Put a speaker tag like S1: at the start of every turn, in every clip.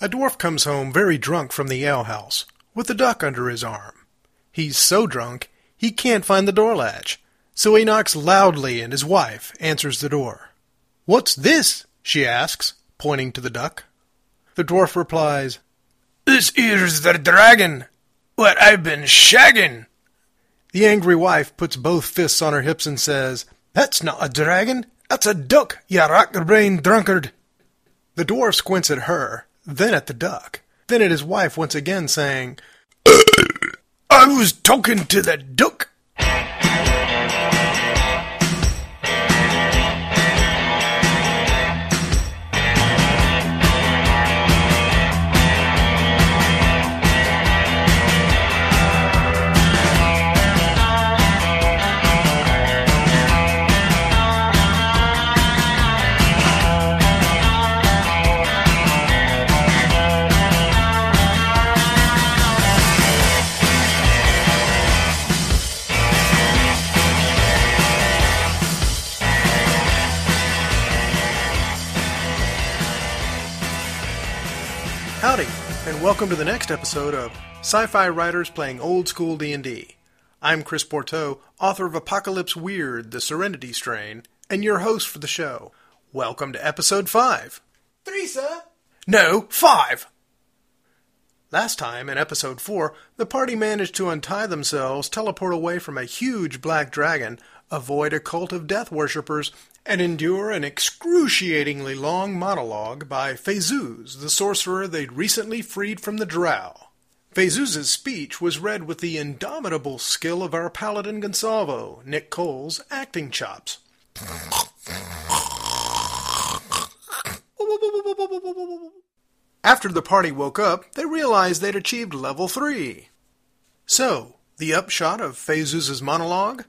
S1: A dwarf comes home very drunk from the alehouse, with a duck under his arm. He's so drunk, he can't find the door latch, so he knocks loudly and his wife answers the door. What's this? she asks, pointing to the duck. The dwarf replies, This is the dragon, what I've been shagging. The angry wife puts both fists on her hips and says, That's not a dragon, that's a duck, you rock-brained drunkard. The dwarf squints at her, then at the duck, then at his wife once again, saying, I was talking to the duck. Howdy, and welcome to the next episode of Sci-Fi Writers Playing Old School D&D. I'm Chris Porteau, author of Apocalypse Weird: The Serenity Strain, and your host for the show. Welcome to episode 5. 3, sir. No, 5. Last time, in episode 4, the party managed to untie themselves, teleport away from a huge black dragon, avoid a cult of death worshippers, and endure an excruciatingly long monologue by Fezuz, the sorcerer they'd recently freed from the drow. Fezuz's speech was read with the indomitable skill of our paladin Gonsalvo, Nick Cole's acting chops. After the party woke up, they realized they'd achieved level 3. So, the upshot of Fezuz's monologue?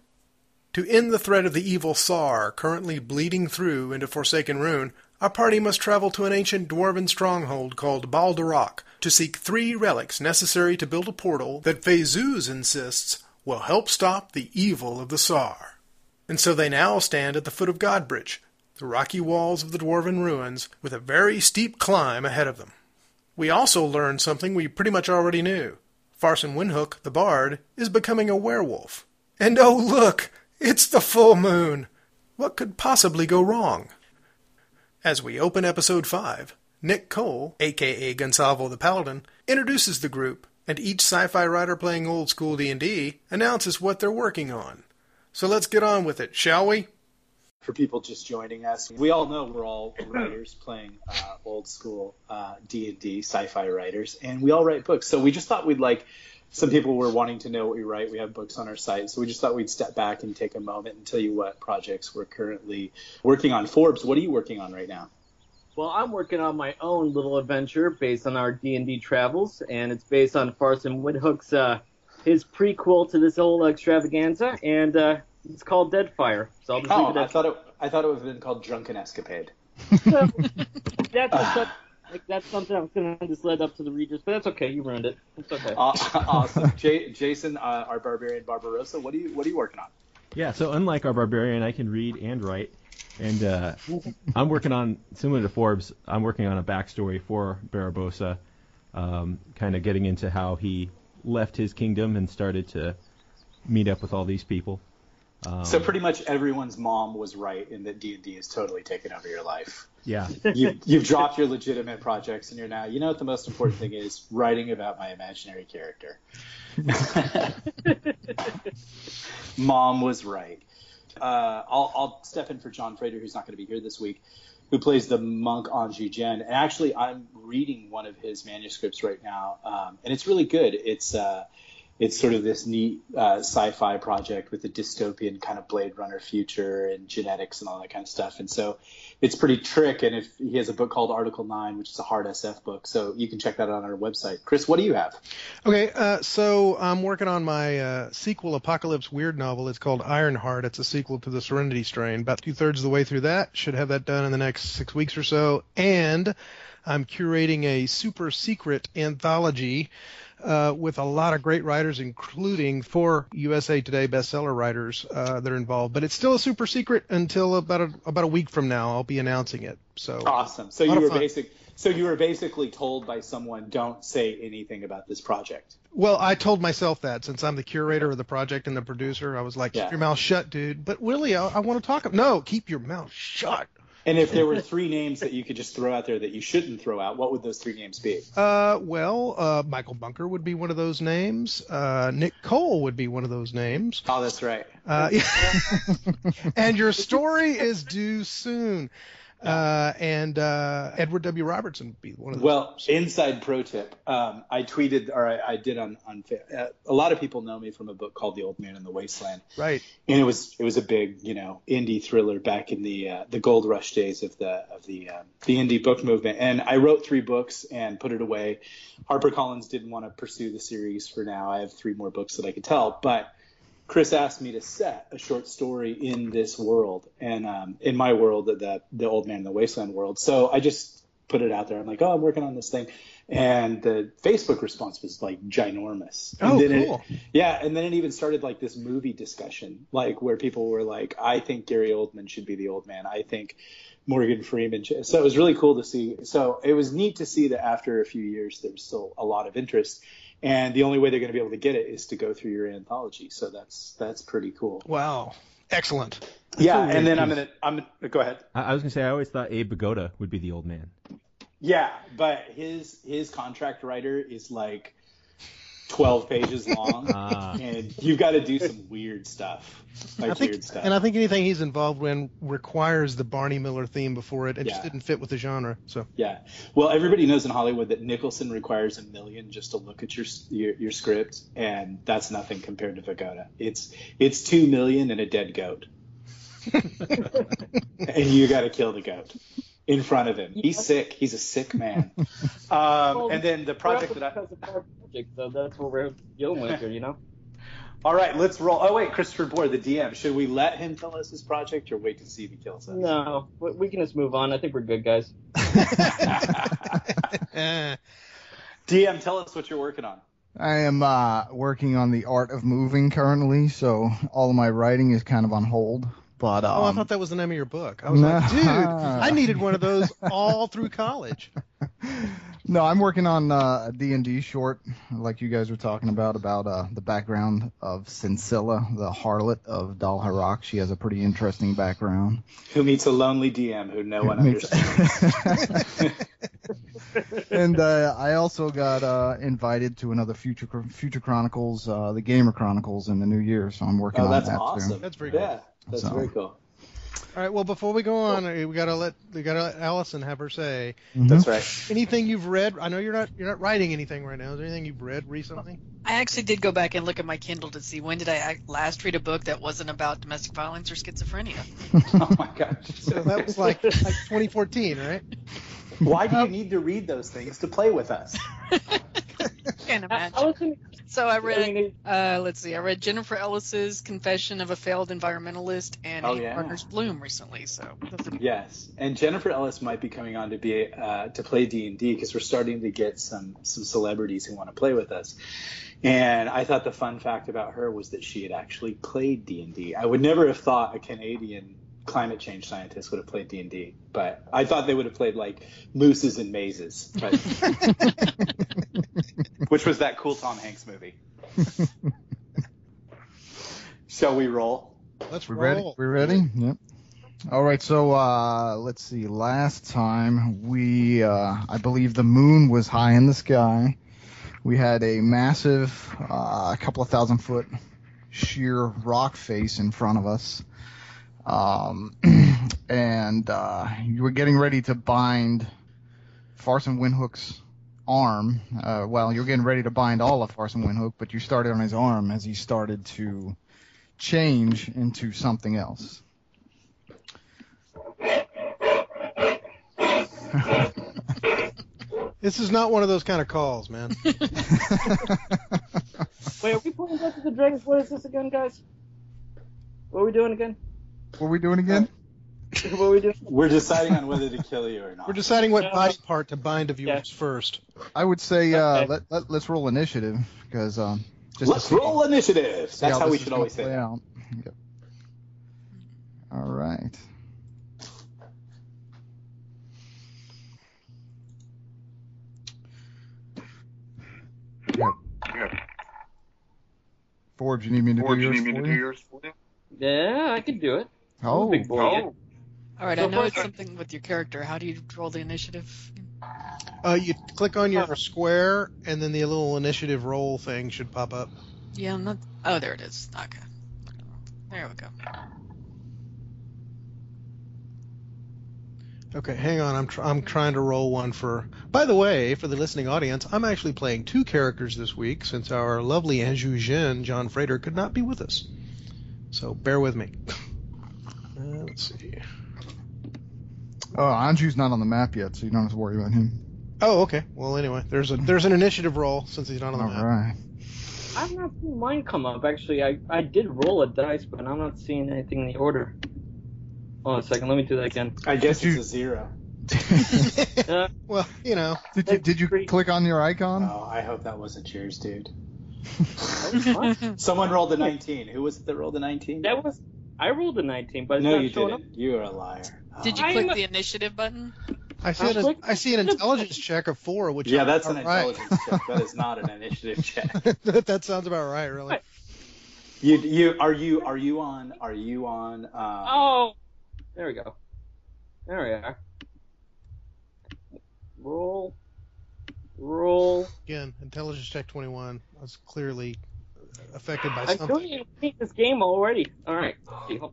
S1: To end the threat of the evil Sar currently bleeding through into Forsaken Rune, our party must travel to an ancient dwarven stronghold called Baldarok to seek three relics necessary to build a portal that Fezuz insists will help stop the evil of the Sar. And so they now stand at the foot of Godbridge, the rocky walls of the dwarven ruins, with a very steep climb ahead of them. We also learned something we pretty much already knew. Farson Winhook, the bard, is becoming a werewolf. And oh, look! It's the full moon! What could possibly go wrong? As we open episode 5, Nick Cole, aka Gonsalvo the Paladin, introduces the group, and each sci-fi writer playing old school D&D announces what they're working on. So let's get on with it, shall we?
S2: for people just joining us. We all know we're all writers playing uh, old school uh, D and D sci-fi writers, and we all write books. So we just thought we'd like. Some people were wanting to know what we write. We have books on our site, so we just thought we'd step back and take a moment and tell you what projects we're currently working on. Forbes, what are you working on right now?
S3: Well, I'm working on my own little adventure based on our D&D travels, and it's based on Farson Woodhook's, uh, his prequel to this whole extravaganza, and uh, it's called Deadfire. So I'll just
S2: Oh,
S3: leave it
S2: I
S3: at
S2: thought it, I thought it would have been called Drunken Escapade. Oh.
S3: that's, that's- like, that's something I was going to just let up to the readers, but that's okay. You ruined it. It's okay.
S2: Aw- awesome, J- Jason, uh, our barbarian Barbarossa. What are you What are you working on?
S4: Yeah, so unlike our barbarian, I can read and write, and uh, I'm working on similar to Forbes. I'm working on a backstory for Barabosa, um, kind of getting into how he left his kingdom and started to meet up with all these people. Um,
S2: so pretty much everyone's mom was right in that D and D is totally taken over your life.
S4: Yeah,
S2: you, you've dropped your legitimate projects and you're now you know what the most important thing is writing about my imaginary character mom was right uh, I'll, I'll step in for john frater who's not going to be here this week who plays the monk anju jen and actually i'm reading one of his manuscripts right now um, and it's really good it's uh, it's sort of this neat uh, sci-fi project with a dystopian kind of Blade Runner future and genetics and all that kind of stuff. And so it's pretty trick. And if he has a book called Article Nine, which is a hard SF book, so you can check that out on our website. Chris, what do you have?
S1: Okay, uh, so I'm working on my uh, sequel Apocalypse Weird novel. It's called Ironheart. It's a sequel to The Serenity Strain. About two thirds of the way through that. Should have that done in the next six weeks or so. And I'm curating a super secret anthology uh, with a lot of great writers, including four USA Today bestseller writers uh, that are involved. But it's still a super secret until about a, about a week from now. I'll be announcing it. So
S2: Awesome. So
S1: Lot
S2: you
S1: of
S2: were
S1: fun.
S2: basic. So you were basically told by someone, don't say anything about this project.
S1: Well, I told myself that since I'm the curator of the project and the producer, I was like, keep
S2: Yeah.
S1: your mouth shut, dude. But Willie, I, I want to talk. No, keep your mouth shut.
S2: And if there were three names that you could just throw out there that you shouldn't throw out, what would those three names be?
S1: Uh, well, uh, Michael Bunker would be one of those names. Uh, Nick Cole would be one of those names.
S2: Oh, that's right.
S1: Uh, and your story is due soon. Uh, and uh, Edward W. Robertson would be one of those.
S2: Well, inside pro tip, um, I tweeted or I, I did on on Fa- uh, a lot of people know me from a book called The Old Man and the Wasteland,
S1: right.
S2: and it was it was a big you know indie thriller back in the uh, the gold rush days of the of the um, the indie book movement. And I wrote three books and put it away. HarperCollins didn't want to pursue the series for now. I have three more books that I could tell, but Chris asked me to set a short story in this world and um, in my world, the, the the old man in the wasteland world. So I just put it out there. I'm like, oh, I'm working on this thing, and the Facebook response was like ginormous. And
S1: Oh,
S2: then it-
S1: cool.
S2: yeah, and then it even started like this movie discussion, like where people were like, I think Gary Oldman should be the old man. I think Morgan Freeman. Should. So it was really cool to see. So it was neat to see that after a few years, there was still a lot of interest. And the only way they're going to be able to get it is to go through your anthology. So that's that's pretty cool.
S1: Wow. Excellent.
S2: yeah, and then I'm gonna I'm gonna, go ahead.
S4: I, I was gonna say I always thought Abe Pagoda would be the old man.
S2: Yeah, but his his contract writer is like twelve pages long,
S1: Uh.
S4: Ah.
S2: and you've got to do some weird stuff, like
S1: I think,
S2: weird stuff.
S1: and I think anything he's involved in requires the Barney Miller theme before it. It just
S2: Yeah.
S1: didn't fit with the genre. So
S2: Yeah. Well, everybody knows in Hollywood that Nicholson requires a million just to look at your your, your script, and that's nothing compared to Vagoda. It's it's two million and a dead goat, and you got to kill the goat in front of him. He's sick. He's a sick man. Um, and then the project that I.
S3: Because of our project, so that's what we're dealing with here, you know.
S2: All right, let's roll. Oh wait, Christopher Bohr, the DM. Should we let him tell us his project or wait to see if he kills us?
S3: No, we- we can just move on. I think we're good, guys.
S1: Eh.
S2: DM, tell us what you're working on.
S5: I am uh, working on the art of moving currently, so all of my writing is kind of on hold. But um,
S1: Oh, I thought that was the name of your book. I was like, dude, I needed one of those all through college.
S5: no, I'm working on uh, a D&D short, like you guys were talking about, about uh, the background of Sincilla, the harlot of Dal Harak. She has a pretty interesting background.
S2: Who meets a lonely DM who no one
S5: Makes-
S2: understands?
S5: and uh, I also got uh, invited to another Future Future Chronicles, uh, the Gamer Chronicles, in the new year. So I'm working
S2: Oh,
S5: on
S2: that's
S5: that too.
S2: awesome.
S1: That's very
S2: yeah, that's
S5: So-
S2: very cool.
S1: All right. Well, before we go on, eh, we gotta let we gotta let Allison have her say.
S5: Mm-hmm.
S2: That's right.
S1: Anything you've read? I know you're not you're not writing anything right now. Is there anything you've read recently?
S6: I actually did go back and look at my Kindle to see when did I act- last read a book that wasn't about domestic violence or schizophrenia.
S2: Oh my gosh.
S1: So that was like like 2014, right?
S2: Why do you need to read those things to play with us?
S3: I,
S6: Can't imagine.
S3: I was in,
S6: So I
S3: I
S6: read,
S3: mean,
S6: uh, let's see, I read Jennifer Ellis's Confession of a Failed Environmentalist and
S2: Oh,
S6: Amy
S2: yeah.
S6: Gardner's Bloom recently. So those are-
S2: Yes, and Jennifer Ellis might be coming on to be uh, to play D and D because we're starting to get some some celebrities who want to play with us. And I thought the fun fact about her was that she had actually played D and D. I would never have thought a Canadian climate change scientist would have played D and D, but I thought they would have played like mooses and mazes, but- which was that cool Tom Hanks movie. Shall we roll?
S1: Let's
S5: We ready?
S1: roll.
S5: We ready? Yep. All right. So uh, let's see. Last time we, uh, I believe, the moon was high in the sky. We had a massive, uh, couple of thousand foot sheer rock face in front of us, um, and uh, you were getting ready to bind Farson Windhook's arm. Uh, well, you're getting ready to bind all of Farson Windhook, but you started on his arm as he started to change into something else.
S1: This is not one of those kind of calls, man.
S3: wait, are we pulling back to the dragons? What is this again, guys? What are we doing again?
S5: What are we doing again?
S3: what are we doing?
S2: We're deciding on whether to kill you or not.
S1: We're deciding what
S3: Yeah.
S1: body part to bind of yours first.
S5: I would say uh,
S3: Okay.
S5: let, let us roll initiative because um, just to
S2: Let's
S5: see-
S2: roll initiative.
S5: see
S2: That's how
S5: this
S2: we
S5: is
S2: should
S5: gonna
S2: always say.
S5: play
S2: it.
S5: out. Yep. All right. Yep. Forbes, you need me to
S7: Or
S5: do
S7: do you
S5: yours
S7: need me
S5: for
S7: to do
S5: you?
S7: yours for you?
S3: Yeah, I can do it. I'm a
S5: Oh,
S3: big boy.
S7: Oh.
S6: All right, I
S3: So
S6: know it's
S3: first I-
S6: something with your character. How do you roll the initiative?
S1: Uh, you click on your square, and then the little initiative roll thing should pop up.
S6: Yeah, I'm not. Oh, there it is. Okay. There we go.
S1: Okay, hang on. I'm tr- I'm trying to roll one for. By the way, for the listening audience, I'm actually playing two characters this week since our lovely Anjou Jin, John Frater, could not be with us. So bear with me. Uh, let's see.
S5: oh, Anju's not on the map yet, so you don't have to worry about him.
S1: Oh, okay. Well, anyway, there's a there's an initiative roll since he's not on
S5: All
S1: the map.
S5: right.
S3: I'm not seeing mine come up. Actually, I, I did roll a dice, but I'm not seeing anything in the order. Hold on a second. Let me do that again.
S2: I guess
S5: Did
S2: it's
S5: you-
S2: a zero.
S3: Uh,
S1: well, you know.
S5: did you did you
S3: Three.
S5: click on your icon?
S2: Oh, I hope that wasn't yours, dude.
S3: what?
S2: Someone rolled a 19. Who was it that rolled a 19?
S3: that was I rolled a 19, but it's
S2: no,
S3: not
S2: you
S3: showing up.
S2: didn't. You are a liar. Oh.
S6: Did you
S3: I'm-
S6: click the initiative button?
S1: I see, an,
S3: click-
S1: I see an intelligence check of four, which
S2: Yeah,
S1: I'm-
S2: that's an
S1: all right.
S2: intelligence check. That is not an initiative check.
S1: that, that sounds about right, really.
S2: You, you are you are you on are you on? Uh,
S3: Oh, there we go. There we are. Roll, roll.
S1: Again, intelligence check 21 was clearly uh, affected by
S3: I don't
S1: something.
S3: even beat this game already. All right.
S5: Uh,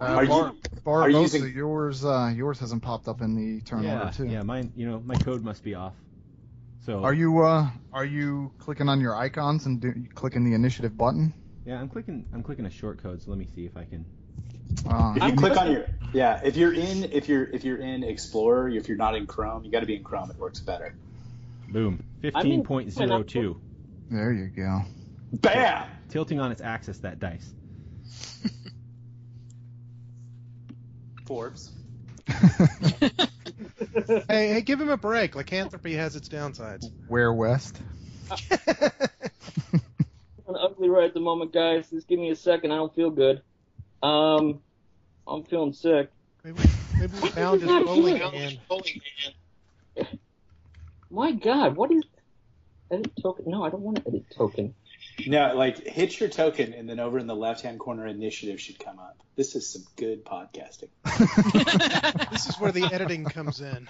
S2: are
S5: Bar-
S2: you?
S5: Barbosa,
S2: you using-
S5: oh, yours uh, yours hasn't popped up in the turn
S4: yeah,
S5: order too.
S4: yeah. Mine, you know, my code must be off. So
S5: Are you uh are you clicking on your icons and do, clicking the initiative button?
S4: Yeah, I'm clicking. I'm clicking a short code. So let me see if I can.
S5: Uh,
S2: If you
S3: I'm
S2: click on
S3: looking-
S2: your yeah, if you're in if you're if you're in Explorer, if you're not in Chrome, you got to be in Chrome. It works better.
S4: Boom. Fifteen point zero two.
S5: there you go.
S2: Bam!
S4: Tilting on its axis. That dice.
S2: Forbes.
S1: Hey, hey, give him a break. Lycanthropy has its downsides.
S5: Where west?
S3: an ugly right at the moment, guys. Just give me a second. I don't feel good. Um, I'm feeling sick.
S1: maybe, maybe we found his rolling hand.
S3: My God, what is edit token? No, I don't want to edit token.
S2: No, like hit your token, and then over in the left hand corner, initiative should come up. This is some good podcasting.
S1: This is where the editing comes in.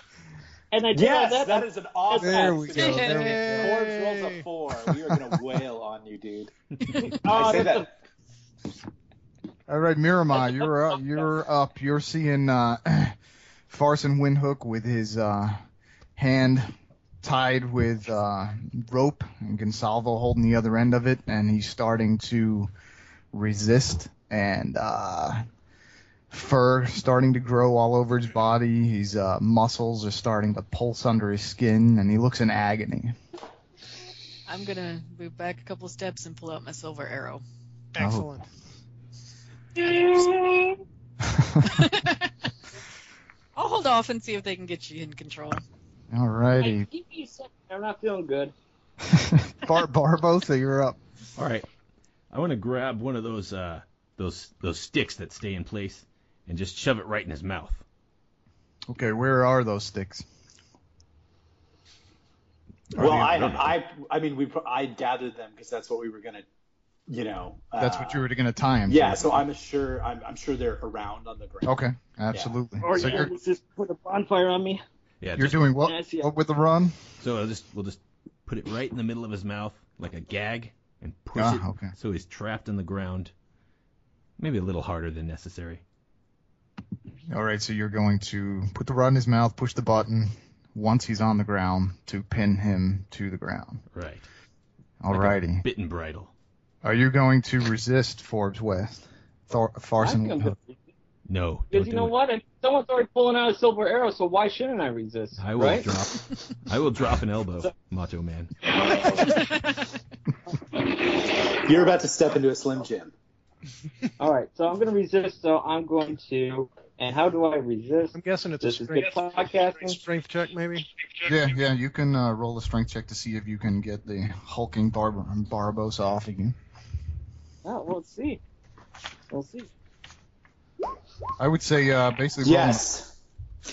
S3: And I did all
S2: Yes,
S3: that.
S2: that is an awesome.
S5: There we
S6: go, there we
S1: go.
S2: Forbes rolls
S1: Yay.
S2: a four. We are gonna wail on you, dude.
S3: Oh,
S2: I say
S3: that's
S2: that.
S5: All right, Miramar, you're up. You're up. You're seeing uh, Farson Windhook with his uh, hand tied with uh, rope, and Gonsalvo holding the other end of it, and he's starting to resist, and uh, fur starting to grow all over his body. His uh, muscles are starting to pulse under his skin, and he looks in agony.
S6: I'm gonna move back a couple steps and pull out my silver arrow.
S1: Excellent.
S6: I'll hold off and see if they can get you in control.
S5: all
S3: Hey,
S5: righty,
S3: give me a second. I'm not feeling good.
S5: Bar- Barbosa, you're up.
S4: All right. I want to grab one of those uh, those those sticks that stay in place and just shove it right in his mouth.
S5: Okay, where are those sticks?
S2: Well,
S4: mean,
S2: I,
S4: I don't know.
S2: I, I mean, we, pro- I gathered them because that's what we were gonna, you know. Uh,
S5: That's what you were going to tie him. to.
S2: Yeah, so I'm sure, I'm, I'm sure they're around on the ground.
S5: Okay, absolutely.
S3: Or
S5: so
S3: yeah,
S5: you're
S3: let's just put a bonfire on me.
S4: Yeah.
S5: you're
S4: Just,
S5: doing
S3: Yeah, I
S5: what,
S3: see it.
S5: what with the run?
S4: so I'll just we'll just put it right in the middle of his mouth like a gag and push
S5: Ah,
S4: it
S5: okay.
S4: so he's trapped in the ground. Maybe a little harder than necessary.
S5: All right, so you're going to put the rod in his mouth, push the button once he's on the ground to pin him to the ground.
S4: Right.
S5: All
S4: Like a
S5: righty.
S4: Bitten bridle.
S5: Are you going to resist Forbes West? Thor-
S3: I'm
S5: Farson.
S3: gonna-
S4: No.
S3: Because
S4: don't
S3: you
S4: uh, do
S3: know
S4: it.
S3: what? If Someone's already pulling out a silver arrow, so why shouldn't I resist?
S4: I will
S3: right?
S4: drop. I will drop an elbow, Macho Man.
S2: You're about to step into a slim jim.
S3: All right, so I'm going to resist. So I'm going to. And how do I resist?
S1: I'm guessing it's
S3: This
S1: a
S3: is good
S1: strength,
S3: podcasting.
S1: strength check, maybe.
S5: Yeah, yeah. You can uh, roll a strength check to see if you can get the hulking Bar- Barbosa off again.
S3: Oh, well, let's see. We'll see.
S5: I would say uh, basically roll an-
S2: Yes.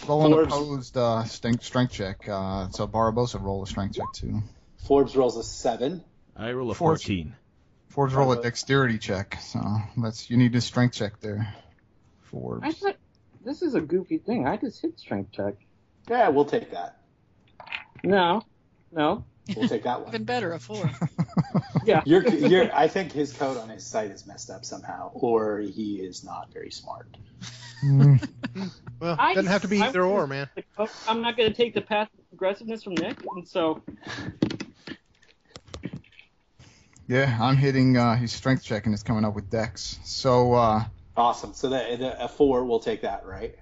S5: roll an
S2: Forbes.
S5: opposed uh, strength strength check. Uh, so Barbosa roll a strength check too.
S2: Forbes rolls a seven.
S4: I roll a fourteen.
S5: Fourteen. Forbes roll a
S2: Barbosa.
S5: dexterity check. So that's you need a strength check there.
S3: I
S5: Forbes.
S3: thought this is a goofy thing. I just hit strength check.
S2: Yeah, we'll take that.
S3: No, no.
S2: We'll take that
S6: Even
S2: one.
S6: better, a four.
S3: Yeah.
S2: Your, your, I think his code on his site is messed up somehow, or he is not very smart.
S5: Mm,
S1: Well,
S3: I-
S1: doesn't have to be
S3: I-
S1: either or, man.
S3: Oh, I'm not going to take the path of aggressiveness from Nick, and so
S5: yeah, I'm hitting uh, his strength check and it's coming up with dex. So uh,
S2: Awesome. So the, the, a four, we'll take that, right?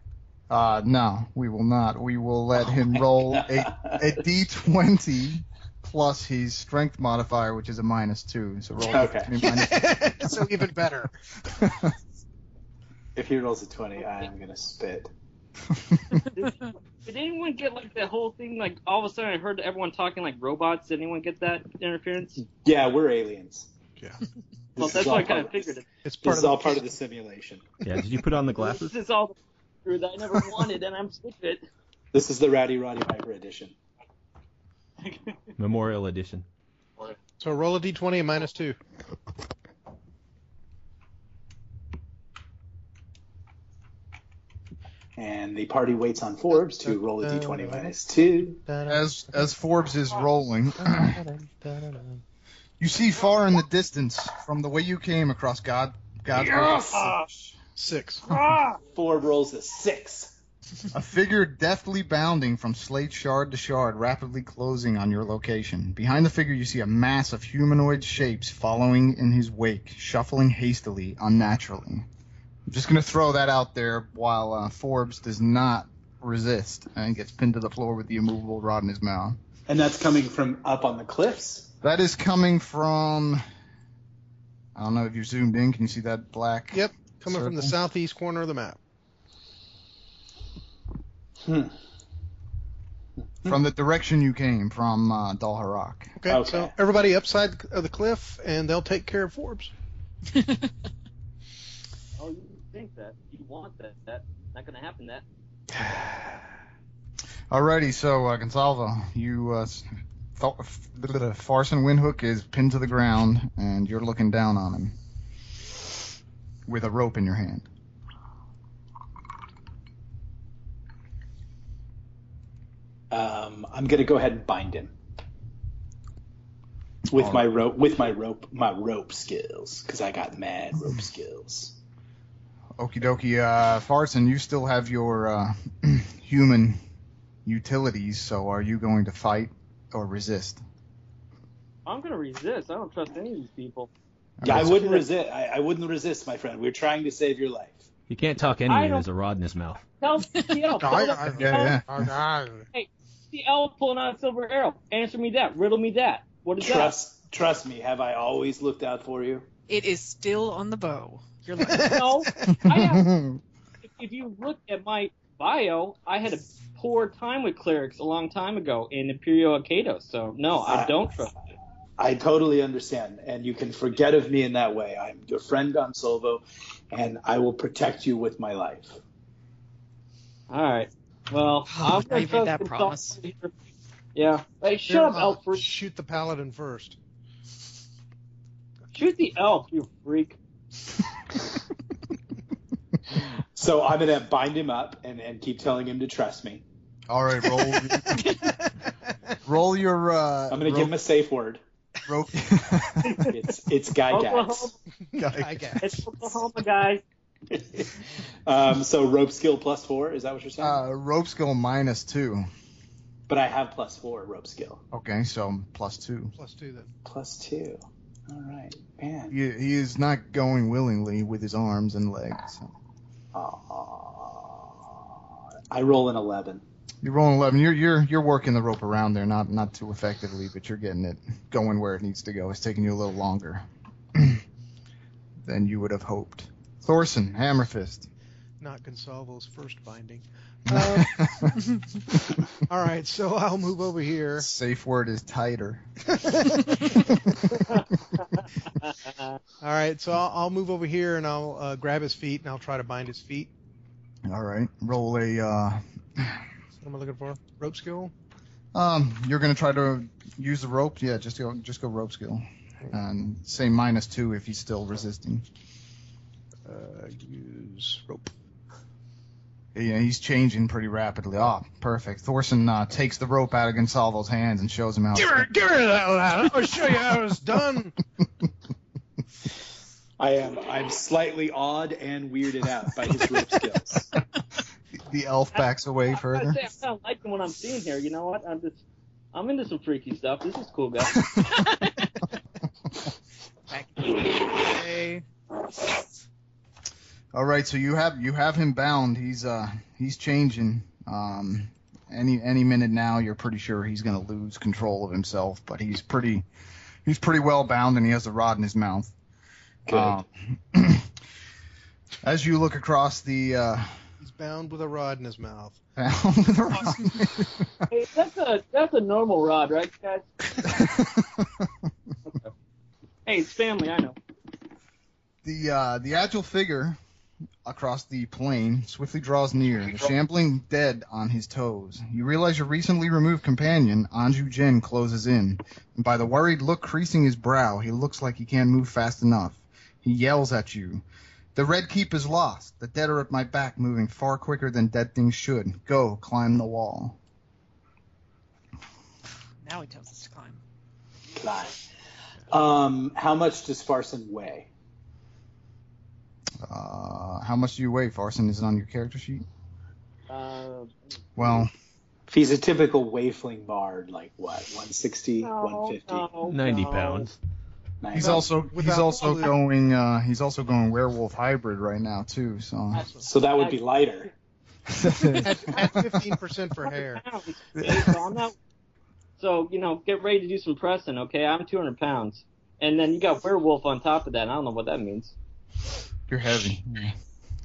S5: uh, no, we will not. We will let him roll a a d20 plus his strength modifier, which is a minus two. So roll a
S2: Okay.
S5: d20 minus
S1: so even better.
S2: If he rolls a twenty, I am gonna spit.
S3: did anyone get like the whole thing? Like all of a sudden, I heard everyone talking like robots. Did anyone get that interference?
S2: Yeah, we're aliens.
S1: Yeah.
S2: This
S3: Well,
S2: is
S3: that's
S2: all
S3: what I kind of
S2: part
S3: figured. It.
S1: It's part
S2: This is
S1: of
S2: all
S1: the,
S2: part of the simulation.
S4: Yeah. Did you put on the glasses?
S3: This is all the that I never wanted, and I'm sick of it.
S2: This is the Rowdy Roddy Piper edition.
S4: Memorial edition.
S1: So roll a d20 and minus two.
S2: And the party waits on Forbes to roll a d20
S1: Uh,
S2: minus two.
S5: As as Forbes is rolling, you see far in the distance from the way you came across God God's
S1: Six.
S2: Forbes rolls a six.
S5: a figure deftly bounding from slate shard to shard, rapidly closing on your location. Behind the figure, you see a mass of humanoid shapes following in his wake, shuffling hastily, unnaturally. I'm just gonna throw that out there while uh, Forbes does not resist and gets pinned to the floor with the immovable rod in his mouth.
S2: And that's coming from up on the cliffs.
S5: That is coming from. I don't know if you're zoomed in. Can you see that black?
S1: Yep. Coming from the
S5: Circle.
S1: southeast corner of the map.
S2: Hmm.
S5: From the direction you came from, uh, Dalharok.
S1: Okay,
S2: Okay.
S1: so everybody upside of the cliff, and they'll take care of Forbes.
S3: Oh, you think that? You want that? That not going to happen. That.
S5: Alrighty, so uh, Gonsalvo, you uh, s- th- f- the the Farson Windhook is pinned to the ground, and you're looking down on him with a rope in your hand.
S2: Um, I'm gonna go ahead and bind him with
S5: All
S2: my rope. With my rope, my rope skills, because I got mad rope skills.
S5: Okie dokie, uh, Farson, you still have your uh, human utilities, so are you going to fight or resist?
S3: I'm going to resist. I don't trust any of these people.
S2: Yeah, I
S5: Okay, so-
S2: wouldn't resist. I, I wouldn't resist, my friend. We're trying to save your life.
S4: He can't talk anyway.
S3: don't-
S4: There's a rod in his mouth.
S3: Tell CL.
S1: No, I- I-
S5: Yeah, yeah.
S3: CL pulling out a silver arrow. Answer me that. Riddle me that. What is
S2: Trust, trust me. Have I always looked out for you?
S6: It is still on the bow. You're like,
S3: that? No. I have if, if you look at my bio, I had a poor time with clerics a long time ago in Imperial Akados, so no, I don't trust it.
S2: I totally understand, and you can forget of me in that way. I'm your friend, Gonsalvo, and I will protect you with my life.
S3: All right. Well,
S6: Oh,
S3: I'm
S6: not
S3: gonna
S6: even
S3: trust
S6: that
S3: him.
S6: promise.
S3: Yeah. Hey, shut up, elf. freak.
S1: Shoot the paladin first.
S3: Shoot the elf, you freak.
S2: So I'm gonna bind him up and, and keep telling him to trust me.
S5: All right, roll, roll your. Uh,
S2: I'm gonna give him a safe word.
S5: rope.
S2: It's it's guy
S3: Oklahoma,
S1: I guess.
S3: it's Oklahoma, guys.
S2: um, so rope skill plus four. Is that what you're saying?
S5: uh, rope skill minus two.
S2: but I have plus four rope skill.
S5: Okay, so plus two.
S1: Plus two then.
S2: Plus two. All right, man.
S5: He, he is not going willingly with his arms and legs.
S2: Aw. I roll an eleven.
S5: You're rolling eleven. You're you're you're working the rope around there, not not too effectively, but you're getting it going where it needs to go. It's taking you a little longer. than you would have hoped. Thorson, Hammerfist.
S1: Not Gonsalvo's first binding. Uh, all right, so I'll move over here.
S5: Safe word is tighter.
S1: All right, so I'll, I'll move over here and I'll uh, grab his feet and I'll try to bind his feet.
S5: All right, roll a. Uh,
S1: That's what am I looking for? Rope skill.
S5: um, you're gonna try to use the rope. Yeah, just go, just go rope skill, and say minus two if he's still resisting.
S1: Uh, use rope.
S5: Yeah, he's changing pretty rapidly. Ah, perfect. Thorson uh, takes the rope out of Gonsalvo's hands and shows him how.
S1: Give her, give her that lad. I'll show you how it's done.
S2: I am. I'm slightly awed and weirded out by his rope skills.
S5: The elf backs away further.
S3: I kind of liking what I'm seeing here. You know what? I'm just, I'm into some freaky stuff. This is cool, guys.
S6: Back in the day.
S5: All right, so you have you have him bound. He's uh he's changing. Um, any any minute now, you're pretty sure he's gonna lose control of himself. But he's pretty he's pretty well bound, and he has a rod in his mouth. Um, as you look across the uh,
S1: He's bound with a rod in his mouth.
S5: bound with a rod.
S3: Hey, that's a that's a normal rod, right, guys? Hey, it's family. I know.
S5: The uh, the agile figure across the plain swiftly draws near, the shambling dead on his toes. You realize your recently removed companion, Anju Jin, closes in, and by the worried look creasing his brow, he looks like he can't move fast enough. He yells at you. The Red Keep is lost. The dead are at my back, moving far quicker than dead things should. Go, climb the wall.
S6: Now he tells us to climb.
S2: God. Um, how much does Farson weigh?
S5: Uh, how much do you weigh, Farson? Is it on your character sheet?
S3: Uh,
S5: Well,
S2: If he's a typical waifling bard, like what,
S3: Oh,
S2: 160, 150,
S3: no,
S4: 90
S3: Oh, no.
S4: pounds.
S2: Mm-hmm.
S5: he's
S1: Well,
S5: also he's
S1: without
S5: also
S1: clue.
S5: going uh, he's also going werewolf hybrid right now too. So
S2: So that would be lighter.
S1: At, at 15% for hair.
S3: Pounds. Hey, so, I'm not- so, you know, get ready to do some pressing, okay? I'm 200 pounds, and then you got werewolf on top of that. I don't know what that means.
S5: You're heavy.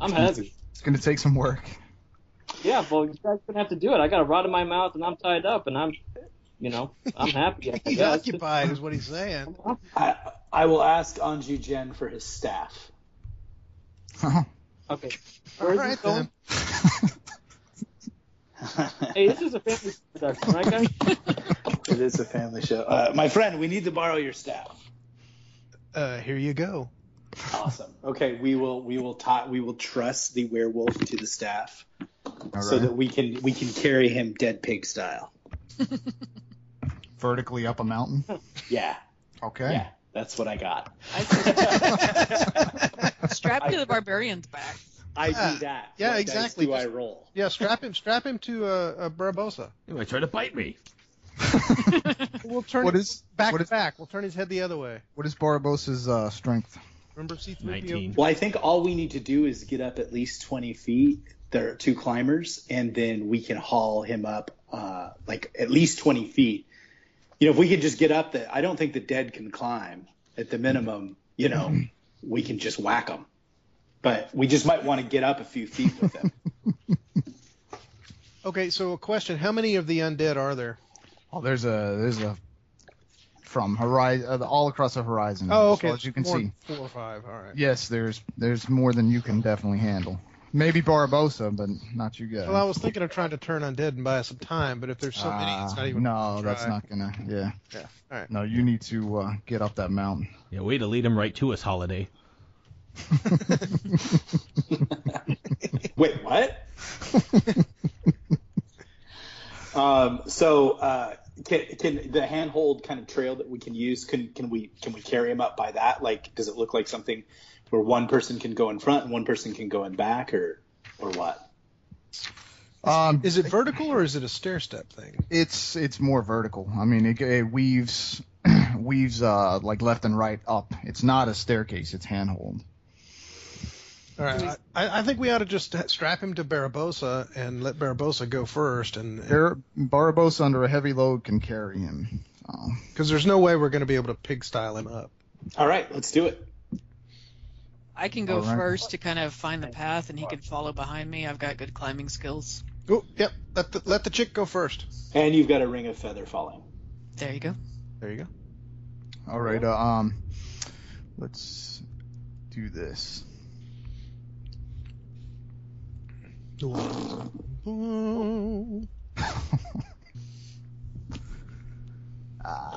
S3: I'm heavy.
S5: It's gonna take some work.
S3: Yeah, well, you guys gonna have to do it. I got a rod in my mouth, and I'm tied up, and I'm, you know, I'm happy. I
S1: He's
S3: guess.
S1: occupied, is what he's saying.
S2: I, I will ask Anju Jen for his staff.
S3: Okay.
S1: All
S3: Where is
S1: right,
S3: this going?
S1: then.
S3: Hey, this is a family production, right, guys?
S2: it is a family show. Uh, my friend, we need to borrow your staff.
S1: Uh, here you go.
S2: Awesome. Okay, we will we will ta- we will trust the werewolf to the staff so that we can we can carry him dead pig style.
S5: vertically up a mountain.
S2: Yeah.
S5: Okay.
S2: Yeah. That's what I got.
S6: I Strapped to the barbarian's back.
S2: I
S1: Yeah.
S2: do that.
S1: Yeah,
S2: What dice
S1: exactly.
S2: Do I
S1: Just-
S2: roll?
S1: Yeah, strap him, strap him to uh, a Barbosa.
S4: You might try to bite me.
S1: We'll turn
S5: What
S1: his-
S5: is
S1: back
S5: what is
S1: back. We'll turn his head the other way.
S5: what is Barabosa's uh, strength?
S1: Remember C3PO?
S4: 19.
S2: Well, I think all we need to do is get up at least 20 feet. There are two climbers, and then we can haul him up uh, like at least 20 feet. You know, if we can just get up, that I don't think the dead can climb. At the minimum, you know, we can just whack them. But we just might want to get up a few feet with him.
S1: Okay, so a question. How many of the undead are there?
S5: Oh, there's a there's a from horizon uh, all across the horizon. As, far as you can
S1: four,
S5: see.
S1: Oh, Four or five, all right.
S5: Yes, there's there's more than you can definitely handle. Maybe Barabosa, but not you guys.
S1: Well, I was thinking of trying to turn undead and buy us some time, but if there's so many, it's
S5: Ah,
S1: not even
S5: no,
S1: worth a
S5: that's
S1: try.
S5: not gonna. Yeah.
S1: Yeah, all right.
S5: No, you need to uh, get up that mountain.
S4: Yeah, way to lead him right to us, Holiday.
S2: Wait, what? um, so uh, can, can the handhold kind of trail that we can use? Can can we can we carry him up by that? Like, does it look like something where one person can go in front and one person can go in back, or or what?
S5: Um,
S1: Is it vertical or is it a stair step thing?
S5: It's it's more vertical. I mean, it, it weaves weaves uh like left and right up. It's not a staircase. It's handhold.
S1: All right, I, I think we ought to just strap him to Barabosa and let Barabosa go first, and
S5: Bar- Barbosa under a heavy load can carry him. Uh, So,
S1: because there's no way we're going to be able to pig style him up.
S2: All right, let's do it.
S6: I can go
S5: All right.
S6: first to kind of find the path, and he can follow behind me. I've got good climbing skills.
S1: Ooh, yep. Let the, let the chick go first.
S2: And you've got a ring of feather falling.
S6: There you go.
S1: There you go.
S5: All right. Uh, um, let's do this.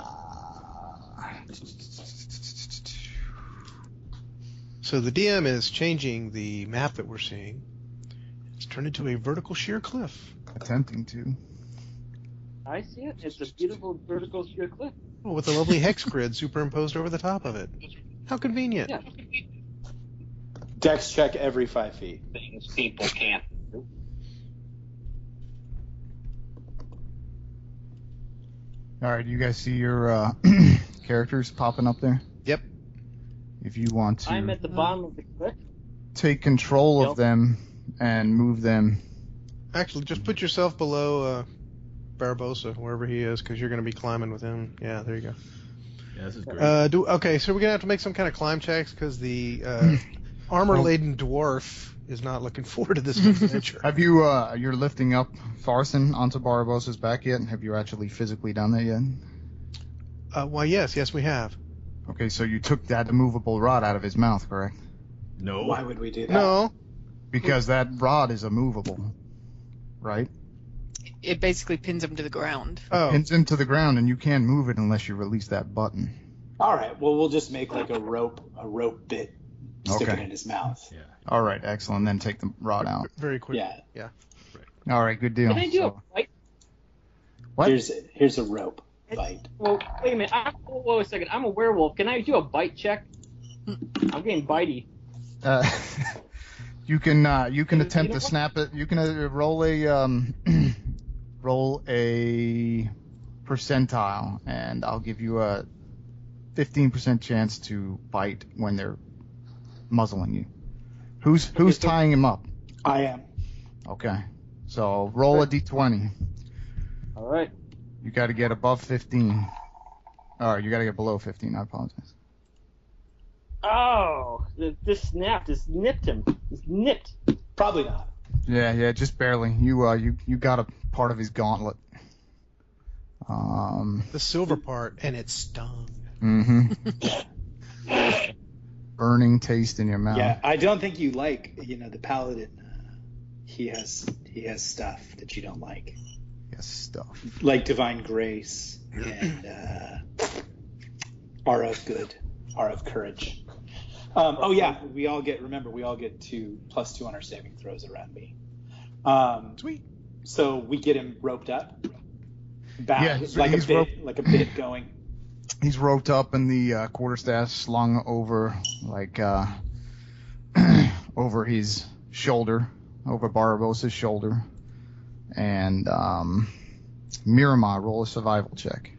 S5: Ah.
S1: So the DM is changing the map that we're seeing. It's turned into a vertical sheer cliff.
S5: attempting to.
S3: I see it. It's a beautiful vertical sheer cliff.
S1: Well, with a lovely hex grid superimposed over the top of it. How convenient.
S3: Yeah.
S2: Dex check every five feet.
S7: things people can't.
S5: All right. You guys see your uh, characters popping up there.
S1: Yep.
S5: If you want to
S3: I'm at the bottom of the cliff.
S5: take control of
S3: Yep.
S5: them and move them.
S1: Actually, just put yourself below uh, Barbosa, wherever he is, because you're going to be climbing with him. Yeah, there you go.
S4: Yeah, this is great.
S1: Uh, do okay. So we're gonna have to make some kind of climb checks because the uh, armor-laden dwarf is not looking forward to this adventure.
S5: Have you uh, you're lifting up Farson onto Barbosa's back yet? Have you actually physically done that yet?
S1: uh, why, yes, yes, we have.
S5: Okay, so you took that immovable rod out of his mouth, correct?
S4: no.
S2: Why would we do that?
S1: No,
S5: Because that rod is immovable, right?
S6: It basically pins him to the ground.
S1: oh,
S5: Pins into the ground, and you can't move it unless you release that button.
S2: All right. Well, we'll just make like a rope, a rope bit, stick it
S5: Okay.
S2: in his mouth.
S4: Yeah.
S5: All right, excellent. Then take the rod out.
S1: very quick.
S2: Yeah.
S5: All right, good deal.
S3: Can I do
S5: So-
S3: a bite?
S5: What?
S2: Here's here's a rope bite.
S3: Well, wait a minute. I, whoa, whoa a second. I'm a werewolf. Can I do a bite check? I'm getting bitey.
S5: Uh, you can uh, you can
S3: Is it
S5: attempt to
S3: eatable?
S5: snap it. You can uh, roll a um, roll a percentile, and I'll give you a fifteen percent chance to bite when they're muzzling you. Who's who's
S3: so-
S5: tying him up?
S2: I am.
S5: Okay, so roll a d20.
S3: All right.
S5: You got to get above fifteen. All right, you got to get below fifteen. I apologize.
S3: Oh, th- this snapped. This nipped him. This nipped.
S2: Probably not.
S5: Yeah, yeah, just barely. You uh, you you got a part of his gauntlet. Um.
S1: The silver part, and it stung.
S5: Mm-hmm. Burning taste in your mouth.
S2: Yeah, I don't think you like. You know, the paladin. Uh, he has he has stuff that you don't like,
S5: Yes, stuff.
S2: like divine grace and uh, are of good, are of courage. Um, oh yeah, we all get. Remember, we all get two plus two on our saving throws around me. Um,
S1: Sweet.
S2: So we get him roped up, bound,
S5: Yeah, he's-
S2: like
S5: he's
S2: a bit,
S5: roped.
S2: like a bit going.
S5: He's roped up and the uh, quarterstaff slung over, like, uh, over his shoulder, over Barbosa's shoulder. And um, Miramar, roll a survival check.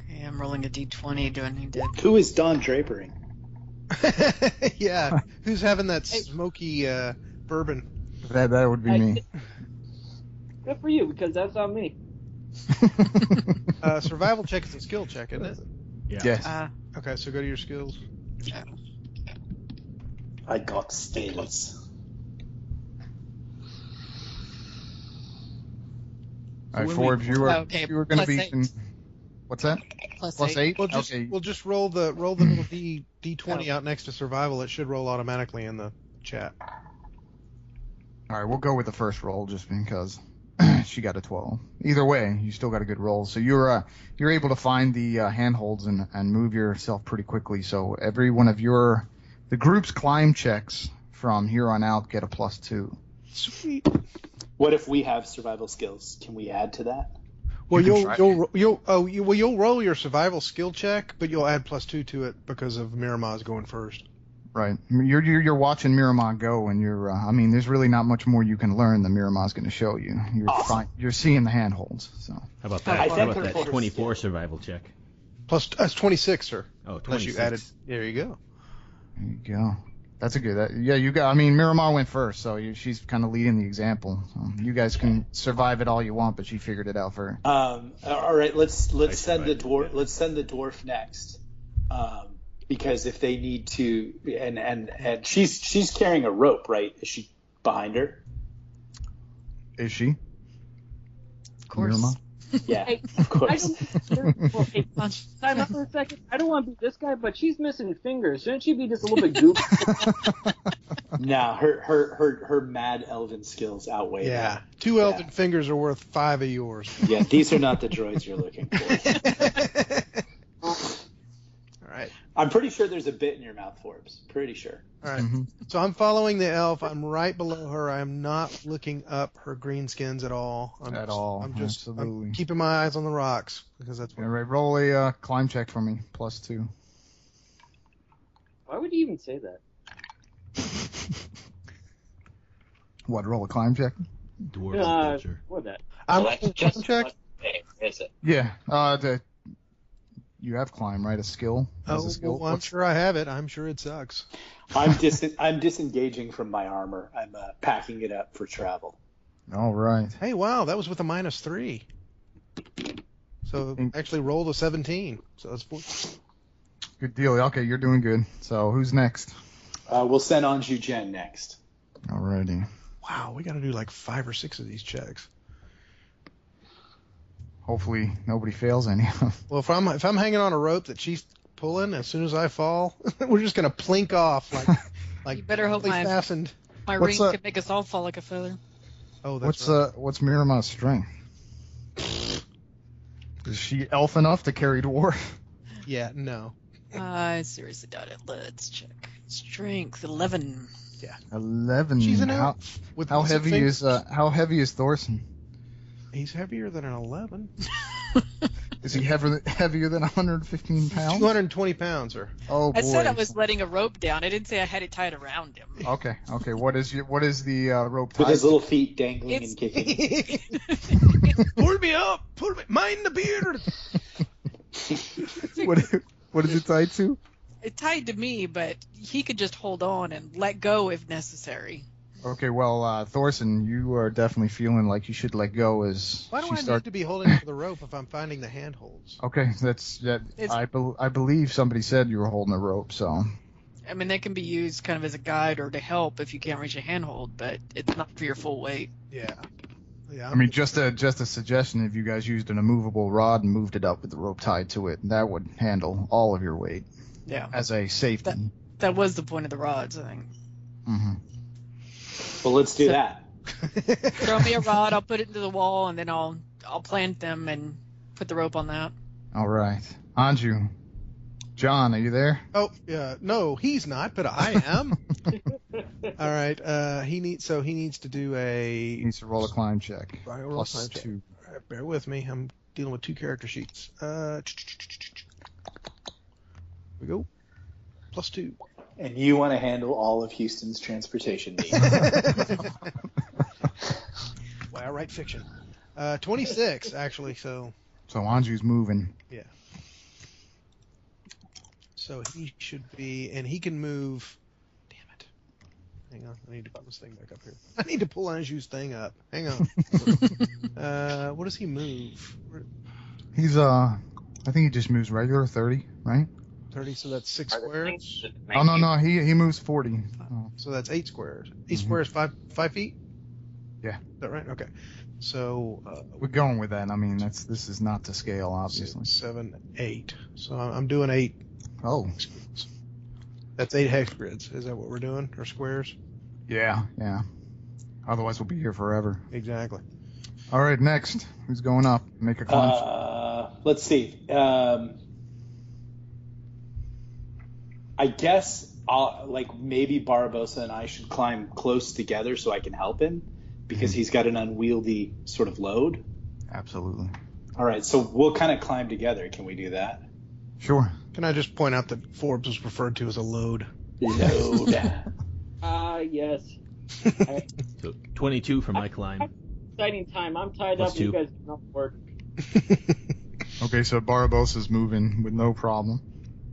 S6: Okay, I'm rolling a d20. Do I need to?
S2: Who is Don Drapering?
S1: yeah, who's having that smoky uh, bourbon?
S5: That that would be
S3: I-
S5: me.
S3: Good for you, because that's on me.
S1: Uh, survival check is a skill check, isn't it?
S4: Yeah.
S5: yes.
S6: Uh,
S1: Okay, so go to your skills.
S6: Oh.
S2: I got skills.
S5: All right,
S1: when
S5: four
S1: we-
S5: of you are,
S6: Okay,
S5: you are going to
S6: plus
S5: be.
S6: eight.
S5: in- what's that?
S6: plus,
S5: Plus
S6: eight.
S5: eight?
S1: Well, just
S5: okay.
S1: we'll just roll the roll the little d d twenty out next to survival. It should roll automatically in the chat.
S5: All right, we'll go with the first roll just because she got a 12. Either way, you still got a good roll. So you're uh, you're able to find the uh, handholds and and move yourself pretty quickly. So every one of your the group's climb checks from here on out get a plus two.
S1: Sweet.
S2: What if we have survival skills? Can we add to that?
S1: Well,
S5: You can
S1: you will
S5: try.
S1: you'll ro- you'll oh you, well you'll roll your survival skill check, but you'll add plus two to it because of Miramar's going first.
S5: Right, you're you're, you're watching Miramon go, and you're uh, I mean, there's really not much more you can learn than Miramon's going to show you. You're
S2: Awesome.
S5: fi- you're seeing the handholds. So
S4: How about that?
S6: I
S4: How
S6: think
S4: about
S6: we're
S4: that
S2: full of
S4: 24
S2: skill.
S4: survival check?
S1: Plus that's twenty six, sir.
S4: Oh, 26.
S1: Unless you added. There you go.
S5: there you go. That's a good. That, yeah, you got. I mean, Miramar went first, so you, she's kind of leading the example. So you guys can survive it all you want, but she figured it out for.
S2: Um, all right, let's let's
S4: I
S2: send the
S4: survived,
S2: dwarf.
S4: yeah.
S2: Let's send the dwarf next, um, because if they need to, and and and she's she's carrying a rope, right? Is she behind her?
S5: Is she?
S6: Of course.
S5: Miramar?
S2: Yeah,
S3: Hey,
S2: of
S3: I
S2: course.
S3: don't. Okay, time out for a second. I don't want to be this guy, but she's missing fingers. Shouldn't she be just a little bit goofy?
S2: No, her her her her mad elven skills outweigh. that.
S1: Yeah. Two elven fingers are worth five of yours.
S2: yeah. These are not the droids you're looking for.
S1: All right.
S2: I'm pretty sure there's a bit in your mouth, Forbes. Pretty sure.
S1: All right.
S5: Mhm.
S1: So I'm following the elf. I'm right below her. I'm not looking up her green skins at all. I'm
S5: At
S1: just,
S5: all,
S1: I'm just I'm
S5: absolutely.
S1: keeping my eyes on the rocks because that's
S5: All
S1: what.
S5: right, roll a uh, climb check for me. Plus two.
S3: Why would you even say that?
S5: What? Roll a climb check?
S4: Dwarven
S3: Uh,
S4: culture.
S3: What that?
S1: I'm
S7: Well, that's just
S1: check.
S7: Hey, Is it?
S5: Yeah. Uh, the, you have climb, right? A skill. As
S1: Oh,
S5: a skill.
S1: well, I'm
S5: What's-
S1: sure I have it. I'm sure it sucks.
S2: I'm dis- I'm disengaging from my armor. I'm uh, packing it up for travel.
S5: All right.
S1: Hey, wow, that was with a minus three. So
S5: Mm.
S1: actually rolled a 17. So that's four.
S5: Good deal. Okay, you're doing good. So who's next?
S2: Uh, we'll send Anju Jen next.
S5: Alrighty.
S1: Wow, we got to do like five or six of these checks.
S5: Hopefully nobody fails any.
S1: Well, if I'm if I'm hanging on a rope that she's pulling, as soon as I fall, we're just gonna plink off like like
S6: You better hope
S1: tightly
S6: my-
S1: fastened.
S6: My
S5: What's
S6: ring
S5: that?
S6: could make us all fall like a feather.
S1: Oh, that's
S5: what's
S1: right.
S5: uh what's Miramar's strength? Is she elf enough to carry dwarf?
S1: yeah, no,
S6: I seriously doubt it. Let's check. Strength 11.
S5: Eleven.
S1: she's an
S5: how,
S1: elf. With
S5: how
S1: lots of
S5: heavy
S1: fingers.
S5: is uh how heavy is Thorson?
S1: He's heavier than an 11.
S5: Is he heavier heavier than 115 pounds?
S1: 220 pounds, or
S5: Oh boy.
S6: I said I was letting a rope down. I didn't say I had it tied around him.
S5: Okay, okay. What is your what is the uh, rope
S2: With
S5: tie?
S2: his little feet dangling
S6: It's-
S2: and kicking.
S1: pull me up, pull me, mind the beard.
S5: what what is it tied to?
S6: It tied to me, but he could just hold on and let go if necessary.
S5: Okay, well, uh, Thorson, you are definitely feeling like you should let go as
S1: Why do
S5: she
S1: I
S5: start-
S1: need to be holding for the rope if I'm finding the handholds?
S5: Okay, that's that.
S6: It's-
S5: I bel I believe somebody said you were holding a rope, so
S6: I mean, that can be used kind of as a guide or to help if you can't reach a handhold, but it's not for your full weight.
S1: Yeah, yeah.
S5: I mean, just a just a suggestion. If you guys used an immovable rod and moved it up with the rope tied to it, that would handle all of your weight
S6: Yeah.
S5: as a safety.
S6: That was the point of the rods, I think.
S5: hmm
S2: Well, let's do that.
S6: Throw me a rod, I'll put it into the wall, and then I'll I'll plant them and put the rope on that.
S5: All right, Anju, John, are you there?
S1: Oh, yeah. No, he's not, but I am. All right. Uh, he needs. So he needs to do
S5: He
S1: a.
S5: needs to roll a climb check.
S1: Roll
S5: Plus
S1: climb check.
S5: two.
S1: All right, bear with me. I'm dealing with two character sheets. Uh, here we go. Plus two.
S2: And you want to handle all of Houston's transportation needs.
S1: Why I write fiction. Uh, 26 actually. So
S5: So Anju's moving.
S1: so he should be, and he can move. Damn it. Hang on. I need to pull this thing back up here. I need to pull Anju's thing up. Hang on. uh, what does he move? Where-
S5: He's uh, I think he just moves regular thirty, right?
S1: 30, so that's six
S7: Are there
S1: squares.
S7: things that
S5: Oh no
S7: make
S5: no, he he moves forty. Oh,
S1: So that's eight squares. 8
S5: Mhm.
S1: squares, five five feet.
S5: Yeah.
S1: Is that right? Okay. So uh,
S5: we're going with that. I mean, that's this is not to scale, obviously.
S1: six, seven, eight. So I'm I'm doing eight.
S5: Oh
S1: hexagrams. That's eight hexagrams. Is that what we're doing? Or squares?
S5: yeah yeah. Otherwise, we'll be here forever.
S1: Exactly.
S5: All right, next. Who's going up? Make a climb.
S2: uh, let's see. Um, I guess I'll, like maybe Barbosa and I should climb close together so I can help him because he's got an unwieldy sort of load.
S5: Absolutely.
S2: All right, so we'll kind of climb together. Can we do that?
S5: Sure.
S1: Can I just point out that Forbes was referred to as a load?
S2: Load.
S3: Ah, yes.
S4: So 22 for my climb.
S3: Exciting time. I'm tied
S4: Plus
S3: up. and You
S4: two.
S3: guys do not work.
S5: Okay, so Barabosa's moving with no problem.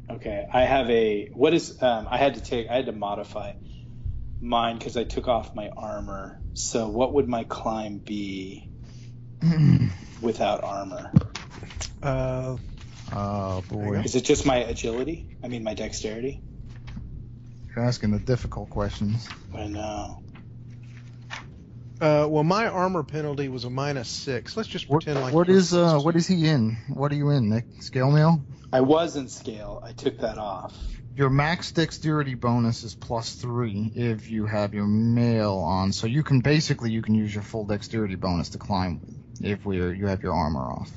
S2: Okay, I have a what is um, I had to take I had to modify mine because I took off my armor. So what would my climb be
S5: Uh,
S2: without armor?
S1: Uh,
S5: Oh boy,
S2: Is it just my agility? I mean my dexterity.
S5: you're asking the difficult questions.
S2: I know.
S1: uh, well, my armor penalty was a minus six. Let's just
S5: What,
S1: pretend like
S5: what
S1: you're-
S5: is uh what is he in? What are you in, Nick? Scale mail.
S2: I was in scale. I took that off.
S5: Your max dexterity bonus is plus three if you have your mail on, so you can basically you can use your full dexterity bonus to climb with if we're you have your armor off.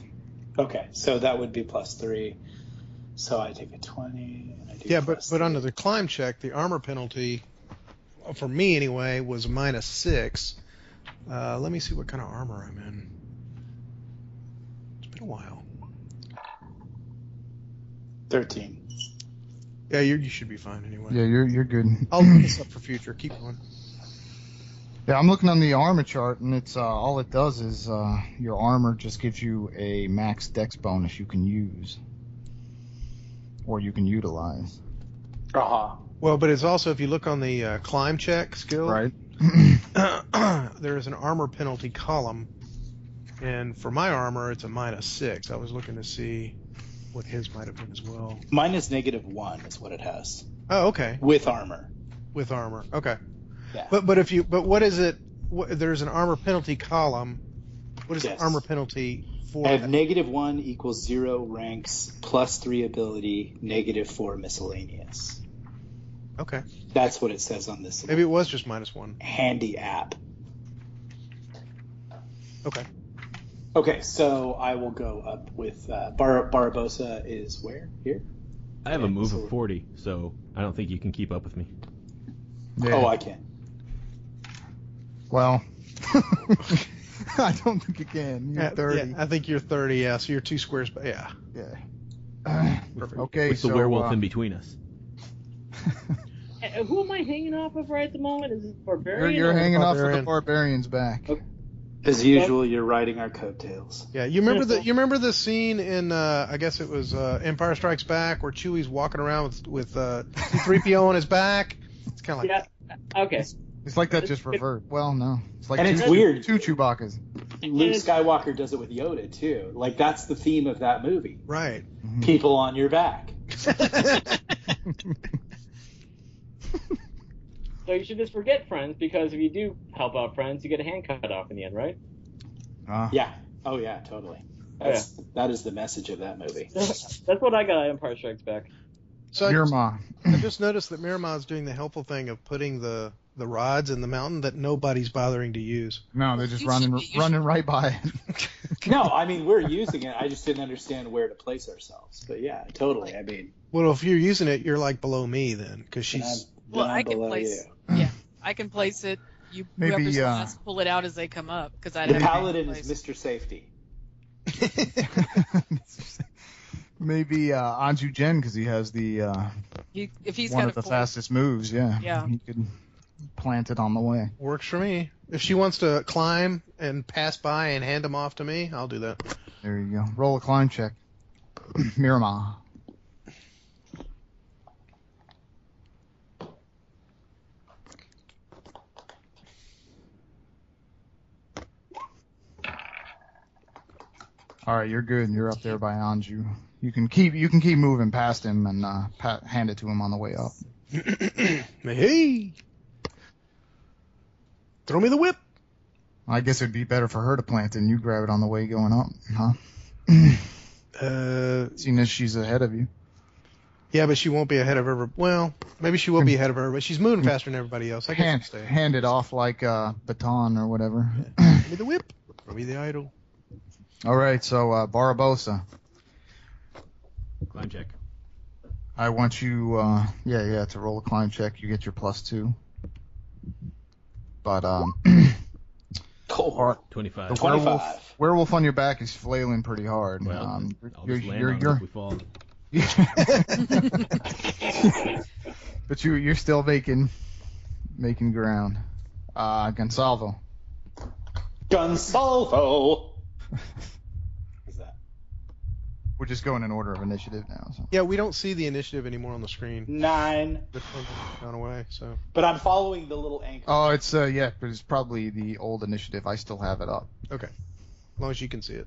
S2: Okay, so that would be plus three. So I take a twenty. And I do
S1: Yeah, but
S2: plus
S1: but
S2: three.
S1: under the climb check, the armor penalty, uh, for me anyway, was minus six. Uh, let me see what kind of armor I'm in. It's been a while.
S2: thirteen.
S1: Yeah, you you should be fine anyway.
S5: Yeah, you're you're good.
S1: I'll look this up for future. Keep going.
S5: Oh, Yeah, I'm looking on the armor chart, and it's uh, all it does is uh, your armor just gives you a max dex bonus you can use, or you can utilize.
S2: Uh-huh.
S1: Well, but it's also if you look on the uh, climb check skill,
S5: Right.
S1: there is an armor penalty column, and for my armor, it's a minus six. I was looking to see what his might have been as well.
S2: Mine is negative one is what it has
S1: Oh, okay.
S2: with armor.
S1: with armor. Okay.
S2: Yeah.
S1: But but if you but what is it? What, there's an armor penalty column. What is
S2: Yes.
S1: the armor penalty for?
S2: I have
S1: that?
S2: negative one equals zero ranks plus three ability negative four miscellaneous.
S1: okay.
S2: That's what it says on this
S1: Maybe it was just minus one.
S2: handy app.
S1: Okay.
S2: Okay, so I will go up with uh, Bar- Barbosa is where here?
S4: I have a
S2: Okay,
S4: move
S2: so-
S4: of 40, so I don't think you can keep up with me.
S5: Yeah.
S2: Oh, I can.
S5: Well, I don't think you can. You're
S1: Yeah,
S5: 30.
S1: yeah, I think you're thirty. Yeah. So you're two squares. But yeah.
S4: With,
S5: Okay,
S4: with the
S5: so,
S4: werewolf
S5: uh,
S4: in between us.
S3: Uh, Who am I hanging off of right at the moment? Is it Barbarian?
S5: you're, you're
S3: or-
S5: hanging off with the
S1: Barbarian.
S5: barbarian's back.
S3: Okay.
S2: As usual, you're riding our coattails.
S1: Yeah. You remember the
S3: Careful.
S1: you remember the scene in uh, I guess it was uh, Empire Strikes Back where Chewie's walking around with with uh, C-3PO on his back. It's kind of like
S3: Yeah. Okay.
S5: It's like that just reversed. Well, no. It's like
S2: And
S5: two,
S2: it's weird.
S5: two Chewbacca's.
S2: Luke Skywalker does it with Yoda too. Like that's the theme of that movie.
S1: right.
S2: People on your back.
S3: So you should just forget friends because if you do help out friends, you get a hand cut off in the end, right?
S5: Ah.
S2: Yeah. Oh yeah, totally. That's that is the message of that movie.
S3: That's what I got out of Empire Strikes Back.
S1: So I
S5: Your
S1: just-
S5: ma.
S1: I just noticed that Miramod's doing the helpful thing of putting the the rods in the mountain that nobody's bothering to use.
S5: No, they're just
S6: You
S5: running
S6: should be- you
S5: running right by it.
S2: No, I mean we're using it. I just didn't understand where to place ourselves. But yeah, totally. I mean,
S1: Well, if you're using it, you're like below me then, because she's
S2: then I'm-
S6: Well,
S2: then I'm
S6: I can
S2: below
S6: place-
S2: you.
S6: I can place it. You
S5: Maybe,
S6: whoever's
S5: uh,
S6: last, pull it out as they come up because I
S2: The
S6: don't
S2: paladin
S6: place.
S2: is Mr. Safety.
S5: Maybe uh, Anju Gen because he has the uh,
S6: He, if he's
S5: one
S6: got
S5: of
S6: a
S5: the
S6: full-
S5: fastest moves. Yeah.
S6: Yeah.
S5: He could plant it on the way.
S1: works for me. If she wants to climb and pass by and hand them off to me, I'll do that.
S5: There you go. Roll a climb check. Miramar. All right, you're good. You're up there by Anju. You can keep you can keep moving past him and uh, pat, hand it to him on the way up.
S1: Hey, throw me the whip.
S5: I guess it'd be better for her to plant it and you grab it on the way going up, huh?
S1: Uh,
S5: Seeing as she's ahead of you.
S1: yeah, but she won't be ahead of every. Well, maybe she will be ahead of her, but she's moving faster than everybody else. I
S5: Hand,
S1: guess she'll stay.
S5: hand it off like uh, baton or whatever.
S1: Throw me the whip. Throw me the idol.
S5: All right, so uh, Barabosa,
S4: Climb check.
S5: I want you, uh, yeah, yeah, to roll a climb check. You get your plus two. But um,
S2: Cool.
S4: 25.
S5: the
S2: 25.
S5: werewolf, werewolf on your back is flailing pretty hard.
S4: Well,
S5: um,
S4: I'll
S5: you're,
S4: just land
S5: you're,
S4: on it
S5: you're,
S4: if we fall.
S5: but you, you're still making, making ground. Uh, Gonsalvo,
S2: Gonsalvo. What's that?
S5: We're just going in order of initiative now. So.
S1: Yeah, we don't see the initiative anymore on the screen.
S2: Nine.
S1: This one's gone away, so.
S2: But I'm following the little anchor.
S5: Oh, it's uh yeah, but it's probably the old initiative. I still have it up.
S1: Okay. As long as you can see it.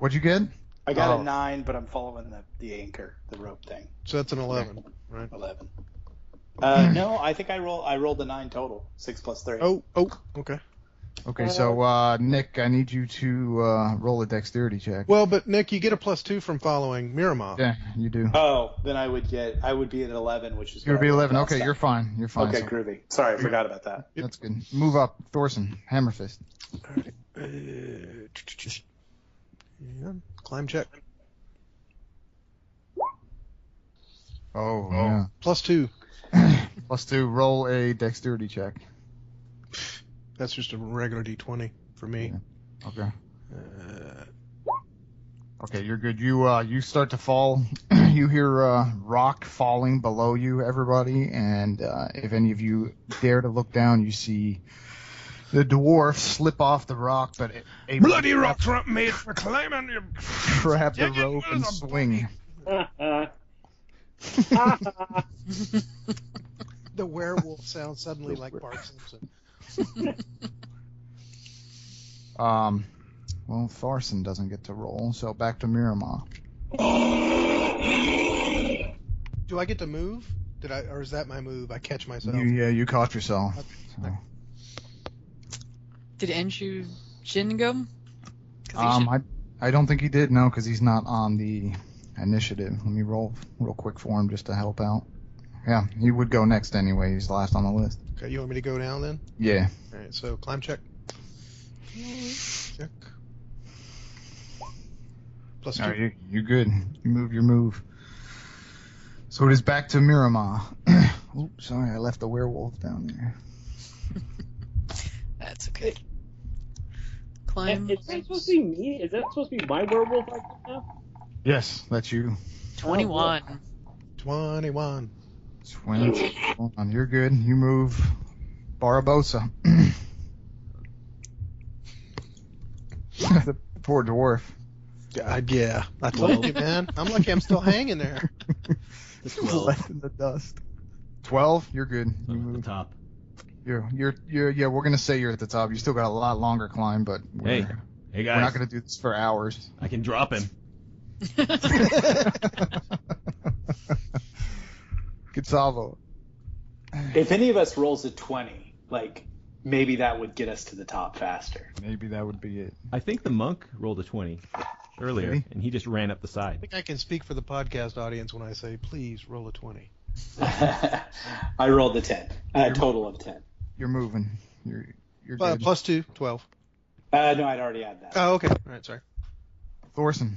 S5: What'd you get?
S2: I got
S5: oh.
S2: a nine, but I'm following the, the anchor, the rope thing.
S1: So that's an 11, right?
S2: Eleven.
S5: Hmm.
S2: Uh, no, I think I roll. I rolled a nine total. Six plus three.
S1: Oh, oh, okay.
S5: Okay, so uh, Nick, I need you to uh, roll a dexterity check.
S1: Well, but Nick, you get a plus two from following Miramon.
S5: yeah, you do.
S2: Oh, then I would get. I would be at eleven, which is
S5: You're
S2: what
S5: gonna be
S2: I rolled
S5: 11.
S2: last
S5: Okay,
S2: time.
S5: you're fine. You're fine.
S2: okay.
S5: so
S2: Groovy. Sorry, I forgot about that.
S5: That's good. Move up, Thorson, Hammerfist.
S1: Uh, yeah, climb check.
S5: Oh, yeah.
S1: Plus two.
S5: Plus two. Roll a dexterity check.
S1: That's just a regular d20 for me.
S5: Okay.
S1: Uh,
S5: Okay, you're good. You uh, you start to fall. you hear uh, rock falling below you, everybody, and uh, if any of you dare to look down, you see the dwarf slip off the rock, but it, a
S1: rock made for climbing. You...
S5: grab the
S1: Yeah, yeah,
S5: rope and
S1: yeah.
S5: swing.
S1: The werewolf sounds suddenly like Bart Simpson.
S5: Um, well, Tharson doesn't get to roll, so back to Miramar.
S1: Do I get to move? Did I, or is that my move? I catch myself.
S5: You, yeah, you caught yourself. So.
S6: Did Enshu Shin go? 'Cause he
S5: Um,
S6: should-
S5: I I don't think he did. No, because he's not on the initiative. Let me roll real quick for him just to help out. Yeah, he would go next anyway. He's last on the list.
S1: Okay, you want me to go down then?
S5: Yeah.
S1: All right, so climb check. Check. Plus two.
S5: All right, you you good? You move your move. So it is back to Miramar. Oops, sorry, I left the werewolf down there.
S6: That's okay.
S3: Is
S6: Climb.
S3: is that supposed to be me? Is that supposed to be my werewolf I can have?
S5: Yes, that's you.
S6: 21.
S1: 21.
S5: Twenty. Hold on, you're good. You move. Barabosa. the poor dwarf.
S1: God, Uh, yeah. I told you, man. I'm lucky I'm still hanging there.
S5: left in the dust. Twelve, you're good. You
S4: I'm at the
S5: move.
S4: top.
S5: You're, you're, you're, yeah, we're gonna say you're at the top. You still got a lot longer climb, but we're,
S4: Hey, hey
S5: we're not
S4: guys,
S5: gonna do this for hours.
S4: I can drop him.
S5: Gustavo.
S2: If any of us rolls a twenty, like maybe that would get us to the top faster.
S5: Maybe that would be it.
S4: I think the monk rolled a 20 earlier,
S5: Really?
S4: and he just ran up the
S1: I
S4: side.
S1: think I can speak for the podcast audience when I say, please roll a 20.
S2: I rolled a ten. A total of ten.
S5: You're moving. You're, you're
S1: Uh,
S5: good.
S1: plus two, 12.
S2: Uh, no, I'd already had that.
S1: Oh, okay. All right, sorry.
S5: Thorson.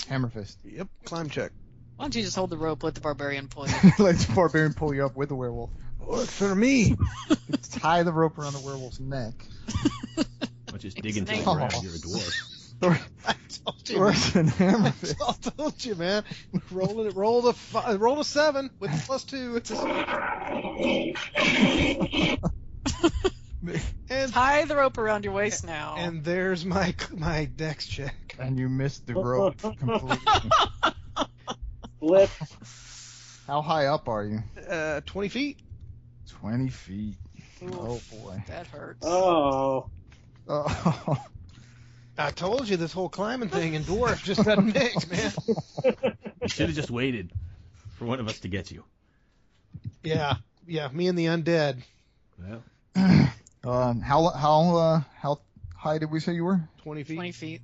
S5: Hammerfist.
S1: Yep, climb check.
S6: Why don't you just hold the rope, let the barbarian pull you?
S5: Let's barbarian pull you up with the werewolf.
S1: Work for me.
S5: Tie the rope around the werewolf's neck.
S4: I'll just dig into the
S6: Snake.
S4: ground. You're a dwarf.
S5: Thor-
S1: I told you. man.
S5: Thorson Hammerfist.
S1: I told you, man. Roll it. Roll the fi- roll a seven with plus two. It's a... and
S6: Tie the rope around your waist now.
S1: and there's my my dex check.
S5: And you missed the rope completely.
S3: Flip.
S5: How high up are you?
S1: Uh, twenty feet.
S5: 20 feet.
S6: Oof,
S5: Oh boy.
S6: That hurts.
S3: Oh.
S5: Oh.
S1: I told you this whole climbing thing in dwarf just doesn't mix, man.
S4: You should have just waited for one of us to get you.
S1: Yeah, yeah. Me and the undead.
S4: Well,
S5: um, how how uh, how high did we say you were?
S1: Twenty feet.
S6: 20 feet.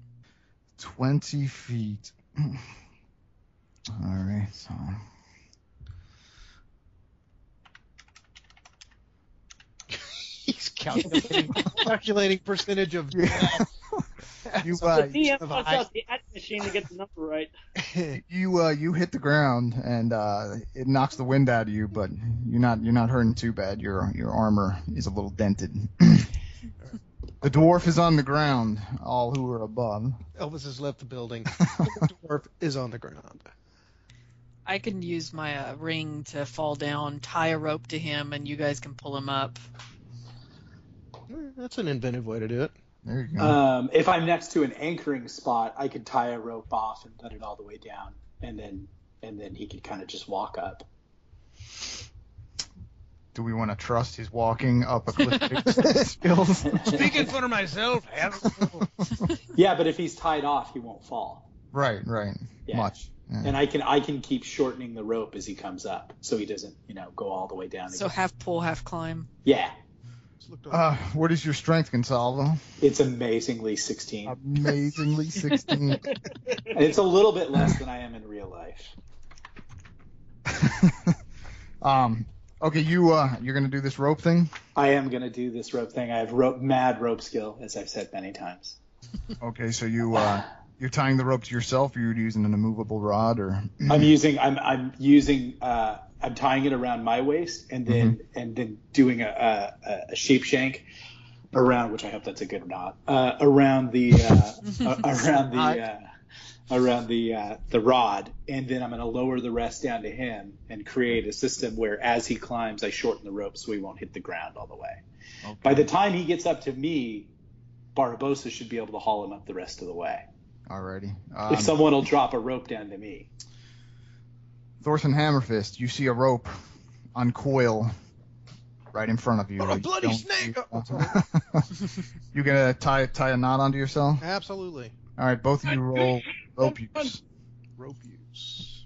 S5: 20 feet. All right, so
S1: He's calculating, calculating percentage of.
S5: you
S3: The
S5: uh,
S3: DM
S1: of
S3: wants
S1: I-
S3: out the ad machine to get the number right.
S5: you uh, you hit the ground and uh, it knocks the wind out of you, but you're not you're not hurting too bad. Your your armor is a little dented. the dwarf is on the ground. All who are above.
S1: Elvis has left the building. The dwarf is on the ground.
S6: I can use my uh, ring to fall down, tie a rope to him, and you guys can pull him up.
S1: Eh, That's an inventive way to do it.
S5: There you go.
S2: Um, if I'm next to an anchoring spot, I could tie a rope off and let it all the way down, and then and then he could kind of just walk up.
S5: Do we want to trust he's walking up a cliff to skills?
S7: Speaking for myself, have
S2: Yeah, but if he's tied off, he won't fall.
S5: right, right.
S2: Yeah.
S5: Much. Yeah.
S2: And I can I can keep shortening the rope as he comes up, so he doesn't you know go all the way down.
S6: So
S2: again.
S6: half pull, half climb.
S2: yeah,
S1: Just looked up.
S5: Uh, what is your strength, Gonsalvo?
S2: it's amazingly sixteen.
S5: Um, Amazingly 16.
S2: And
S5: Uh,
S2: it's a little bit less than I am in real life.
S5: um, okay, you uh, you're gonna do this rope thing.
S2: I am gonna do this rope thing. I have rope mad rope skill, as I've said many times.
S5: Okay, so you uh, you're tying the rope to yourself. Or you're using an immovable rod, or
S2: I'm using I'm I'm using uh, I'm tying it around my waist and then and then doing a, a a sheep shank around which I hope that's a good knot uh, around the uh, a- around the uh, around the uh, the rod and then I'm going to lower the rest down to him and create a system where as he climbs I shorten the rope so he won't hit the ground all the way. By the time he gets up to me, Barbosa should be able to haul him up the rest of the way.
S5: alrighty.
S2: If
S5: Um,
S2: someone will drop a rope down to me.
S5: Thorson Hammerfist, you see a rope uncoil right in front of you.
S1: Oh, a
S5: You
S1: bloody
S5: don't-
S1: snake!
S5: you gonna tie tie a knot onto yourself?
S1: Absolutely.
S5: All right, both of you roll rope use.
S1: Rope use.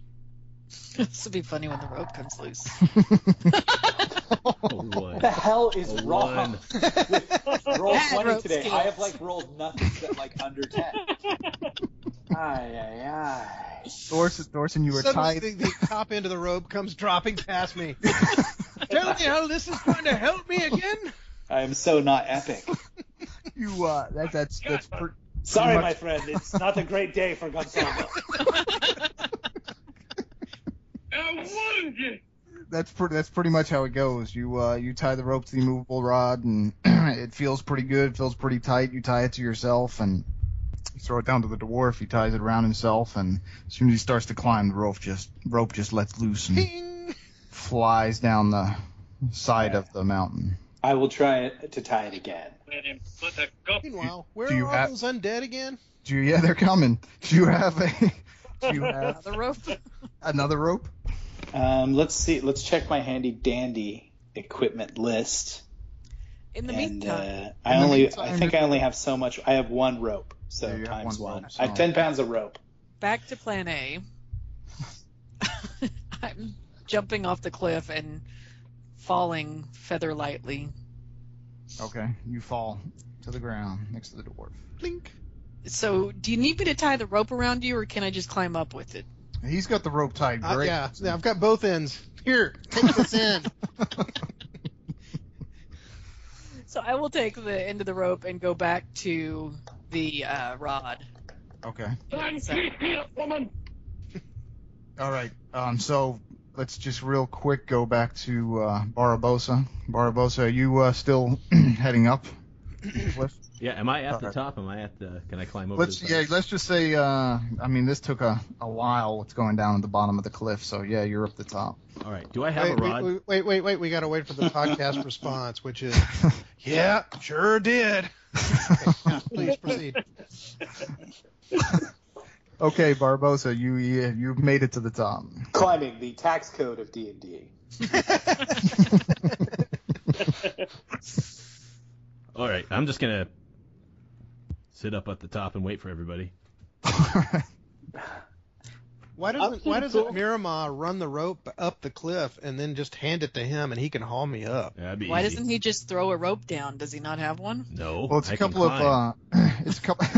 S6: this will be funny when the rope comes loose.
S4: What?
S2: the hell is
S4: A
S2: wrong
S4: one.
S2: with roll
S6: Bad
S2: 20
S6: rope
S2: today?
S6: skills.
S2: I have like rolled nothing but like under 10. Aye, aye, aye.
S5: Thorson, Thorson, you were
S1: Suddenly
S5: tied.
S1: the, the top end of the rope comes dropping past me.
S7: Tell me how this is going to help me again.
S2: I am so not epic.
S5: You uh, that, that's that's per-
S2: Sorry,
S5: much-
S2: my friend. It's not a great day for Gonzalo.
S7: I wanted you.
S5: that's pretty that's pretty much how it goes. You uh, you tie the rope to the immovable rod, and it feels pretty good. Feels pretty tight. You tie it to yourself, and you throw it down to the dwarf. He ties it around himself, and as soon as he starts to climb, the rope just rope just lets loose and
S1: Ping!
S5: flies down the side of the mountain.
S2: I will try to tie it again.
S7: Let him put a cup.
S1: Meanwhile, where
S5: Do you
S1: are all
S5: have-
S1: those undead again?
S5: Do you, yeah, they're coming. Do you have a do you have
S6: The rope.
S5: another rope?
S2: Um, let's see. Let's check my handy dandy equipment list.
S6: In the
S2: and
S6: meantime,
S2: uh, I
S5: In the
S2: only, I
S5: meantime-
S2: think I only have so much. I have one rope, so
S5: Yeah, you have
S2: times
S5: one
S2: one.
S5: rope,
S2: I have
S5: so-
S2: 10 pounds of rope.
S6: back to plan A. I'm jumping off the cliff and falling feather lightly.
S5: Okay, you fall to the ground next to the dwarf.
S1: Blink.
S6: So, do you need me to tie the rope around you, or can I just climb up with it?
S5: He's got the rope tied
S1: Uh,
S5: great.
S1: yeah, yeah, I've got both ends. Here, take this end.
S6: So I will take the end of the rope and go back to the uh, rod.
S5: Okay.
S7: Don't keep me up, woman.
S5: All right. Um. So let's just real quick go back to uh, Barabosa. Barabosa, are you uh, still heading up? Cliff?
S4: Yeah, am I at the
S5: Alright.
S4: top? Am I at the? Can I climb over?
S5: Uh-huh. let's
S4: the
S5: yeah.
S4: side?
S5: Let's just say. Uh. I mean, this took a, a while. It's going down at the bottom of the cliff. So yeah, you're up the top.
S4: All right. Do I have
S1: Wait,
S4: a rod?
S1: wait, wait, wait, wait, wait. We gotta wait for the podcast response, which is, yeah, sure did. Now, please proceed.
S5: okay, Barbosa, you you- you've made it to the top.
S2: Climbing the tax code of D and D.
S4: All right. I'm just gonna sit up at the top and wait for everybody.
S1: Why doesn't Why doesn't Miramar run the rope up the cliff and then just hand it to him and he can haul me up?
S4: That'd be
S6: Why
S4: easy.
S6: doesn't he just throw a rope down? Does he not have one?
S4: No.
S5: well, it's
S4: a
S5: a couple of uh, it's a couple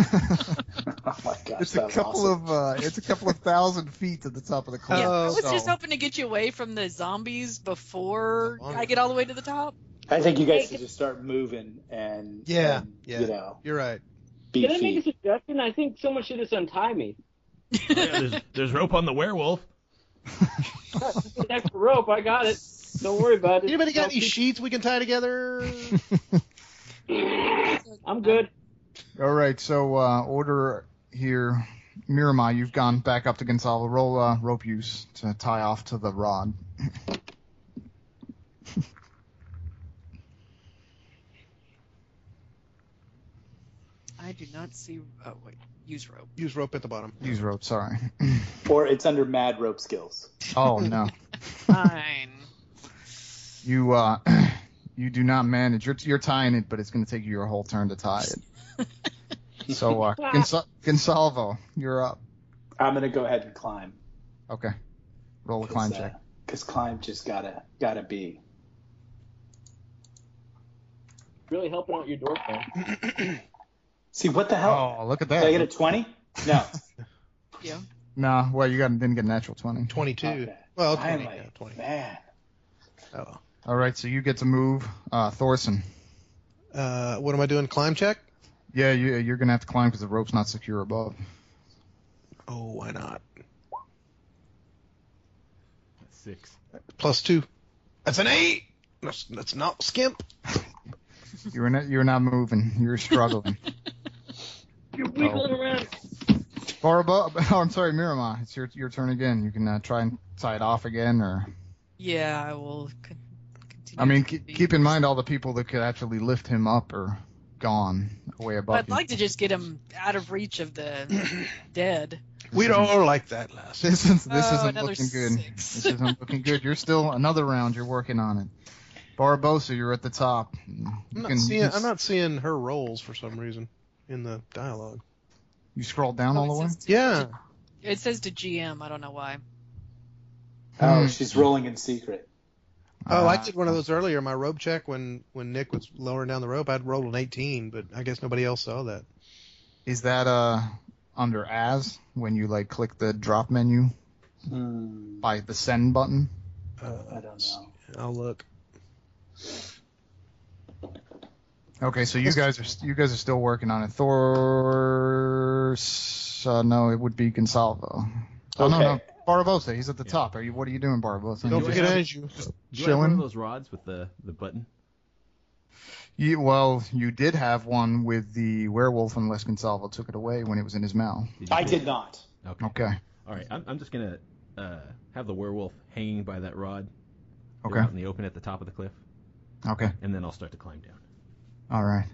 S2: Oh my gosh,
S5: it's
S2: that
S5: a
S2: was
S5: couple
S2: awesome.
S5: of uh, it's a couple of thousand feet to the top of the cliff.
S6: Yeah, I
S1: Oh,
S6: was just
S5: so-
S6: hoping to get you away from the zombies before
S1: Zombie.
S6: I get all the way to the top.
S2: I think you guys should just start moving and
S1: Yeah,
S2: and,
S1: yeah.
S2: you know,
S1: You're right.
S2: be
S3: Can I make a
S2: feet.
S3: suggestion? I think someone should just untie me.
S4: Oh, yeah, there's, there's rope on the werewolf.
S3: The next rope, I got it. Don't worry about it.
S1: Anybody got
S3: Don't
S1: any
S3: be-
S1: sheets we can tie together?
S3: I'm good.
S5: All right, so uh, order here, Miramar. You've gone back up to Gonsalvo. Roll uh, rope use to tie off to the rod.
S6: I do not see. Oh wait, use rope.
S1: Use rope at the bottom.
S5: Use rope, sorry.
S2: Or it's under Mad Rope Skills.
S5: Oh no.
S6: Uh. Fine.
S5: You uh you do not manage. You're you're tying it, but it's going to take you your whole turn to tie it. so uh Gonsa- Gonsalvo, you're up.
S2: I'm gonna go ahead and climb.
S5: Okay. Roll a climb check.
S2: Because climb just gotta gotta be.
S3: Really helping out your door friend.
S2: See what the hell?
S5: Oh, look at
S2: Did I get a
S5: that.
S2: twenty? No.
S6: Yeah.
S5: No, well, you got didn't get a natural 20.
S1: 22.
S2: Okay.
S1: Well,
S2: I
S1: 20.
S2: am
S1: yeah,
S2: a
S1: 20.
S2: man.
S1: Oh.
S5: All right, so you get to move uh Thorson.
S1: Uh, what am I doing? Climb check?
S5: Yeah, you, you're going to have to climb because the rope's not secure above.
S1: Oh, why not?
S4: Six.
S1: Plus two. That's an eight. That's, that's not skimp.
S5: You're not you're not moving. You're struggling.
S3: You're wiggling around.
S5: Barba, oh, I'm sorry, Miramon. It's your your turn again. You can uh, try and tie it off again, or
S6: Yeah, I will. Con- continue
S5: I mean,
S6: to
S5: keep,
S6: be-
S5: keep in mind all the people that could actually lift him up are gone, way above.
S6: I'd
S5: you.
S6: like to just get him out of reach of the dead.
S1: We'd all like that last.
S5: This is this
S6: Oh,
S5: isn't
S6: another
S5: looking good.
S6: six.
S5: This isn't looking good. You're still another round. You're working on it. Barbosa, you're at the top. You
S1: I'm not,
S5: can- you
S1: seeing,
S5: can-
S1: I'm not seeing her rolls for some reason in the dialogue.
S5: You scroll down
S6: Oh,
S5: all the
S6: it
S5: way.
S6: says to-
S1: Yeah.
S6: It says to GM. I don't know why.
S2: Oh,
S5: Hmm.
S2: she's rolling in secret.
S1: Oh, I
S5: Uh,
S1: did one of those earlier. My rope check when when Nick was lowering down the rope, I'd rolled an 18, but I guess nobody else saw that.
S5: Is that uh under as when you like click the drop menu
S2: Hmm,
S5: by the send button?
S2: I
S1: Uh,
S2: don't know.
S1: I'll look.
S5: Okay, so you guys are you guys are still working on it. Thor, uh, no, it would be Gonsalvo. Oh no, no,
S2: Okay.
S5: Barbosa. He's at the top. Are you? What are you doing, Barbosa?
S1: Don't
S4: do I
S1: forget
S4: have-
S1: Andrew.
S4: Do I have one
S5: Chilling.
S4: of those rods with the, the button?
S5: You, well, you did have one with the werewolf, unless Gonsalvo took it away when it was in his mouth.
S4: Did you
S2: I
S4: get
S2: did
S4: it?
S2: not.
S4: Okay.
S5: Okay.
S4: All right. I'm, I'm just gonna uh, have the werewolf hanging by that rod. They're
S5: Okay.
S4: Out in the open at the top of the cliff,
S5: Okay.
S4: and then I'll start to climb down.
S5: All right.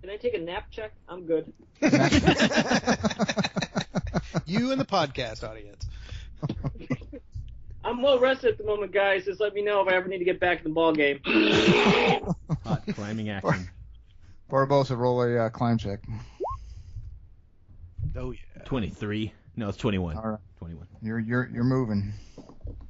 S3: Can I take a nap check? I'm good.
S1: you and the podcast audience.
S3: I'm well rested at the moment, guys. Just let me know if I ever need to get back in the ball game.
S1: Oh,
S4: Hot climbing action.
S5: Barbosa, roll a uh, climb check.
S1: Oh yeah.
S4: Twenty-three. No, it's twenty-one.
S5: All right.
S4: Twenty-one.
S5: You're you're you're moving.
S1: All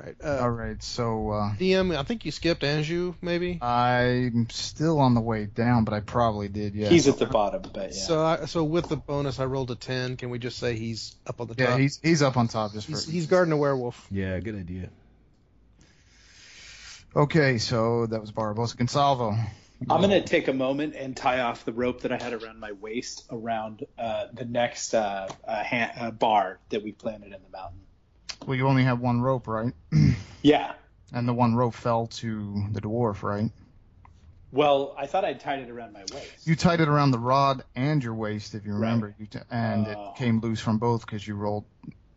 S1: right. Uh,
S5: All right. So uh,
S1: DM, I think you skipped Anjou, maybe.
S5: I'm still on the way down, but I probably did. Yeah.
S2: He's at the bottom, but yeah.
S1: So, I, so with the bonus, I rolled a ten. Can we just say he's up on the
S2: Uh,
S5: yeah.
S1: top?
S5: He's he's up on top just for
S1: he's, he's guarding a werewolf.
S4: Yeah, good idea.
S5: Okay, so that was Barbosa Gonsalvo.
S2: I'm gonna take a moment and tie off the rope that I had around my waist around uh, the next uh, uh, ha- uh, bar that we planted in the mountain.
S5: Well, you only have one rope, right?
S2: Yeah.
S5: And the one rope fell to the dwarf, right?
S2: Well, I thought I tied it around my waist.
S5: You tied it around the rod and your waist, if you remember, you t- and
S2: Oh.
S5: it came loose from both because you rolled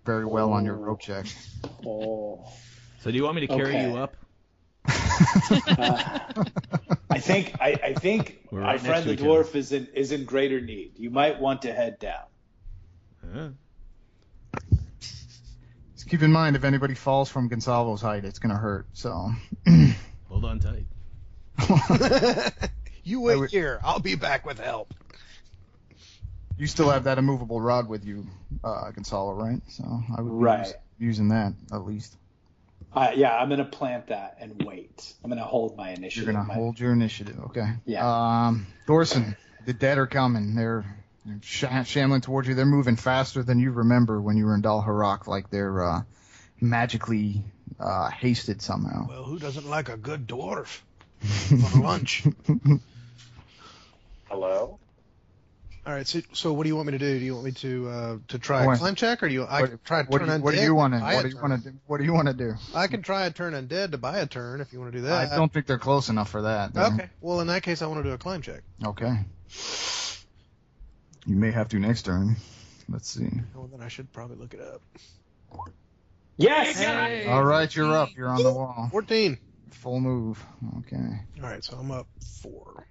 S5: very well on your
S2: Oh.
S5: rope check.
S2: Oh.
S4: So do you want me to carry
S2: Okay.
S4: you up?
S2: Uh, I think I, I think
S4: We're
S2: our
S4: right next
S2: friend
S4: to
S2: the
S4: each other.
S2: dwarf is in is in greater need. You might want to head down.
S4: Huh?
S5: Just keep in mind, if anybody falls from Gonsalvo's height, it's gonna hurt. So,
S4: Hold on tight.
S1: you
S5: I
S1: wait
S5: would-
S1: here. I'll be back with help.
S5: you still have that immovable rod with you, uh, Gonsalvo, right? So I would be
S2: Right.
S5: us- using that at least.
S2: Uh, yeah, I'm gonna plant that and wait. I'm gonna hold my
S5: You're
S2: initiative.
S5: gonna
S2: My-
S5: hold your initiative, okay?
S2: Yeah.
S5: Um, Thorson, the dead are coming. They're sh- shambling towards you. They're moving faster than you remember when you were in Dalharok. Like they're uh, magically uh, hasted somehow.
S1: Well, who doesn't like a good dwarf for lunch?
S8: Hello?
S1: All right. So, so what do you want me to do? Do you want me to uh, to try a
S5: What?
S1: climb check, or do you? I can try to
S5: what
S1: turn
S5: do you,
S1: undead.
S5: what do you want to?
S1: buy a
S5: What do you
S1: turn.
S5: want to? What do you want to do?
S1: I can try a turn undead to buy a turn if you want to do
S5: I
S1: that.
S5: don't think they're close enough for that. They're-
S1: Okay. Well, in that case, I want to do a climb check.
S5: Okay. You may have to next turn. Let's see.
S1: Well, Oh, then I should probably look it up.
S2: yes.
S6: Hey.
S5: All right, you're up. You're on the wall.
S1: Fourteen.
S5: Full move. Okay.
S1: All right. So I'm up four.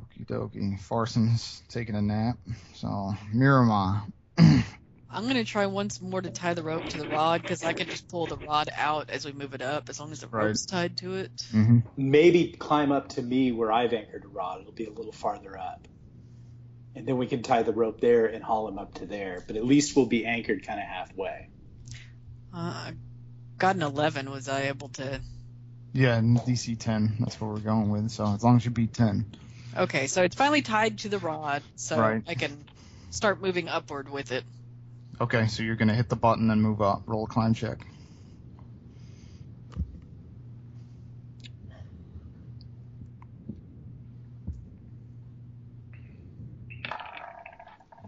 S5: Okie dokie. Farson's taking a nap. So, Miramar.
S6: I'm gonna try once more to tie the rope to the rod because I can just pull the rod out as we move it up, as long as the
S5: Right.
S6: rope's tied to it.
S5: hmm
S2: Maybe climb up to me where I've anchored a rod. It'll be a little farther up. And then we can tie the rope there and haul him up to there. But at least we'll be anchored kind of halfway.
S6: Uh, got an 11. Was I able to?
S5: Yeah, and DC 10. That's what we're going with. So, as long as you beat 10.
S6: Okay, so it's finally tied to the rod, so
S5: Right.
S6: I can start moving upward with it.
S5: Okay, so you're going to hit the button and move up. Roll a climb check.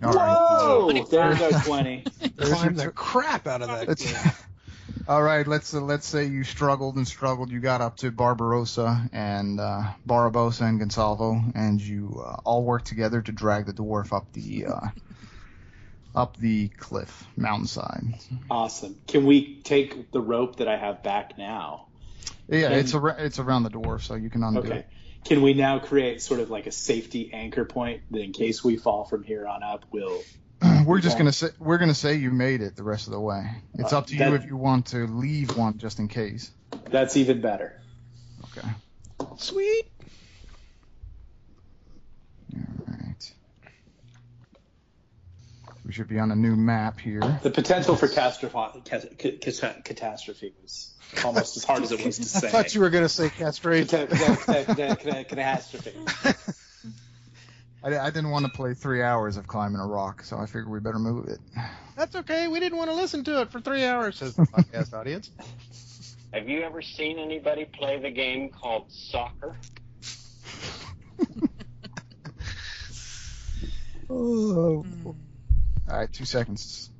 S5: All right.
S2: Whoa! There's our 20.
S5: There's
S1: Climb
S5: your
S1: the crap out of that.
S5: It's-
S1: thing.
S5: All right, let's uh, let's say you struggled and struggled. You got up to Barbarossa and uh, Barabosa and Gonsalvo, and you uh, all worked together to drag the dwarf up the uh, up the cliff mountainside.
S2: Awesome. Can we take the rope that I have back now?
S5: Yeah,
S2: And-
S5: it's ar- it's around the dwarf, so you can undo
S2: Okay.
S5: it.
S2: Can we now create sort of like a safety anchor point that in case we fall from here on up, we'll.
S5: We're just
S2: Okay.
S5: gonna say we're gonna say you made it the rest of the way. It's
S2: Uh,
S5: up to
S2: that-
S5: you if you want to leave one just in case.
S2: That's even better.
S5: Okay.
S1: Sweet.
S5: All right. We should be on a new map here.
S2: The potential for catastrophe, catastrophe was almost as hard as it was to
S1: I
S2: say.
S1: thought you were going to say castration.
S2: Cata- cata- cata- cata- catastrophe.
S5: I, I didn't want to play three hours of climbing a rock, so I figured we better move it.
S1: That's okay. We didn't want to listen to it for three hours, says the podcast audience.
S8: Have you ever seen anybody play the game called soccer?
S5: All
S6: Hmm.
S5: right, two seconds.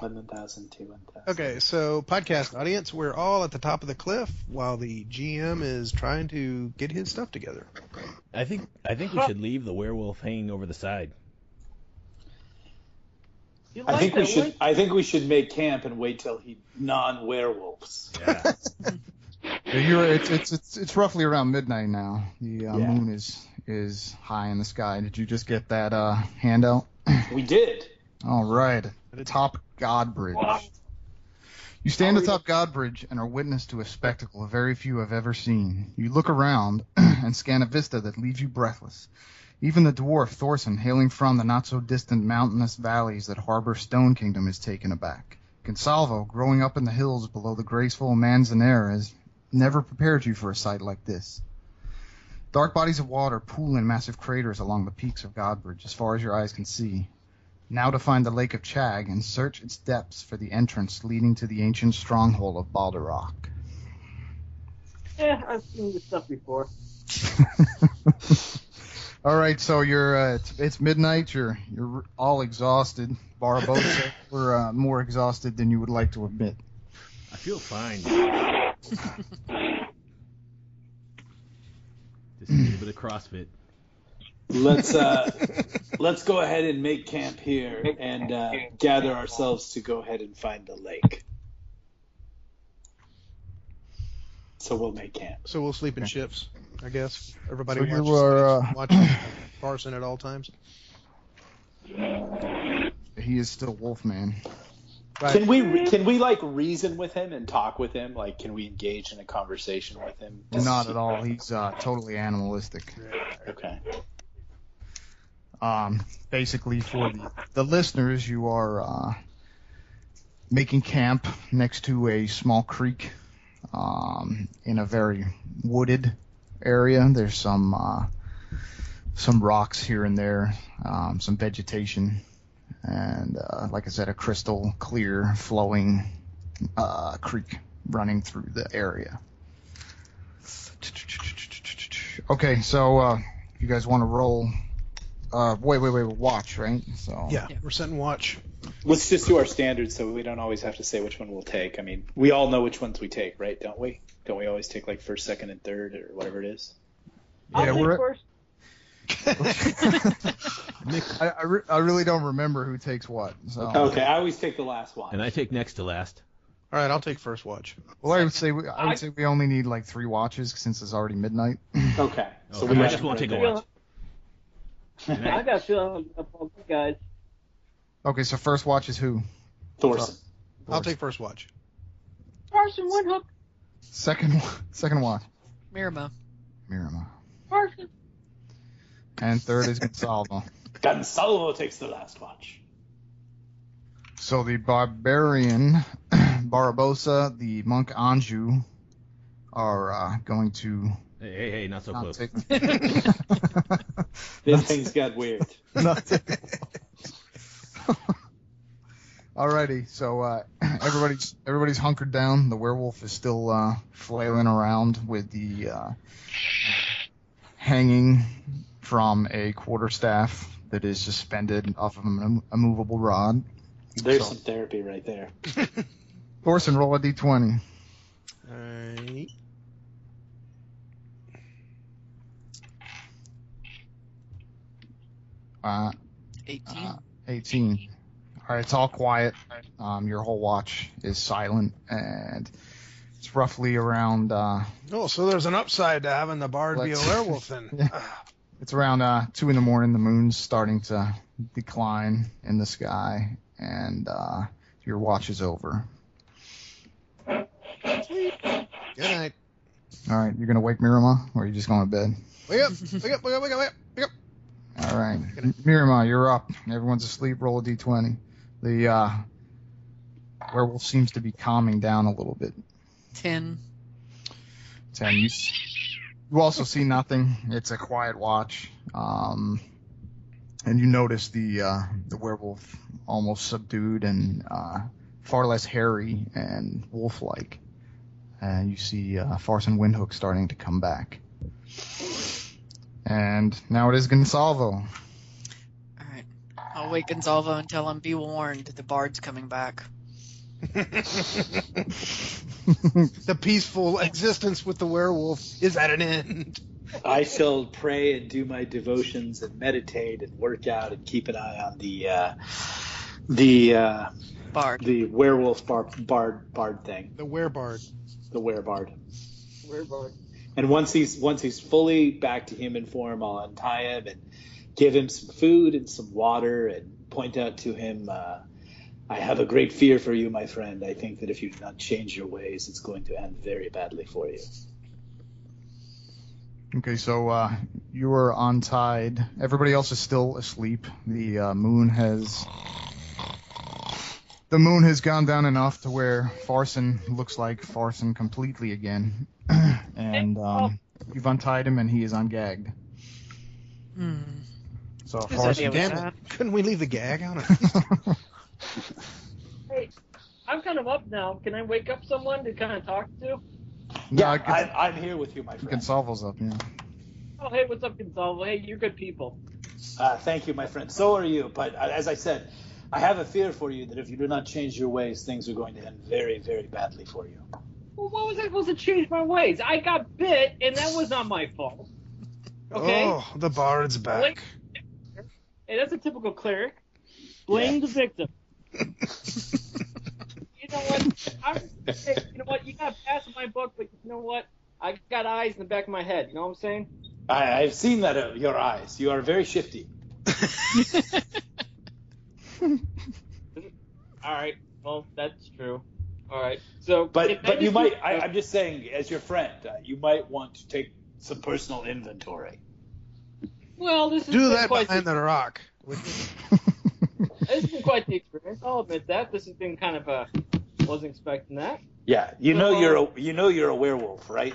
S2: 1,000 to 1,000.
S1: Okay, so podcast audience, we're all at the top of the cliff while the GM is trying to get his stuff together.
S9: I think I think we should leave the werewolf hanging over the side.
S3: You like
S2: I think
S3: that
S2: we should.
S3: one?
S2: I think we should make camp and wait till he non-werewolves.
S9: Yeah.
S5: Yeah, You're, it's, it's it's it's roughly around midnight now. The uh,
S2: Yeah.
S5: moon is is high in the sky. Did you just get that uh, handout?
S2: We did.
S5: All right. Top God Bridge. You stand atop God Bridge and are witness to a spectacle very few have ever seen. You look around and scan a vista that leaves you breathless. Even the dwarf Thorson, hailing from the not so distant mountainous valleys that harbor Stone Kingdom, is taken aback. Gonsalvo, growing up in the hills below the graceful Manzanera, has never prepared you for a sight like this. Dark bodies of water pool in massive craters along the peaks of Godbridge as far as your eyes can see. Now to find the Lake of Chag and search its depths for the entrance leading to the ancient stronghold of Balderrock.
S3: Yeah, I've seen this stuff before.
S5: all right, so you're uh, it's, it's midnight. You're you're all exhausted. Barbosa, we're uh, more exhausted than you would like to admit.
S9: I feel fine. Just a little bit of CrossFit.
S2: Let's uh, let's go ahead and make camp here and uh, gather ourselves to go ahead and find the lake. So we'll make camp.
S1: So we'll sleep in shifts, I guess. Everybody
S5: So you
S1: watches,
S5: are, uh,
S1: watches Parson at all times.
S5: He is still Wolfman.
S2: Can we can we like reason with him and talk with him? Like, can we engage in a conversation with him? Does
S5: Not
S2: he-
S5: at all. He's uh, totally animalistic.
S2: Okay.
S5: um, basically for the, the listeners, you are uh, making camp next to a small creek um, in a very wooded area. There's some uh, some rocks here and there, um, some vegetation, and uh, like I said, a crystal clear flowing uh, creek running through the area. Okay, so uh, you guys want to roll uh, wait, wait, wait, watch, right? So
S1: Yeah, we're setting watch.
S2: Let's just do our standards so we don't always have to say which one we'll take. I mean, we all know which ones we take, right? Don't we? Don't we always take like first, second, and third, or whatever it is?
S5: Yeah,
S3: I'll
S5: we're-
S3: take first.
S5: I, I, re- I really don't remember who takes what. So
S2: Okay, I always take the last one.
S9: And I take next to last.
S1: All right, I'll take first watch.
S5: Well, I would say we, I
S2: I-
S5: would say we only need like three watches since it's already midnight.
S2: Okay.
S9: Okay, I just won't take a watch.
S3: I got feeling up on you guys.
S5: Okay, so first watch is who?
S2: Thorson.
S1: I'll take first watch.
S3: Parson Woodhook.
S5: Second wa- second watch,
S6: Miramo.
S5: Miramar.
S3: Parson.
S5: And third is Gonsalvo.
S2: Gonsalvo takes the last watch.
S5: So the barbarian Barabosa, the monk Anjou, are uh, going to
S9: Hey, hey, hey, not so
S5: not
S9: close.
S5: take.
S2: Then things got weird.
S5: not take- Alrighty, so uh, everybody's everybody's hunkered down. The werewolf is still uh, flailing around with the uh, hanging from a quarterstaff that is suspended off of a, a movable rod.
S2: There's some therapy right there.
S5: Thorson, roll a d20.
S1: All right.
S5: Uh,
S6: 18.
S5: Uh, 18. All right, it's all quiet. Um, your whole watch is silent, and it's roughly around uh,
S7: Oh, so there's an upside to having the bard be a
S5: Let's-
S7: werewolf then.
S5: Yeah.
S7: Ah,
S5: it's around uh, two in the morning. The moon's starting to decline in the sky, and uh, your watch is over.
S1: Good night.
S5: All right, you're gonna wake Mirama, or are you just going to bed?
S1: Wake up! Wake up! Wake up! Wake up! Wake up! Wake up!
S5: All right, Mirama, you're up. Everyone's asleep. Roll a d20. The uh, werewolf seems to be calming down a little bit.
S6: 10.
S5: Ten. You, s- you also see nothing. It's a quiet watch. Um, and you notice the uh, the werewolf almost subdued and uh, far less hairy and wolf-like. And you see uh, Farson Windhook starting to come back. And now it is Gonsalvo.
S6: All right. I'll wake Gonzalvo and tell him, be warned, the bard's coming back.
S7: The peaceful existence with the werewolf is at an end.
S2: I shall pray and do my devotions and meditate and work out and keep an eye on the uh, the uh,
S6: Bard.
S2: the werewolf bar, bard bard thing,
S1: The werebard.
S2: the werebard.
S3: We're both.
S2: And once he's once he's fully back to human form, I'll untie him and give him some food and some water and point out to him. Uh, I have a great fear for you, my friend. I think that if you do not change your ways, it's going to end very badly for you.
S5: Okay, so uh, you are untied. Everybody else is still asleep. The uh, moon has the moon has gone down enough to where Farson looks like Farson completely again, and um, you've untied him and he is ungagged.
S6: Hmm.
S5: So
S6: What's the
S5: Farson,
S6: idea with
S1: damn it.
S6: that?
S1: Couldn't we leave the gag on it?
S3: I'm kind of up now. Can I wake up someone to kind of talk to?
S5: yeah,
S2: Yeah, I'm, I'm here with you, my friend.
S5: Gonsalvo's up. Yeah.
S3: Oh, hey, what's up, Gonzalo? Hey, you're good people.
S2: Uh, thank you, my friend. So are you. But uh, as I said, I have a fear for you that if you do not change your ways, things are going to end very, very badly for you.
S3: Well, what was I supposed to change my ways? I got bit, and that was not my fault. Okay?
S7: Oh, the bard's back.
S3: Blame- Hey, that's a typical cleric. Blame the victim. you know what? I'm, hey, you know what? You got past my book, but you know what? I got eyes in the back of my head. You know what I'm saying?
S2: I, I've seen that of your eyes. You are very shifty.
S3: All right. Well, that's true. All right. So, if
S2: But
S3: I
S2: but you
S3: just-
S2: might. I, I'm just saying, as your friend, uh, you might want to take some personal inventory.
S3: well, this
S7: Do
S3: has been
S7: that
S3: quite
S7: behind the rock.
S3: It's been quite the experience. I'll admit that. This has been kind of a. Wasn't expecting that.
S2: Yeah, you know
S3: Well-
S2: you're a you know you're a werewolf, right?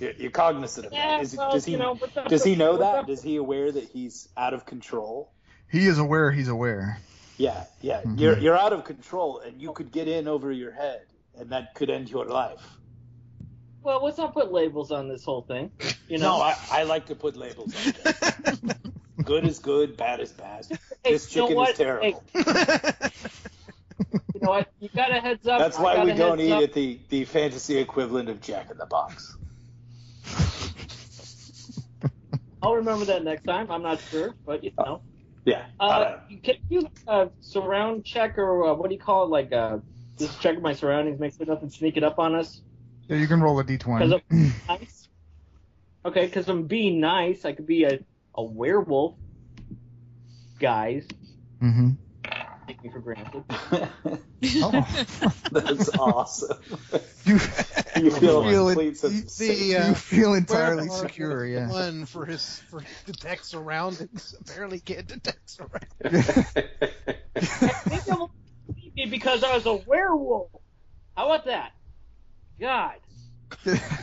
S2: You're, you're cognizant of
S3: Yeah,
S2: that. Is,
S3: well,
S2: does he
S3: you know, what's up-
S2: does he know
S3: what's
S2: that?
S3: up-
S2: Does he aware that he's out of control?
S5: He is aware. He's aware.
S2: Yeah, yeah.
S5: Mhm.
S2: You're you're out of control, and you could get in over your head, and that could end your life.
S3: Well, let's not put labels on this whole thing. You know,
S2: No, I, I like to put labels on things. good is good, bad is bad.
S3: Hey,
S2: this
S3: you know
S2: chicken
S3: what?
S2: is terrible.
S3: You know what? You got a heads up.
S2: That's
S3: I
S2: why
S3: got
S2: we
S3: a
S2: don't
S3: heads
S2: eat
S3: up.
S2: at the, the fantasy equivalent of Jack in the Box.
S3: I'll remember that next time. I'm not sure, but you know.
S2: Yeah.
S3: Uh,
S2: all right.
S3: Can you uh, surround check or uh, what do you call it, like a Just checking my surroundings, make sure nothing sneaking up on us.
S5: Yeah, you can roll a
S3: Because
S5: d20.
S3: I'm nice. Okay, because I'm being nice, I could be a, a werewolf. Guys,
S5: Mm-hmm.
S3: take me for granted.
S5: Oh.
S2: That's awesome.
S5: you,
S2: You feel a
S5: Feel it-
S2: complete sense of
S7: the,
S2: safety.
S7: uh,
S5: you feel entirely
S7: Where-
S5: secure, yeah.
S7: One for his for his detect surroundings. Apparently can't detect surroundings.
S2: uh,
S3: Maybe I'm creepy because I was a werewolf. How about that? God,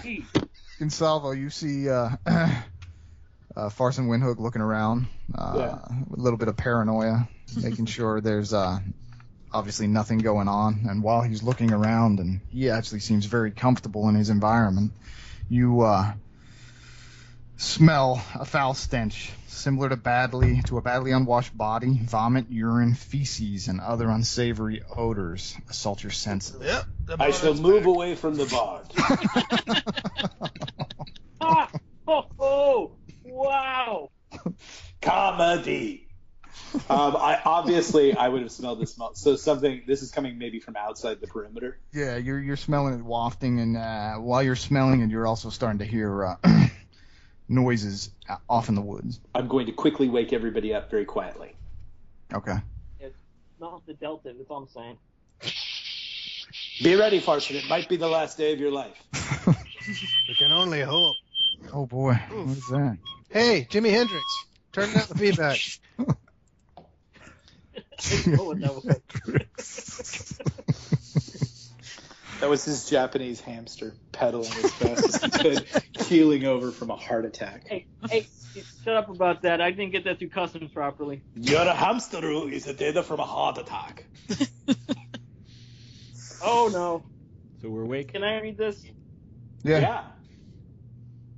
S3: geez.
S5: In Salvo, you see uh, uh, Farson Windhoek looking around, uh, with a little bit of paranoia, making sure there's uh, obviously nothing going on. And while he's looking around, and he actually seems very comfortable in his environment, you uh, smell a foul stench similar to badly to a badly unwashed body, vomit, urine, feces, and other unsavory odors assault your senses.
S7: Yep. the
S2: I shall
S7: bottom's
S2: move
S7: back.
S2: away from the bog.
S3: Ah, oh, oh, wow.
S2: comedy. Um, I obviously I would have smelled this smell. So something this is coming maybe from outside the perimeter.
S5: Yeah, you're you're smelling it wafting, and uh, while you're smelling it, you're also starting to hear uh, noises o- off in the woods.
S2: I'm going to quickly wake everybody up very quietly.
S5: Okay.
S3: Not the Delta, that's all I'm saying.
S2: Be ready, Farson. It might be the last day of your life.
S7: We can only hope.
S5: oh boy, what is that?
S7: Hey, Jimi Hendrix, turn that feedback.
S3: know what that was.
S2: That was his Japanese hamster pedaling as fast as he could, keeling over from a heart attack.
S3: Hey, hey, shut up about that. I didn't get that through customs properly.
S2: Your hamster is dead from a heart attack.
S3: Oh no.
S9: So we're awake.
S3: Can I read this?
S5: yeah.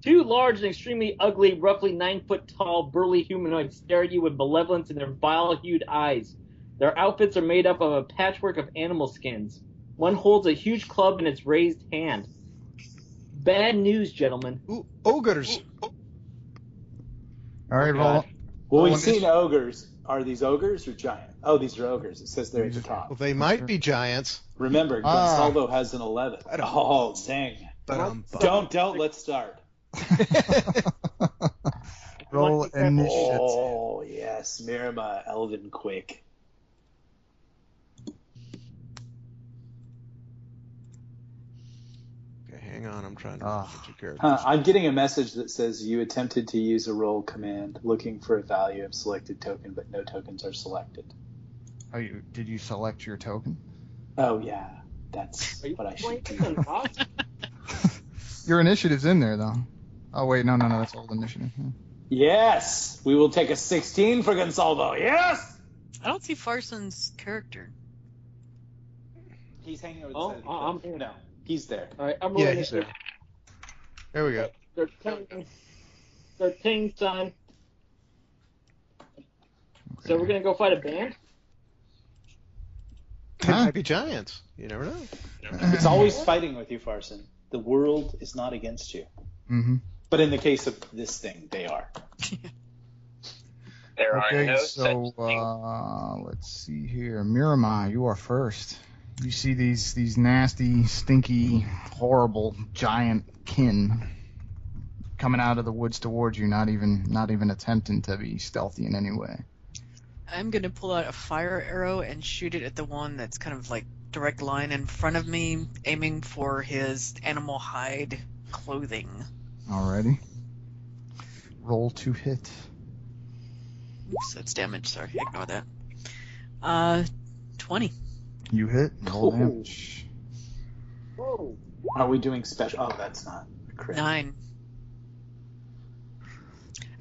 S3: Two large and extremely ugly, roughly nine foot tall, burly humanoids stare at you with malevolence in their vile hued eyes. Their outfits are made up of a patchwork of animal skins. One holds a huge club in its raised hand. Bad news, gentlemen.
S7: Ooh, ogres.
S5: All right, roll.
S2: Well,
S7: Oh,
S2: we've
S7: and
S2: seen ogres. Are these ogres or giant? Oh, these are ogres. It says they're at the
S7: Well,
S2: top.
S7: they might be giants,
S2: Remember,
S5: Ah.
S2: Gonsalvo has an 11.
S7: I don't-
S2: Oh, dang.
S7: but um,
S2: Don't, don't. Let's start.
S5: roll
S3: Lucky crap.
S5: initiative.
S2: Oh, yes. Mirama, Elven Quick.
S7: okay, hang on, I'm trying to
S5: Ah.
S7: get your character.
S2: Huh, I'm getting a message that says you attempted to use a roll command looking for a value of selected token, but no tokens are selected.
S5: Oh, you, did you select your token?
S2: Oh, yeah. That's
S3: Are you
S2: what I should
S3: playing
S2: do.
S3: an ox?
S5: Your initiative's in there though. Oh wait, no, no, no, that's old initiative.
S2: Yes! We will take a 16 for Gonsalvo. Yes!
S6: I don't see Farson's character.
S2: He's hanging over the
S3: Oh,
S2: side of the
S3: oh, I'm
S2: cliff.
S3: here.
S2: No, he's there.
S3: All right, I'm
S7: Yeah,
S3: rolling
S7: he's there.
S3: it.
S7: There we go.
S3: Thirteen, thirteen, son. So we're gonna go fight a band.
S7: They
S5: Huh?
S7: might be giants. You never know.
S2: It's
S5: Mm-hmm.
S2: always fighting with you, Farson. The world is not against you.
S5: Mm-hmm.
S2: But in the case of this thing, they are.
S8: There are
S5: Okay,
S8: no
S5: so
S8: such thing.
S5: uh, let's see here. Miramai, you are first. You see these these nasty, stinky, horrible giant kin coming out of the woods towards you, not even not even attempting to be stealthy in any way.
S6: I'm gonna pull out a fire arrow and shoot it at the one that's kind of like direct line in front of me, aiming for his animal hide clothing.
S5: Alrighty. Roll to hit.
S6: Oops, that's damage. Sorry, ignore that. Uh, twenty.
S5: You hit.
S2: Cool.
S5: Roll damage.
S3: Whoa.
S2: Are we doing special? Oh, that's not a crit.
S6: Nine.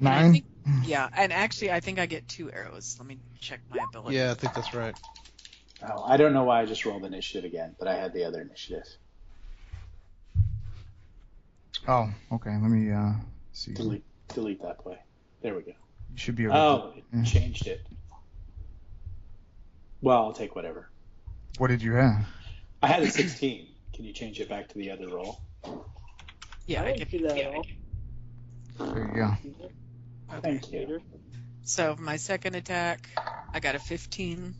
S6: And I
S5: Nine.
S6: think- yeah, and actually, I think I get two arrows. Let me check my ability.
S7: Yeah, I think that's right.
S2: Oh, I don't know why I just rolled initiative again, but I had the other initiative.
S5: Oh, okay. Let me uh see. You
S2: Delete, delete that way. There we go.
S5: should be able.
S2: Oh,
S5: Yeah.
S2: it changed it. Well, I'll take whatever.
S5: To... What did you have?
S2: I had a 16. Can you change it back to the other roll?
S6: Yeah,
S3: I
S6: I
S3: didn't
S6: get
S3: see that
S8: yeah,
S3: at all.
S5: There you go.
S2: Thank you.
S3: Peter.
S6: So my second attack, I got a 15.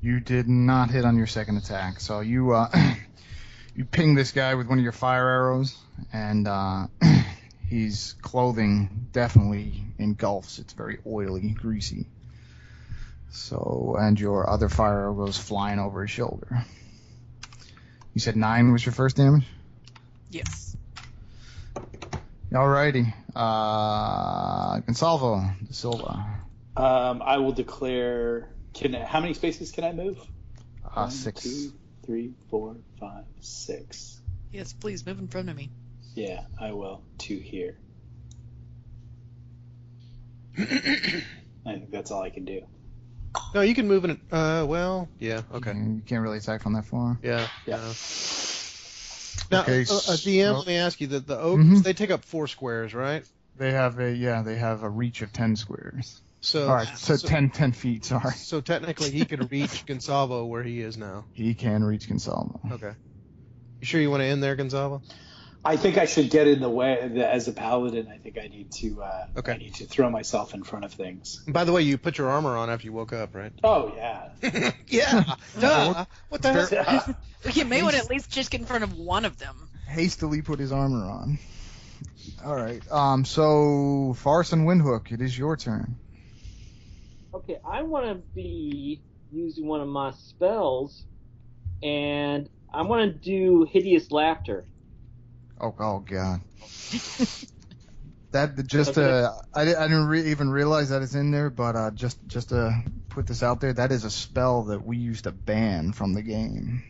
S5: You did not hit on your second attack, so you uh, you ping this guy with one of your fire arrows, and uh, his clothing definitely engulfs. It's very oily, greasy. So, and your other fire arrow goes flying over his shoulder. You said nine was your first damage.
S6: Yes.
S5: Alrighty, uh, Gonsalvo de Silva,
S2: Um, I will declare. Can how many spaces can I move?
S5: uh, six.
S2: Two, three, four, five, six.
S6: Yes, please move in front of me.
S2: Yeah, I will. Two here. I think that's all I can do.
S1: No, you can move in. Uh, well, yeah, okay,
S5: You can't really attack from that
S7: Mm-hmm.
S5: far.
S1: yeah,
S2: Yeah.
S1: no. Now,
S5: Okay,
S1: uh, uh,
S5: s-
S1: DM,
S5: well-
S1: let me ask you: the the ogres
S5: Mhm.
S1: they take up four squares, right?
S5: They have a yeah, they have a reach of ten squares.
S1: So,
S5: All right, so,
S1: so,
S5: 10, 10 feet. Sorry,
S1: so technically, he could reach Gonsalvo where he is now.
S5: he can reach Gonsalvo.
S1: Okay. You sure you want to end there, Gonsalvo?
S2: I think I should get in the way as a paladin. I think I need to. Uh,
S1: Okay.
S2: I need to throw myself in front of things.
S1: And by the way, you put your armor on after you woke up, right?
S2: Oh yeah.
S1: yeah. Duh. What the hell?
S2: Yeah.
S6: You may want to at least just get in front of one of them.
S5: hastily put his armor on. All right. Um. So Forrest and Windhook, it is your turn.
S3: Okay, I want to be using one of my spells, and I want to do hideous laughter.
S5: Oh. Oh God. that just uh, I, di- I didn't re- even realize that it's in there, but uh, just just to put this out there, that is a spell that we used to ban from the game,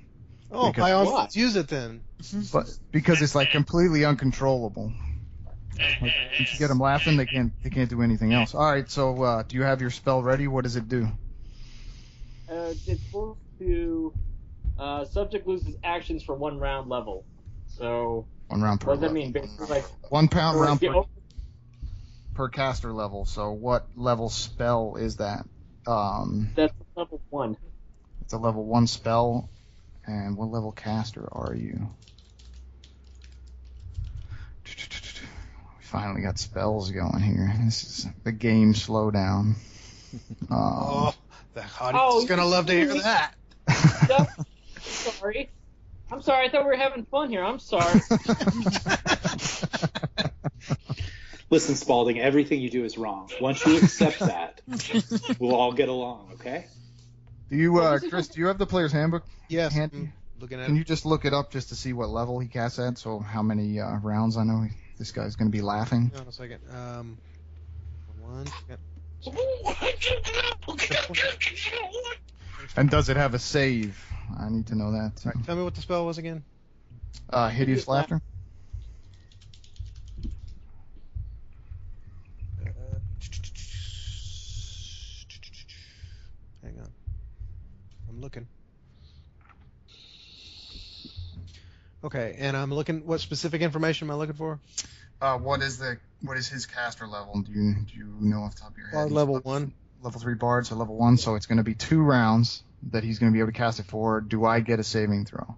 S1: Oh,
S5: Because-
S1: by all
S3: Why?
S1: means, use it then.
S5: but because it's like completely uncontrollable. Like, once you get them laughing, they can't they can't do anything else. All right. So uh, do you have your spell ready? What does it do?
S3: Uh, it's supposed to. Uh, subject loses actions for one round level. So,
S5: One round per.
S3: what does that
S5: level.
S3: mean? Basically, like, oh,
S5: One pound round
S3: Yeah,
S5: per per caster level. So what level spell is that? Um,
S3: that's level one.
S5: it's a level one spell, and what level caster are you? We finally got spells going here. This is the game slowdown. Um,
S1: Oh, the audience
S3: Oh,
S1: is gonna love to hear
S3: you-
S1: that.
S3: Stuff. sorry. I'm sorry. I thought we were having fun here. I'm sorry.
S2: Listen, Spalding. Everything you do is wrong. Once you accept that, we'll all get along. Okay.
S5: do you, uh, Chris? Do you have the player's handbook?
S1: Yes.
S5: Can't-
S1: I'm looking at
S5: Can
S1: it.
S5: you just look it up just to see what level he casts at? So how many uh, rounds? I know he, this guy's going to be laughing.
S1: Hang on a second. Um, one. second.
S5: And does it have a save? I need to know that. too.
S1: Tell me what the spell was again.
S5: Uh, hideous
S3: laugh.
S5: laughter.
S1: Uh, Hang on. I'm looking. Okay, and I'm looking. What specific information am I looking for?
S5: Uh, what is the what is his caster level? Do you do you know off the top of your head?
S1: Bard
S5: He's
S1: level
S5: level-
S1: one.
S5: level three bard, so level one. So it's going to be two rounds that he's going to be able to cast it for. Do I get a saving throw?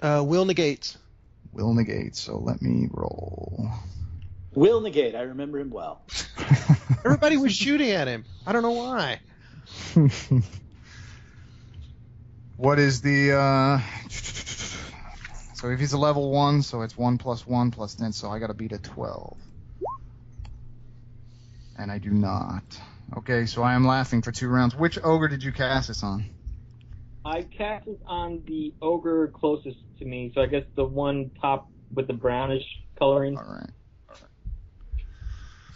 S1: Uh, will negates.
S5: Will negate. So let me roll.
S2: Will negate. I remember him well.
S1: Everybody was shooting at him. I don't know why.
S5: what is the? Uh... So if he's a level one, so it's one plus one plus ten. So I got to beat a twelve, and I do not. Okay, so I am laughing for two rounds. Which ogre did you cast this on?
S3: I cast it on the ogre closest to me, so I guess the one top with the brownish coloring.
S5: All right.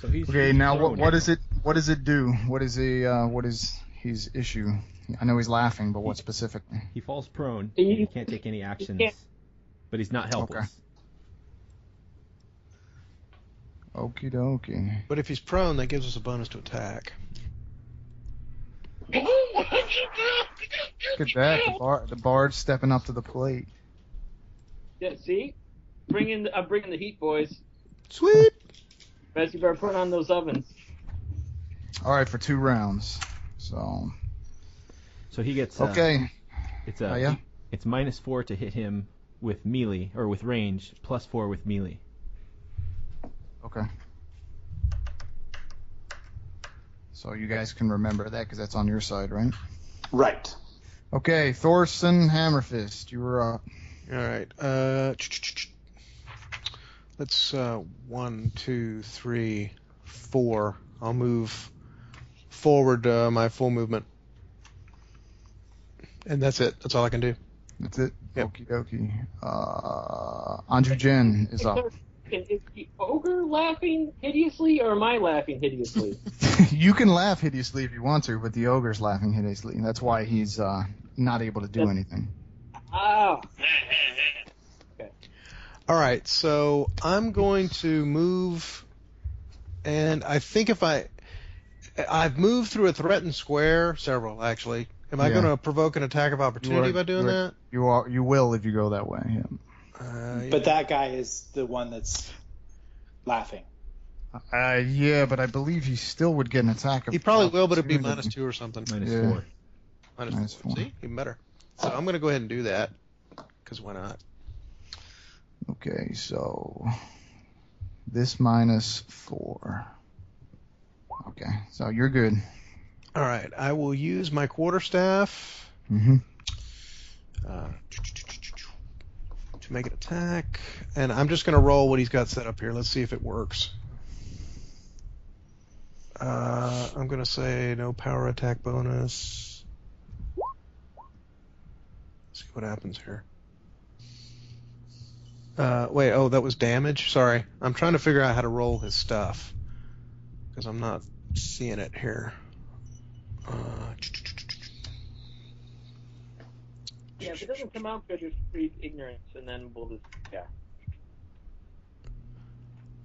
S10: So he's
S5: Okay,
S10: he's
S5: now what,
S10: thrown
S5: what
S10: now.
S5: is it? What does it do? What is the? Uh, what is his issue? I know he's laughing, but what specifically?
S4: He falls prone.
S3: He-
S4: And he can't take any actions,
S3: can't-
S4: but he's not helpless.
S5: Okie dokie.
S1: But if he's prone, that gives us a bonus to attack.
S5: Look at that. The bar, the bard's stepping up to the plate.
S3: Yeah, see? Bring in, I'm bringing the heat, boys.
S1: Sweet.
S3: Best you better put on those ovens.
S5: All right, for two rounds. So
S4: So he gets uh,
S5: okay.
S4: It's a
S5: Oh, yeah?
S4: it's minus four to hit him with melee or with range, plus four with melee.
S5: Okay. So you guys can remember that because that's on your side, right?
S2: Right.
S5: Okay, Thorson Hammerfist, you were up.
S1: All right. Uh, let's uh, one, two, three, four. I'll move forward uh, my full movement, and that's it. That's all I can do.
S5: That's it.
S1: Yep.
S5: Okie dokie. Uh, Andrew Jen is up.
S3: Is, is the ogre laughing hideously, or am I laughing hideously?
S5: you can laugh hideously if you want to, but the ogre's laughing hideously. That's why he's uh, not able to do anything.
S3: ah,
S1: All right. So I'm going to move, and I think if I, I've moved through a threatened square, several actually. Am I
S5: Yeah.
S1: going to provoke an attack of opportunity
S5: are-
S1: by doing
S5: you are-
S1: that?
S5: You are you will if you go that way. Yeah.
S1: Uh, yeah.
S2: But that guy is the one that's laughing.
S5: Uh, yeah, but I believe he still would get an attack. Of
S1: He probably will, but it'd be minus
S5: opportunity.
S1: two or something.
S4: Minus
S5: Yeah.
S4: four.
S1: Minus
S5: Minus
S1: four.
S5: four.
S1: See, even better. So I'm going to go ahead and do that because why not?
S5: Okay, so this minus four. Okay, so you're good.
S1: All right, I will use my quarterstaff
S5: hmm
S1: uh, to make an attack, and I'm just going to roll what he's got set up here. Let's see if it works. Uh, I'm going to say no power attack bonus. see what happens here. Uh, wait, oh, that was damage? Sorry. I'm trying to figure out how to roll his stuff because I'm not seeing it here. Uh,
S3: yeah. If it doesn't come out good, just read ignorance, and then we'll just yeah.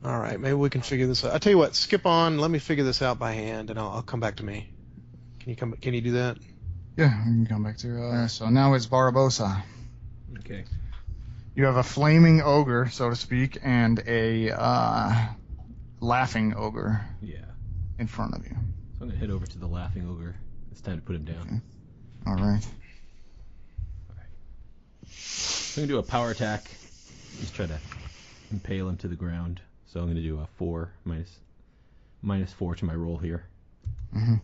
S1: All right, maybe we can figure this out. I tell you what, skip on. Let me figure this out by hand, and I'll, I'll come back to me. Can you come? Can you do that?
S5: Yeah, we can come back to. Uh, so now it's Barabosa.
S4: Okay.
S5: You have a flaming ogre, so to speak, and a uh, laughing ogre
S4: Yeah.
S5: in front of you.
S4: So I'm gonna head over to the laughing ogre. It's time to put him down.
S5: All right.
S4: So I'm gonna do a power attack. Just try to impale him to the ground. So I'm gonna do a four minus minus four to my roll here.
S5: Mhm.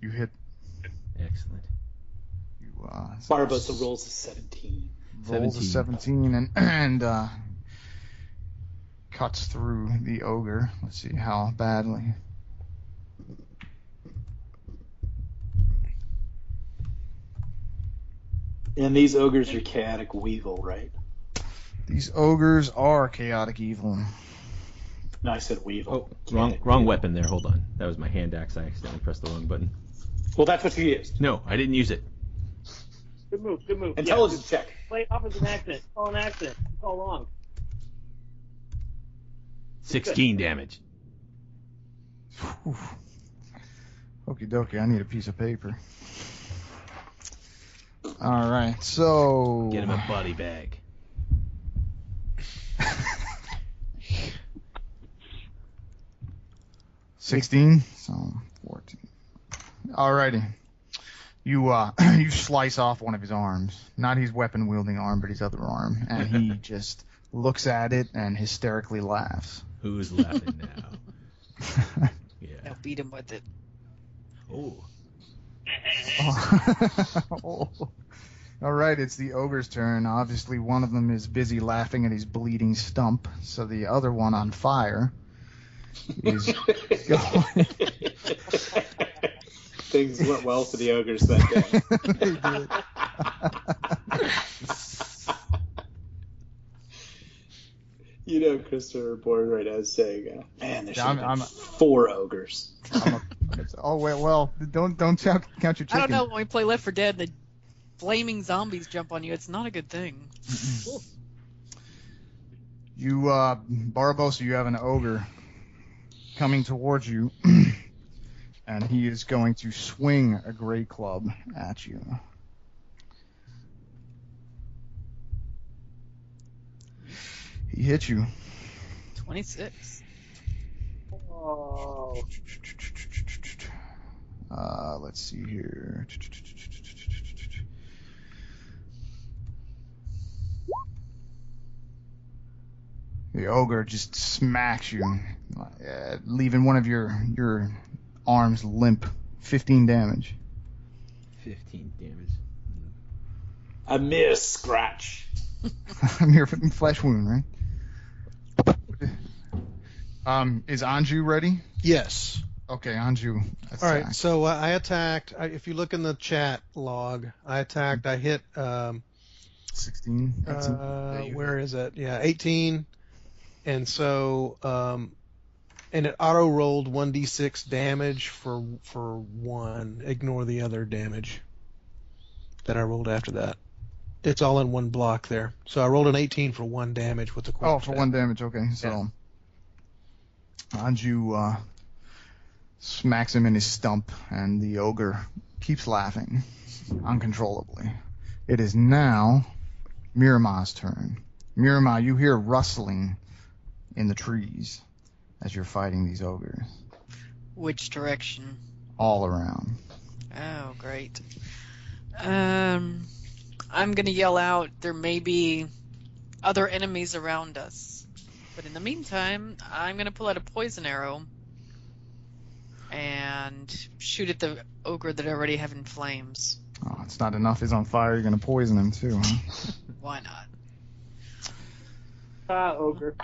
S5: You hit.
S4: Excellent.
S5: You, uh,
S2: Barbosa rolls a 17.
S5: rolls a 17 and and uh, cuts through the ogre. Let's see how badly.
S2: And these ogres are chaotic weevil, right?
S5: These ogres are chaotic evil.
S2: No, I said weevil.
S4: Oh, wrong wrong weapon there. Hold on. That was my hand axe. I accidentally pressed the wrong button.
S2: Well, that's what you used.
S4: No, I didn't use it.
S3: Good move. Good move. Yeah,
S2: Intelligence check.
S3: play it off as an accident. Call an accident. It's all wrong.
S4: Sixteen damage.
S5: Okie dokie, I need a piece of paper. All right, so
S4: Get him a body bag.
S5: sixteen, so fourteen. Alrighty, you uh, you slice off one of his arms, not his weapon wielding arm, but his other arm, and he just looks at it and hysterically laughs.
S4: Who's laughing now? Yeah.
S6: Now beat him with it.
S4: Oh.
S5: Oh. All right, it's the ogre's turn. Obviously, one of them is busy laughing at his bleeding stump, so the other one on fire is going.
S2: Things went well for the ogres that day.
S5: They did.
S2: you know, Christopher Bourne I was saying, uh, man, there should
S5: Yeah, I'm-
S2: have
S5: I'm-
S2: been four ogres.
S5: I'm a- it's- oh wait, well, don't don't count, count your chicken.
S6: I don't know. When we play Left for Dead, the flaming zombies jump on you. It's not a good thing.
S5: You, uh, Barbosa, you have an ogre coming towards you, and he is going to swing a great club at you. He hit you.
S6: 26.
S3: Oh,
S5: Uh, let's see here. The ogre just smacks you, uh, leaving one of your your arms limp. 15 damage.
S11: 15 damage.
S2: A miss, scratch.
S5: I mean, flesh wound, right? Um, is Anju ready?
S1: Yes.
S5: Okay, Anju.
S1: All right.
S5: attack.
S1: So uh, I attacked. I, if you look in the chat log, I attacked. I hit. Um,
S5: 16. That's a-
S1: uh,
S5: there you
S1: where is it? Yeah, 18. And so, um, and it auto rolled 1d6 damage for for one. Ignore the other damage that I rolled after that. It's all in one block there. So I rolled an 18 for one damage with the
S5: Oh,
S1: quarterstaff.
S5: for one damage. Okay, so Anju uh, smacks him in his stump, and the ogre keeps laughing uncontrollably. It is now Miramar's turn. Miramar, you hear rustling in the trees as you're fighting these ogres
S6: Which direction?
S5: all around.
S6: Oh, great. Um, I'm gonna yell out. There may be other enemies around us, but in the meantime, I'm gonna pull out a poison arrow and shoot at the ogre that I already have in flames.
S5: Oh, it's not enough. He's on fire. You're gonna poison him too. Huh?
S6: Why not?
S3: Ah, ogre.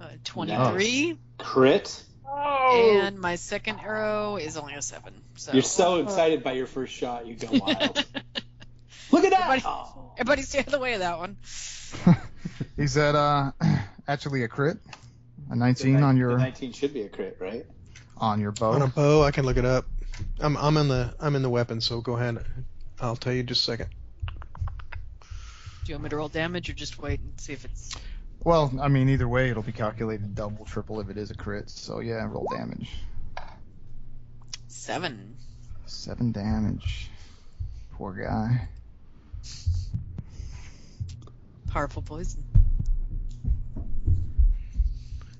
S6: Uh, 23,
S2: Crit.
S12: Oh,
S6: and my second arrow is only a seven. So
S2: You're so
S5: Oh.
S2: excited by your first shot, you go wild. Look at that! Oh.
S6: everybody stay out of the way of that one.
S5: He's at uh, actually a crit, a 19 on
S2: The
S5: your
S2: 19 should be a crit, right?
S5: on your bow.
S1: On a bow, I can look it up. I'm I'm in the I'm in the weapon, so go ahead. I'll tell you in just a second.
S6: Do you want me to roll damage or just wait and see if it's.
S5: Well, I mean, either way, it'll be calculated double, triple if it is a crit. So yeah, roll damage.
S6: Seven.
S5: Seven damage. Poor guy.
S6: Powerful poison.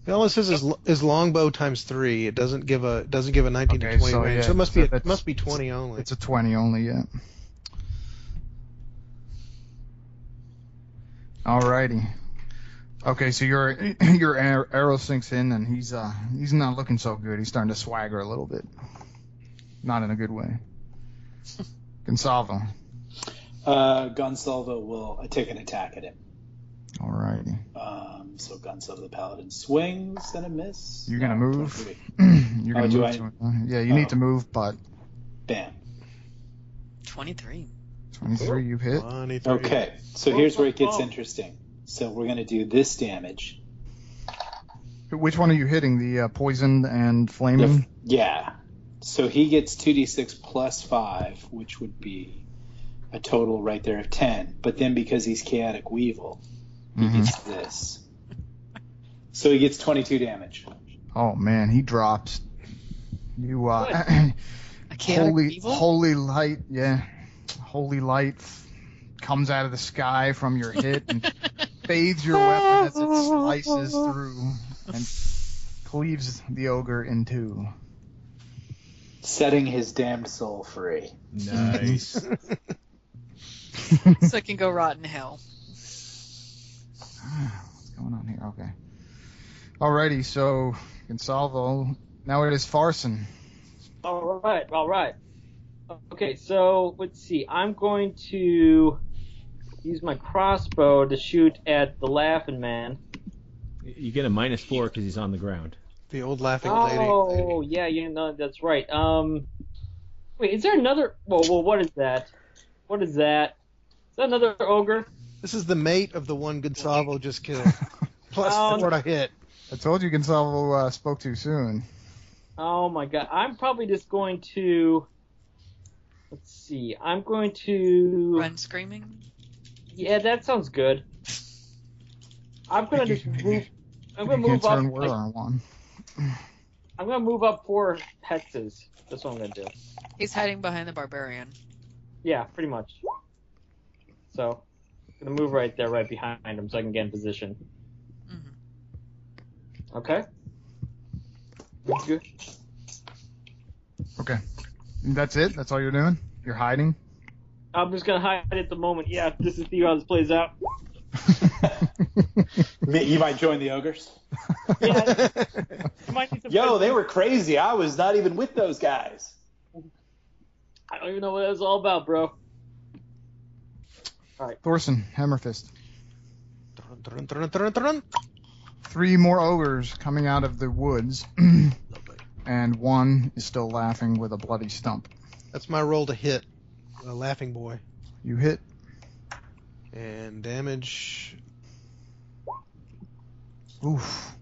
S1: Well, it says is is longbow times three. It doesn't give a it doesn't give a 19
S5: Okay,
S1: to 20
S5: so,
S1: range,
S5: yeah,
S1: so it must
S5: so
S1: be it
S5: that's-
S1: must be 20 only.
S5: It's a twenty only, yeah. Alrighty. Okay, so your your ar- arrow sinks in, and he's uh he's not looking so good. He's starting to swagger a little bit. Not in a good way. Gonsalvo.
S2: Uh, Gonsalvo will take an attack at him.
S5: Alrighty.
S2: Um, so Gonsalvo the Paladin swings and a miss.
S5: You're gonna
S2: No,
S5: move.
S2: 23.
S5: You're
S2: Oh,
S5: gonna
S2: do
S5: move.
S2: I-
S5: to- uh, yeah, you
S2: Oh.
S5: need to move, but
S2: Bam.
S6: 23.
S5: 23 you hit.
S1: 23.
S2: Okay, so
S3: Oh,
S2: here's where it
S3: oh,
S2: gets
S3: oh.
S2: interesting. So we're gonna do this damage.
S5: Which one are you hitting? The uh, poisoned and flaming?
S2: The- yeah. So he gets 2d6 plus 5, which would be a total right there of 10. But then because he's Chaotic Weevil, he
S5: Mhm.
S2: gets this. So he gets 22 damage.
S5: Oh man, he drops. You uh,
S6: I can't.
S5: holy holy light, yeah, holy light f- comes out of the sky from your hit and bathes your weapon as it slices through and cleaves the ogre in two.
S2: Setting his damned soul free.
S11: Nice.
S6: so I can go rot in hell.
S5: What's going on here? Okay. Alrighty, so Gonsalvo. Now it is Farson.
S3: All right, all right. Okay, so let's see. I'm going to use my crossbow to shoot at the laughing man.
S4: You get a minus four because he's on the ground.
S1: The old laughing lady.
S3: Oh, yeah, you know that's right. Um, wait, is there another? Well, well, what is that? What is that? Is that another ogre?
S1: This is the mate of the one Gonsalvo just killed. Plus
S3: Oh,
S1: four to hit.
S5: I told you Gonsalvo uh, spoke too soon.
S3: Oh my god, I'm probably just going to. Let's see. I'm going to.
S6: Run screaming.
S3: Yeah, that sounds good. I'm gonna just move. I'm gonna
S5: you can't
S3: move up.
S5: turn word on one.
S3: I'm gonna move up four hexes. That's what I'm gonna do.
S6: He's hiding behind the barbarian.
S3: Yeah, pretty much. So, I'm gonna move right there, right behind him, so I can get in position.
S6: Mhm.
S3: Okay. That's good.
S5: Okay. That's it? That's all you're doing? You're hiding?
S3: I'm just gonna hide at the moment. Yeah, this is see how this plays out.
S2: Mi- You might join the ogres.
S13: Yeah, you might need some
S2: Yo, they were crazy. I was not even with those guys.
S3: I don't even know what that was all about, bro.
S5: Thorson, Hammerfist.
S1: Dun, dun, dun, dun, dun.
S5: Three more ogres coming out of the woods, and one is still laughing with a bloody stump.
S1: That's my roll to hit. A laughing boy.
S5: You hit.
S1: And damage.
S5: Oof.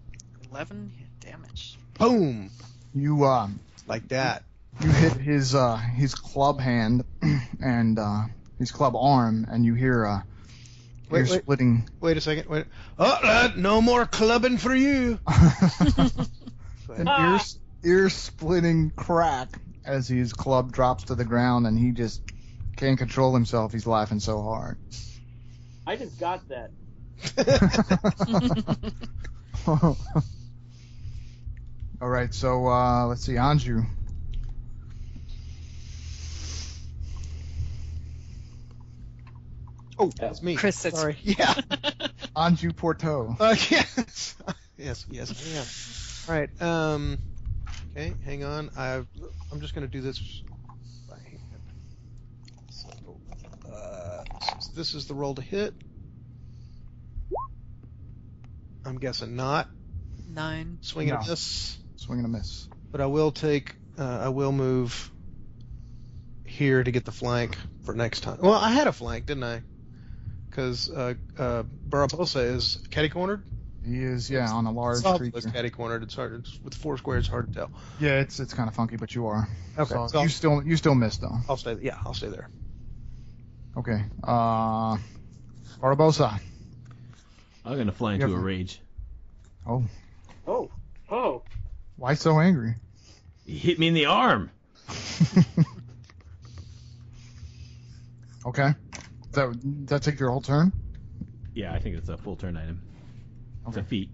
S6: 11 damage.
S1: Boom!
S5: You uh,
S1: Like that.
S5: you hit his uh, his club hand and uh, his club arm, and you hear uh,
S1: Wait,
S5: you're
S1: wait.
S5: splitting.
S1: Wait a second. Wait. Oh, lad, no more clubbing for you.
S5: an ear, ear splitting crack as his club drops to the ground and he just can't control himself. He's laughing so hard.
S3: I just got that.
S5: All right, so uh, let's see, Anju.
S1: Oh, that's me.
S6: Chris, it's-
S1: Sorry. Yeah.
S5: Anju Porto.
S1: Uh, yes. yes. Yes. I am. All right. Um. Okay. Hang on. I. I'm just gonna do this. by hand. So, uh, since this is the roll to hit. I'm guessing not.
S6: Nine.
S1: Swing and a
S5: No.
S1: miss.
S5: Swing and a miss.
S1: But I will take. Uh, I will move here to get the flank for next time. Well, I had a flank, didn't I? Because uh, uh, Barabosa is catty cornered.
S5: He is, yeah, on a large
S1: Solve
S5: creature.
S1: was catty cornered. It's hard it's, with four squares. It's hard to tell.
S5: Yeah, it's it's kind of funky, but you are.
S1: Okay,
S5: So
S1: so-
S5: you still you still miss though.
S1: I'll stay. Yeah, I'll stay there.
S5: Okay. Uh, Barbosa.
S4: I'm gonna fly into
S5: Yeah.
S4: a rage.
S3: Oh, oh,
S5: Why so angry?
S4: He hit me in the arm.
S5: okay. Does that does that take your whole turn?
S4: Yeah, I think it's a full turn item. It's a
S5: Okay.
S4: feat.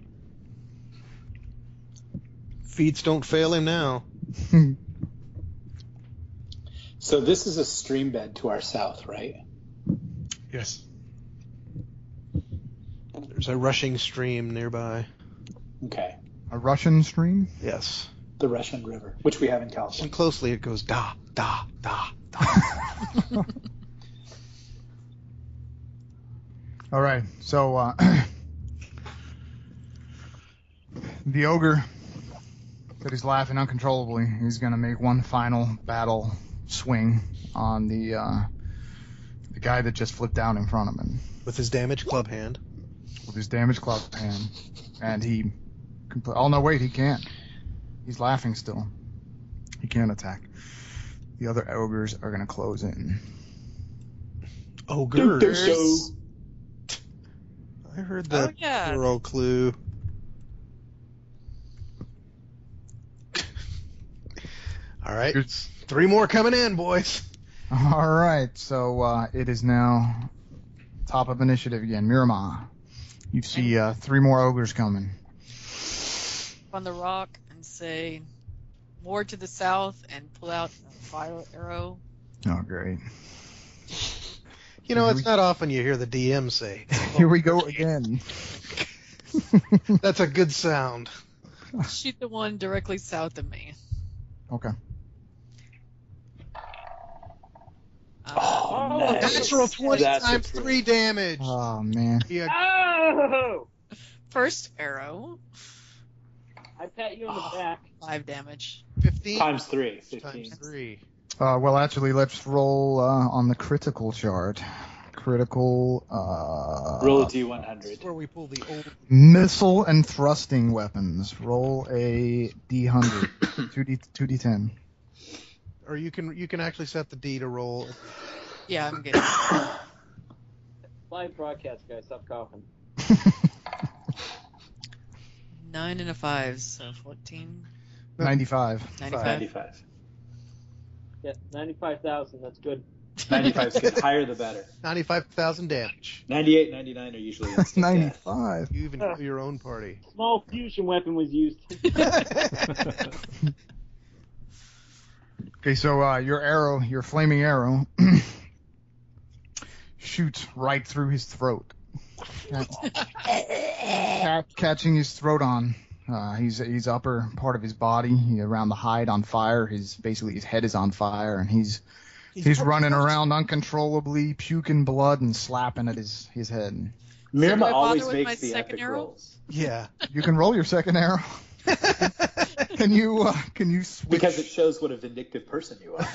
S1: Feeds don't fail him now.
S2: So this is a stream bed to our south, right?
S1: Yes. There's a rushing stream nearby.
S2: Okay.
S5: A Russian stream?
S1: Yes.
S2: The Russian River, which we have in
S1: Listen
S2: California.
S1: closely. It goes da da da.
S5: All right. So uh, the ogre that is laughing uncontrollably. He's gonna make one final battle swing on the uh, the guy that just flipped out in front of him
S1: With his damaged club hand.
S5: with his damage clock hand, and he. Compl- oh no! Wait, he can't. He's laughing still. He can't attack. The other ogres are gonna close in.
S1: Ogres.
S6: Ogres.
S1: Oh, I heard that
S6: Oh, yeah.
S1: plural clue. All right.
S5: It's-
S1: Three more coming in, boys.
S5: All right, so uh, it is now top of initiative again. Miramar, you see uh, three more ogres coming.
S6: Up on the rock and say, more to the south and pull out a fire arrow.
S5: Oh, great!
S1: You know,
S5: Here
S1: it's
S5: we-
S1: not often you hear the DM say,
S5: Here we go again.
S1: that's a good sound.
S6: Shoot the one directly south of me.
S5: okay.
S6: Uh,
S3: oh,
S1: Natural 20
S2: That's
S1: times
S2: approved.
S1: 3 damage.
S5: Oh man.
S1: Yeah,
S3: oh!
S6: first arrow,
S3: I pat you on the back.
S6: five damage.
S1: 15
S2: Times three. 15.
S1: times 3.
S5: Uh, well, actually, let's roll uh, on the critical chart. Critical uh,
S2: Roll a
S1: That's
S2: D100.
S1: where we pull the old.
S5: missile and thrusting weapons. Roll a d100, two d two d10.
S1: Or you can you can actually set the D to roll.
S6: Yeah, I'm getting.
S3: Live broadcast, guys. Stop coughing.
S6: Nine and a five, so 14.
S5: Ninety-five.
S6: 95.
S2: 95.
S3: Yeah, ninety-five thousand. That's good.
S2: 95 is good. Higher the better.
S1: 95,000 damage.
S2: 98, 99 are usually instant death.
S5: Ninety-five.
S1: You even kill your own party.
S3: Small fusion weapon was used.
S5: Okay, so uh, your arrow, your flaming arrow, shoots right through his throat, Ca- catching his throat on Uh, he's he's upper part of his body he, around the hide on fire. His basically his head is on fire, and he's he's, running around uncontrollably, puking blood and slapping at his his head.
S6: do
S2: Mirma
S6: I bother
S2: always
S6: with my
S2: makes the
S6: second
S2: epic
S6: arrow?
S2: rolls
S7: Yeah.
S5: You can roll your second arrow. can you uh, can you switch?
S2: because it shows what a vindictive person you are.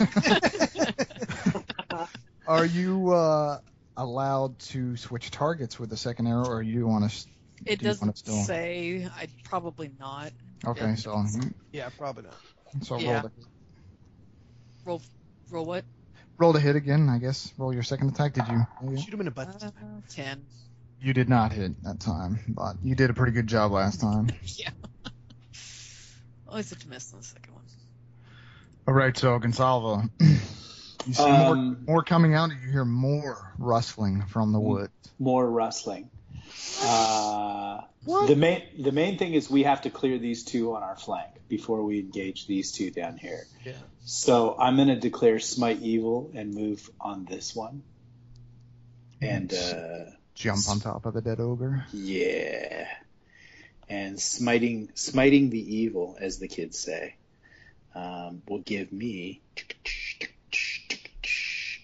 S5: Are you uh, allowed to switch targets with the second arrow, or you want to?
S6: It
S5: Do you want
S6: doesn't
S5: it still?
S6: say. I'd probably not
S5: Okay, so you-
S7: Yeah, probably not.
S5: so roll
S6: Yeah.
S5: the,
S6: roll. Roll what?
S5: roll the hit again, I guess. Roll your second attack. Did you?
S7: Shoot him in the butt.
S6: Uh, Ten.
S5: You did not hit that time, but you did a pretty good job last time.
S6: Yeah. Always have to miss on the second one.
S5: All right, so Gonsalvo, you see more,
S2: Um,
S5: more coming out, and you hear more rustling from the wood.
S2: more rustling. Uh, the main the main thing is we have to clear these two on our flank before we engage these two down here.
S7: Yeah.
S2: So I'm going to declare smite evil and move on this one. And uh,
S5: Jump on top of the dead ogre.
S2: yeah, and smiting smiting the evil, as the kids say, um, will give me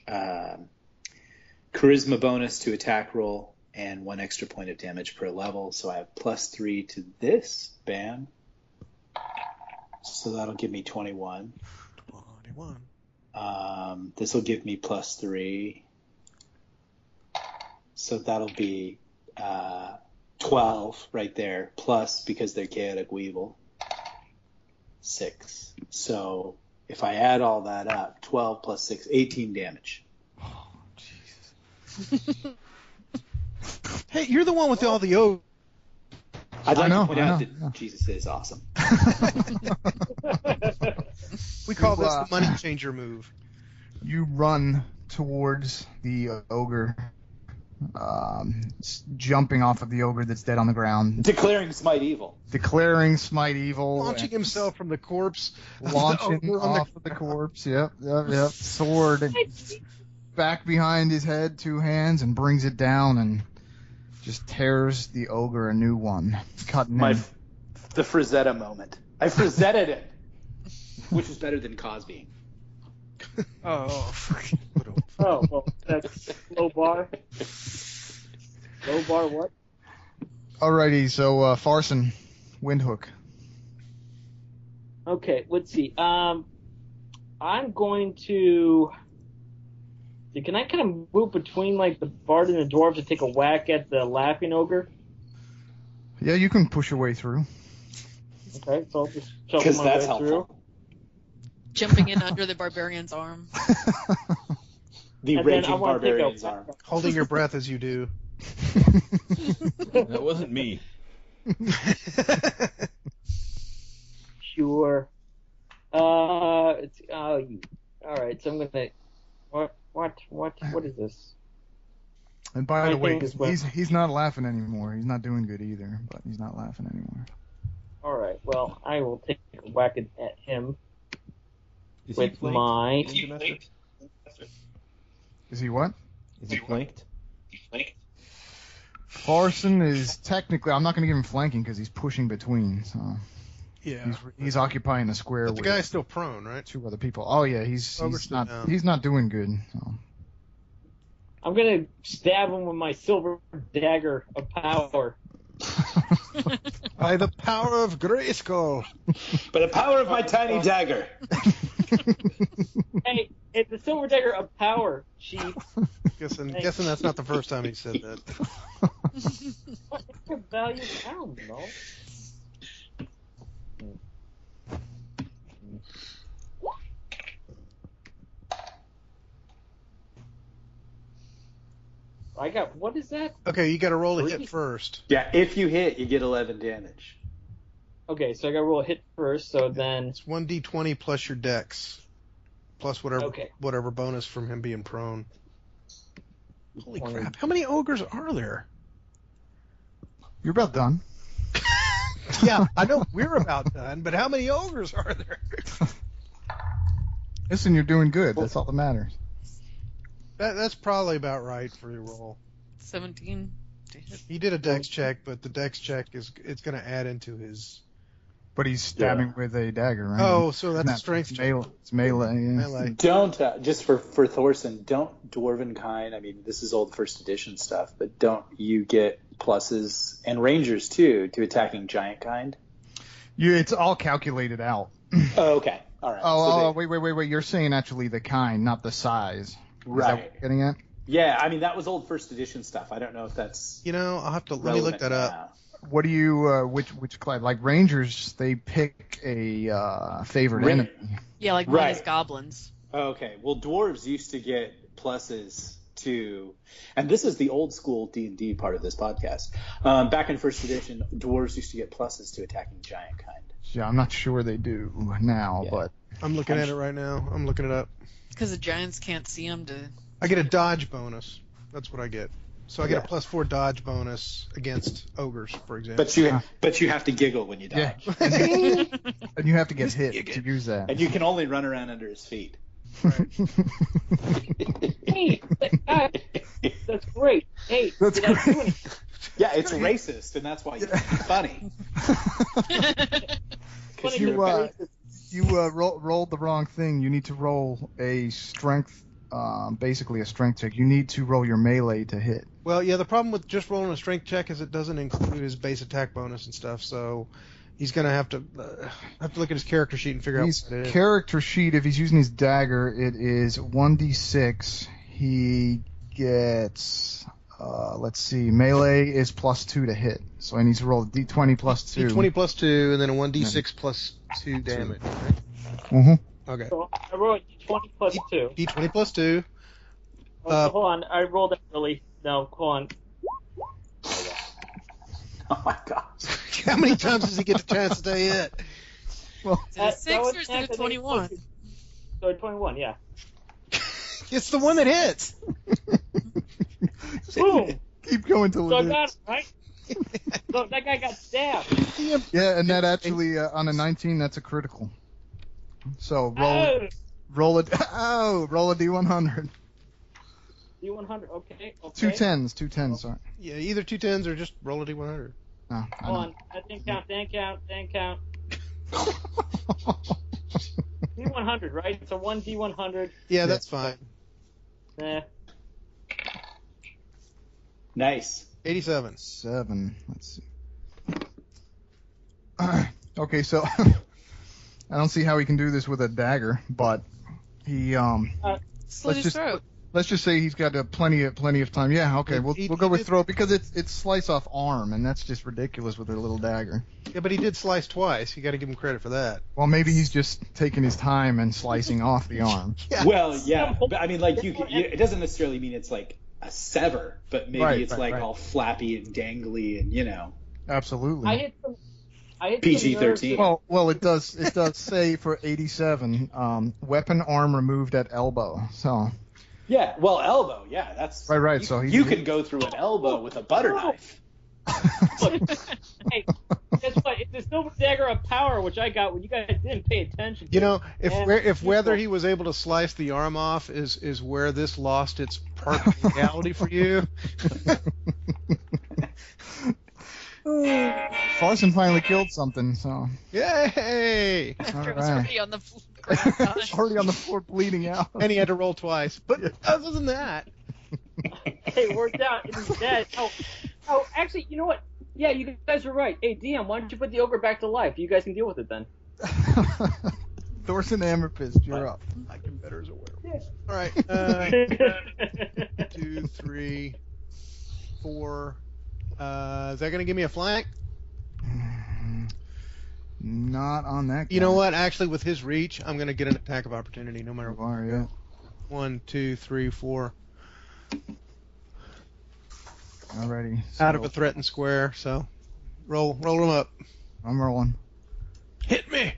S2: um, charisma bonus to attack roll and one extra point of damage per level. So I have plus three to this. Bam. So that'll give me twenty one.
S7: 21.
S2: Um, this will give me plus three. So that'll be uh, 12 right there, plus because they're chaotic weevil, six. So if I add all that up, 12 plus six, 18 damage.
S7: Hey, you're the one with all the O.
S2: I'd like
S5: I know,
S2: to point
S5: I
S2: out
S5: know,
S2: that
S5: yeah.
S2: Jesus is awesome.
S7: We call
S5: You,
S7: this
S5: uh,
S7: the money changer move.
S5: You run towards the uh, ogre, um, s- jumping off of the ogre that's dead on the ground,
S2: Declaring smite evil.
S5: declaring smite evil,
S7: Launching
S5: and
S7: himself from the corpse.
S5: launching
S7: over on the-
S5: off of the corpse. Yep, yep, yep. Sword back behind his head, two hands, and brings it down and just tears the ogre a new one, cutting
S2: My
S5: him.
S2: the Frazetta moment. I Frazetted it, which is better than Cosby.
S7: Oh,
S3: Oh, well, that's low bar. Low bar what?
S5: Alrighty, so uh, Farson, Windhook.
S3: Okay, let's see. Um, I'm going to. Dude, Can I kind of move between like the bard and the dwarf to take a whack at the laughing ogre?
S5: Yeah, you can push your way through.
S3: Okay, so I'll just shuffle
S2: Because
S3: my
S2: that's
S3: way through.
S2: helpful.
S6: Jumping in under the barbarian's arm.
S2: The
S3: And then I
S2: raging
S3: want to take
S2: barbarians
S3: a
S2: are.
S3: whack.
S7: holding your breath as you do.
S9: That wasn't me.
S3: Sure. Uh, it's, uh, you- all right. So I'm gonna. What? What? What? What is this?
S5: and by
S3: I
S5: the way,
S3: think as well.
S5: he's he's not laughing anymore. He's not doing good either, but he's not laughing anymore.
S3: All right. Well, I will take a whack at at him
S9: Is he
S3: with
S9: flanked?
S3: my.
S9: Is he domestic?
S5: Is he what?
S9: Is he flanked?
S5: Farson is technically. I'm not going to give him flanking because he's pushing between. So
S7: Yeah.
S5: he's he's occupying a square
S7: But the
S5: with
S7: guy's still prone, right?
S5: two other people. Oh yeah, he's he's
S7: Robertson,
S5: not
S7: um,
S5: he's not doing good. So.
S3: I'm gonna stab him with my silver dagger of power.
S7: By the power of Grayskull.
S2: By the power of my tiny dagger.
S3: Hey, it's the silver dagger of power, chief.
S7: Guessing, guessing that's not the first time he said that.
S3: What's the value? I don't know. I got what is that?
S7: Okay, you got to roll a
S3: Three.
S7: hit first.
S2: Yeah, if you hit, you get 11 damage.
S3: Okay, so I got to roll a hit first. So then,
S7: It's one d20 plus your dex, plus whatever
S3: Okay.
S7: whatever bonus from him being prone. Holy crap! How many ogres are there?
S5: You're about done.
S7: yeah, I know we're about done, but how many ogres are there?
S5: Listen, you're doing good. That's all that matters.
S7: That, that's probably about right for your roll.
S6: Seventeen. to hit.
S7: He did a dex check, but the dex check is it's going to add into his
S5: But he's stabbing with a dagger, right?
S1: Oh, so that's
S5: No,
S1: a strength
S5: It's
S1: check.
S5: melee. It's melee. yeah.
S1: Melee.
S2: Don't uh, just for for Thorson. Don't dwarvenkind. I mean, this is old first edition stuff, but don't you get pluses and rangers too to attacking giant kind?
S5: You, it's all calculated out.
S2: Oh, okay, all right.
S5: Oh,
S2: So
S5: oh, wait, wait, wait, wait. You're saying actually the kind, not the size. Is
S2: they-
S5: that
S2: right.
S5: what you're getting at?
S2: Yeah, I mean that was old first edition stuff. I don't know if that's
S1: You know, I'll have to let me
S2: relevant
S1: look that up.
S2: now.
S5: What do you, uh, which, which class? Like Rangers, they pick a uh, favorite
S2: Ra-
S5: enemy.
S6: Yeah, like mine is
S2: Right.
S6: goblins.
S2: Okay. Well, dwarves used to get pluses to, and this is the old school D and D part of this podcast. Um, back in first edition, dwarves used to get pluses to attacking giant kind.
S5: Yeah, I'm not sure they do now,
S14: Yeah.
S5: but
S1: I'm looking at it right now. I'm looking it up.
S6: Because the giants can't see them to.
S1: I get a dodge bonus. That's what I get. So I get
S2: Yeah.
S1: a plus four dodge bonus against ogres, for example.
S2: But you, but you have to giggle when you
S5: yeah.
S2: dodge,
S5: and you have to get hit
S2: Just
S5: to use that.
S2: and you can only run around under his feet.
S3: Hey, but, uh, that's great. Hey,
S5: That's
S3: did I do
S5: great.
S3: any-
S2: Yeah, it's racist, and that's why you think it's funny.
S3: funny
S5: you,
S3: little
S5: uh,
S3: faces?
S5: you uh, roll, rolled the wrong thing. You need to roll a strength, um, basically a strength check. You need to roll your melee to hit.
S1: Well, yeah, the problem with just rolling a strength check is it doesn't include his base attack bonus and stuff. So he's gonna have to uh, have to look at his character sheet and figure
S5: His
S1: out what it is.
S5: character sheet, if he's using his dagger, it is 1d6. He gets, uh, let's see, melee is plus 2 to hit. So he needs to roll a d20 plus 2.
S1: D20 plus two, and then a one D6 plus two damage.
S5: Mhm.
S1: Okay.
S3: So I rolled twenty plus two.
S1: D20 plus two.
S3: Oh,
S1: Uh,
S3: hold on, I rolled that really. No, hold on.
S2: Oh my gosh.
S1: How many times does he get the chance to hit?
S6: Is it a
S3: That- that
S6: six
S3: was
S6: or is it a
S3: Anthony.
S6: twenty-one?
S3: So twenty-one, yeah.
S1: It's the one that hits.
S3: Boom.
S5: Keep going till
S3: So I
S5: it
S3: got it,
S5: hits.
S3: right. So that guy got stabbed.
S5: Yeah, and that actually, uh, on a 19, that's a critical. So roll,
S3: Oh,
S5: roll it. Oh, roll a d100.
S3: D one hundred. Okay. Okay.
S5: Two tens, two tens, sorry.
S1: Yeah, either two tens or just roll a D100.
S5: No,
S3: Hold
S5: I don't-
S3: on. That didn't count. That didn't count. That didn't count. D one hundred, right? So one D one hundred.
S1: Yeah, that's fine.
S3: Eh.
S2: Nice.
S1: 87.
S5: Seven. Let's see. okay, so I don't see how he can do this with a dagger, but he um.
S6: Slit his
S5: just-
S6: throat.
S5: Let's just say he's got uh, plenty of plenty of time. Yeah, okay, we'll
S1: He- he
S5: we'll go
S1: did-
S5: with throw because it's it's slice off arm, and that's just ridiculous with a little dagger.
S1: Yeah, but he did slice twice. You got to give him credit for that.
S5: Well, maybe he's just taking his time and slicing off the arm.
S2: Well, yeah, but I mean, like you, you, it doesn't necessarily mean it's like a sever, but maybe
S5: Right,
S2: it's
S5: right,
S2: like
S5: right.
S2: all flappy and dangly, and you know,
S5: Absolutely.
S3: I hit some. I hit some
S2: PG thirteen.
S1: Oh.
S3: nerves.
S5: well, well, it does it does say for 87, um, weapon arm removed at elbow. So
S2: Yeah, well, elbow. Yeah, that's
S5: Right, right,
S2: You,
S5: so he-
S2: you can go through an elbow with a butter knife.
S3: Hey, guess what? If there's no dagger of power, which I got when you guys didn't pay attention.
S1: You know, if
S3: Yeah.
S1: where, if whether he was able to slice the arm off is is where this lost its perfect reality for you.
S5: Farson finally killed something. So.
S1: Yay!
S6: After it was
S5: Alright.
S6: already on the fl- ground.
S5: already on the floor bleeding out.
S1: And he had to roll twice. But other than that,
S3: Hey, we're down. It's dead. Oh, oh, actually, you know what? Yeah, you guys are right. Hey, DM, why don't you put the ogre back to life? You guys can deal with it then.
S5: Thorson Amherst, you're up.
S1: I can better as a werewolf. All right, uh, two, three, four. Uh, is that gonna give me a flank?
S5: Not on that.
S1: You know
S5: guy.
S1: what? Actually, with his reach, I'm gonna get an attack of opportunity no matter
S5: You
S1: what.
S5: are, yeah.
S1: One, two, three, four.
S5: Already.
S1: Out of a threatened square. So, roll roll them up.
S5: I'm rolling.
S1: Hit me.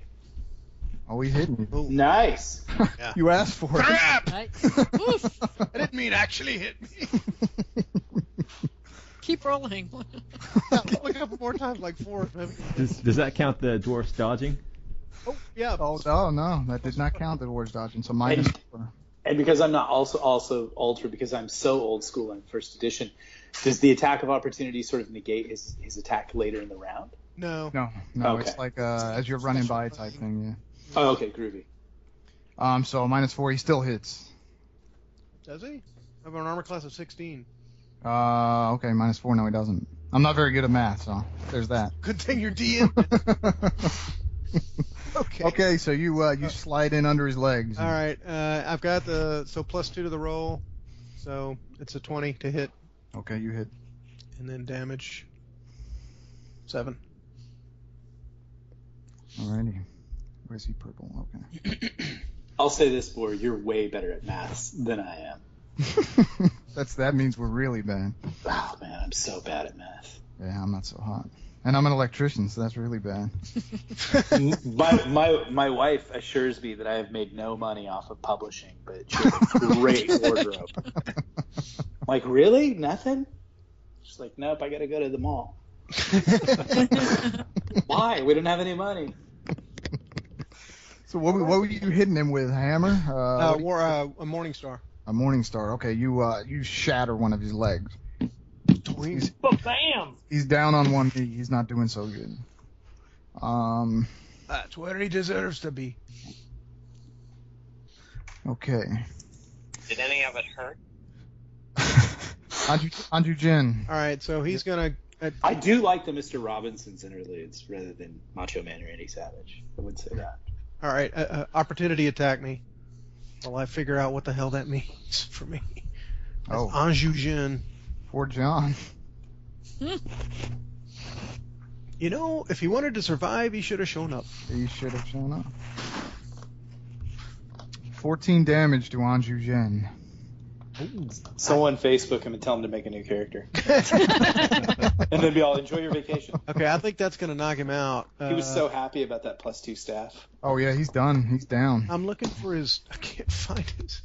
S5: Always hitting you.
S2: Nice.
S1: Yeah.
S5: You asked for it.
S1: Crap!
S6: Nice. Oof.
S1: I didn't mean actually hit me.
S6: Keep rolling.
S1: Roll a couple more times, like four. Maybe.
S4: Does, does that count the dwarfs dodging?
S1: Oh, yeah.
S5: oh no, no, that did not count the wars dodging. So minus four.
S2: And because I'm not also also ultra, because I'm so old school in first edition, does the attack of opportunity sort of negate his his attack later in the round?
S1: No.
S5: No, no,
S2: Okay.
S5: it's like uh, as you're running by type thing.
S2: Oh, okay, groovy.
S5: Yeah. Um, so minus four, he still hits.
S1: Does he? I have an armor class of 16.
S5: Uh, okay, minus four. No, he doesn't. I'm not very good at math, so there's that.
S1: Good thing you're DM. okay.
S5: okay, so you uh, you slide in under his legs.
S1: All right. Uh, I've got the so plus two to the roll, so it's a 20 to hit,
S5: Okay, you hit.
S1: and then damage seven.
S5: Alrighty. Where's he purple? Okay.
S2: I'll say this, Boar, you're way better at maths than I am.
S5: That's that means we're really bad.
S2: Oh man, I'm so bad at math.
S5: Yeah, I'm not so hot. And I'm an electrician, so that's really bad.
S2: my my my wife assures me that I have made no money off of publishing, but she has a great wardrobe. Like really, nothing? She's like, nope. I gotta go to the mall. Why? We don't have any money.
S5: so what were- what were you hitting him with? Hammer? Uh,
S1: Uh,
S5: what do you-
S1: war, uh, a morning star.
S5: a morning star. Okay, you uh you shatter one of his legs. He's,
S3: But bam!
S5: he's down on one knee. He's not doing so good. Um.
S1: That's where he deserves to be.
S5: Okay.
S8: Did any of it hurt?
S5: Andrew, Andrew Jin.
S1: All right. So he's gonna.
S2: I do like the Mister Robinson's interludes rather than Macho Man or Andy Savage. I would say that.
S1: All right. Uh, uh, opportunity attack me. While I figure out what the hell that means for me. That's
S5: Oh,
S1: Anjou Jin.
S5: poor John.
S1: You know, if he wanted to survive, he should have shown up.
S5: He should have shown up. 14 damage to Anju Jin.
S2: Someone Facebook him and tell him to make a new character, and then be all enjoy your vacation.
S1: Okay, I think that's gonna knock him out.
S2: He was
S1: Uh,
S2: so happy about that plus two staff.
S5: Oh yeah, he's done. He's down.
S1: Uh, I'm looking for his. I can't find his.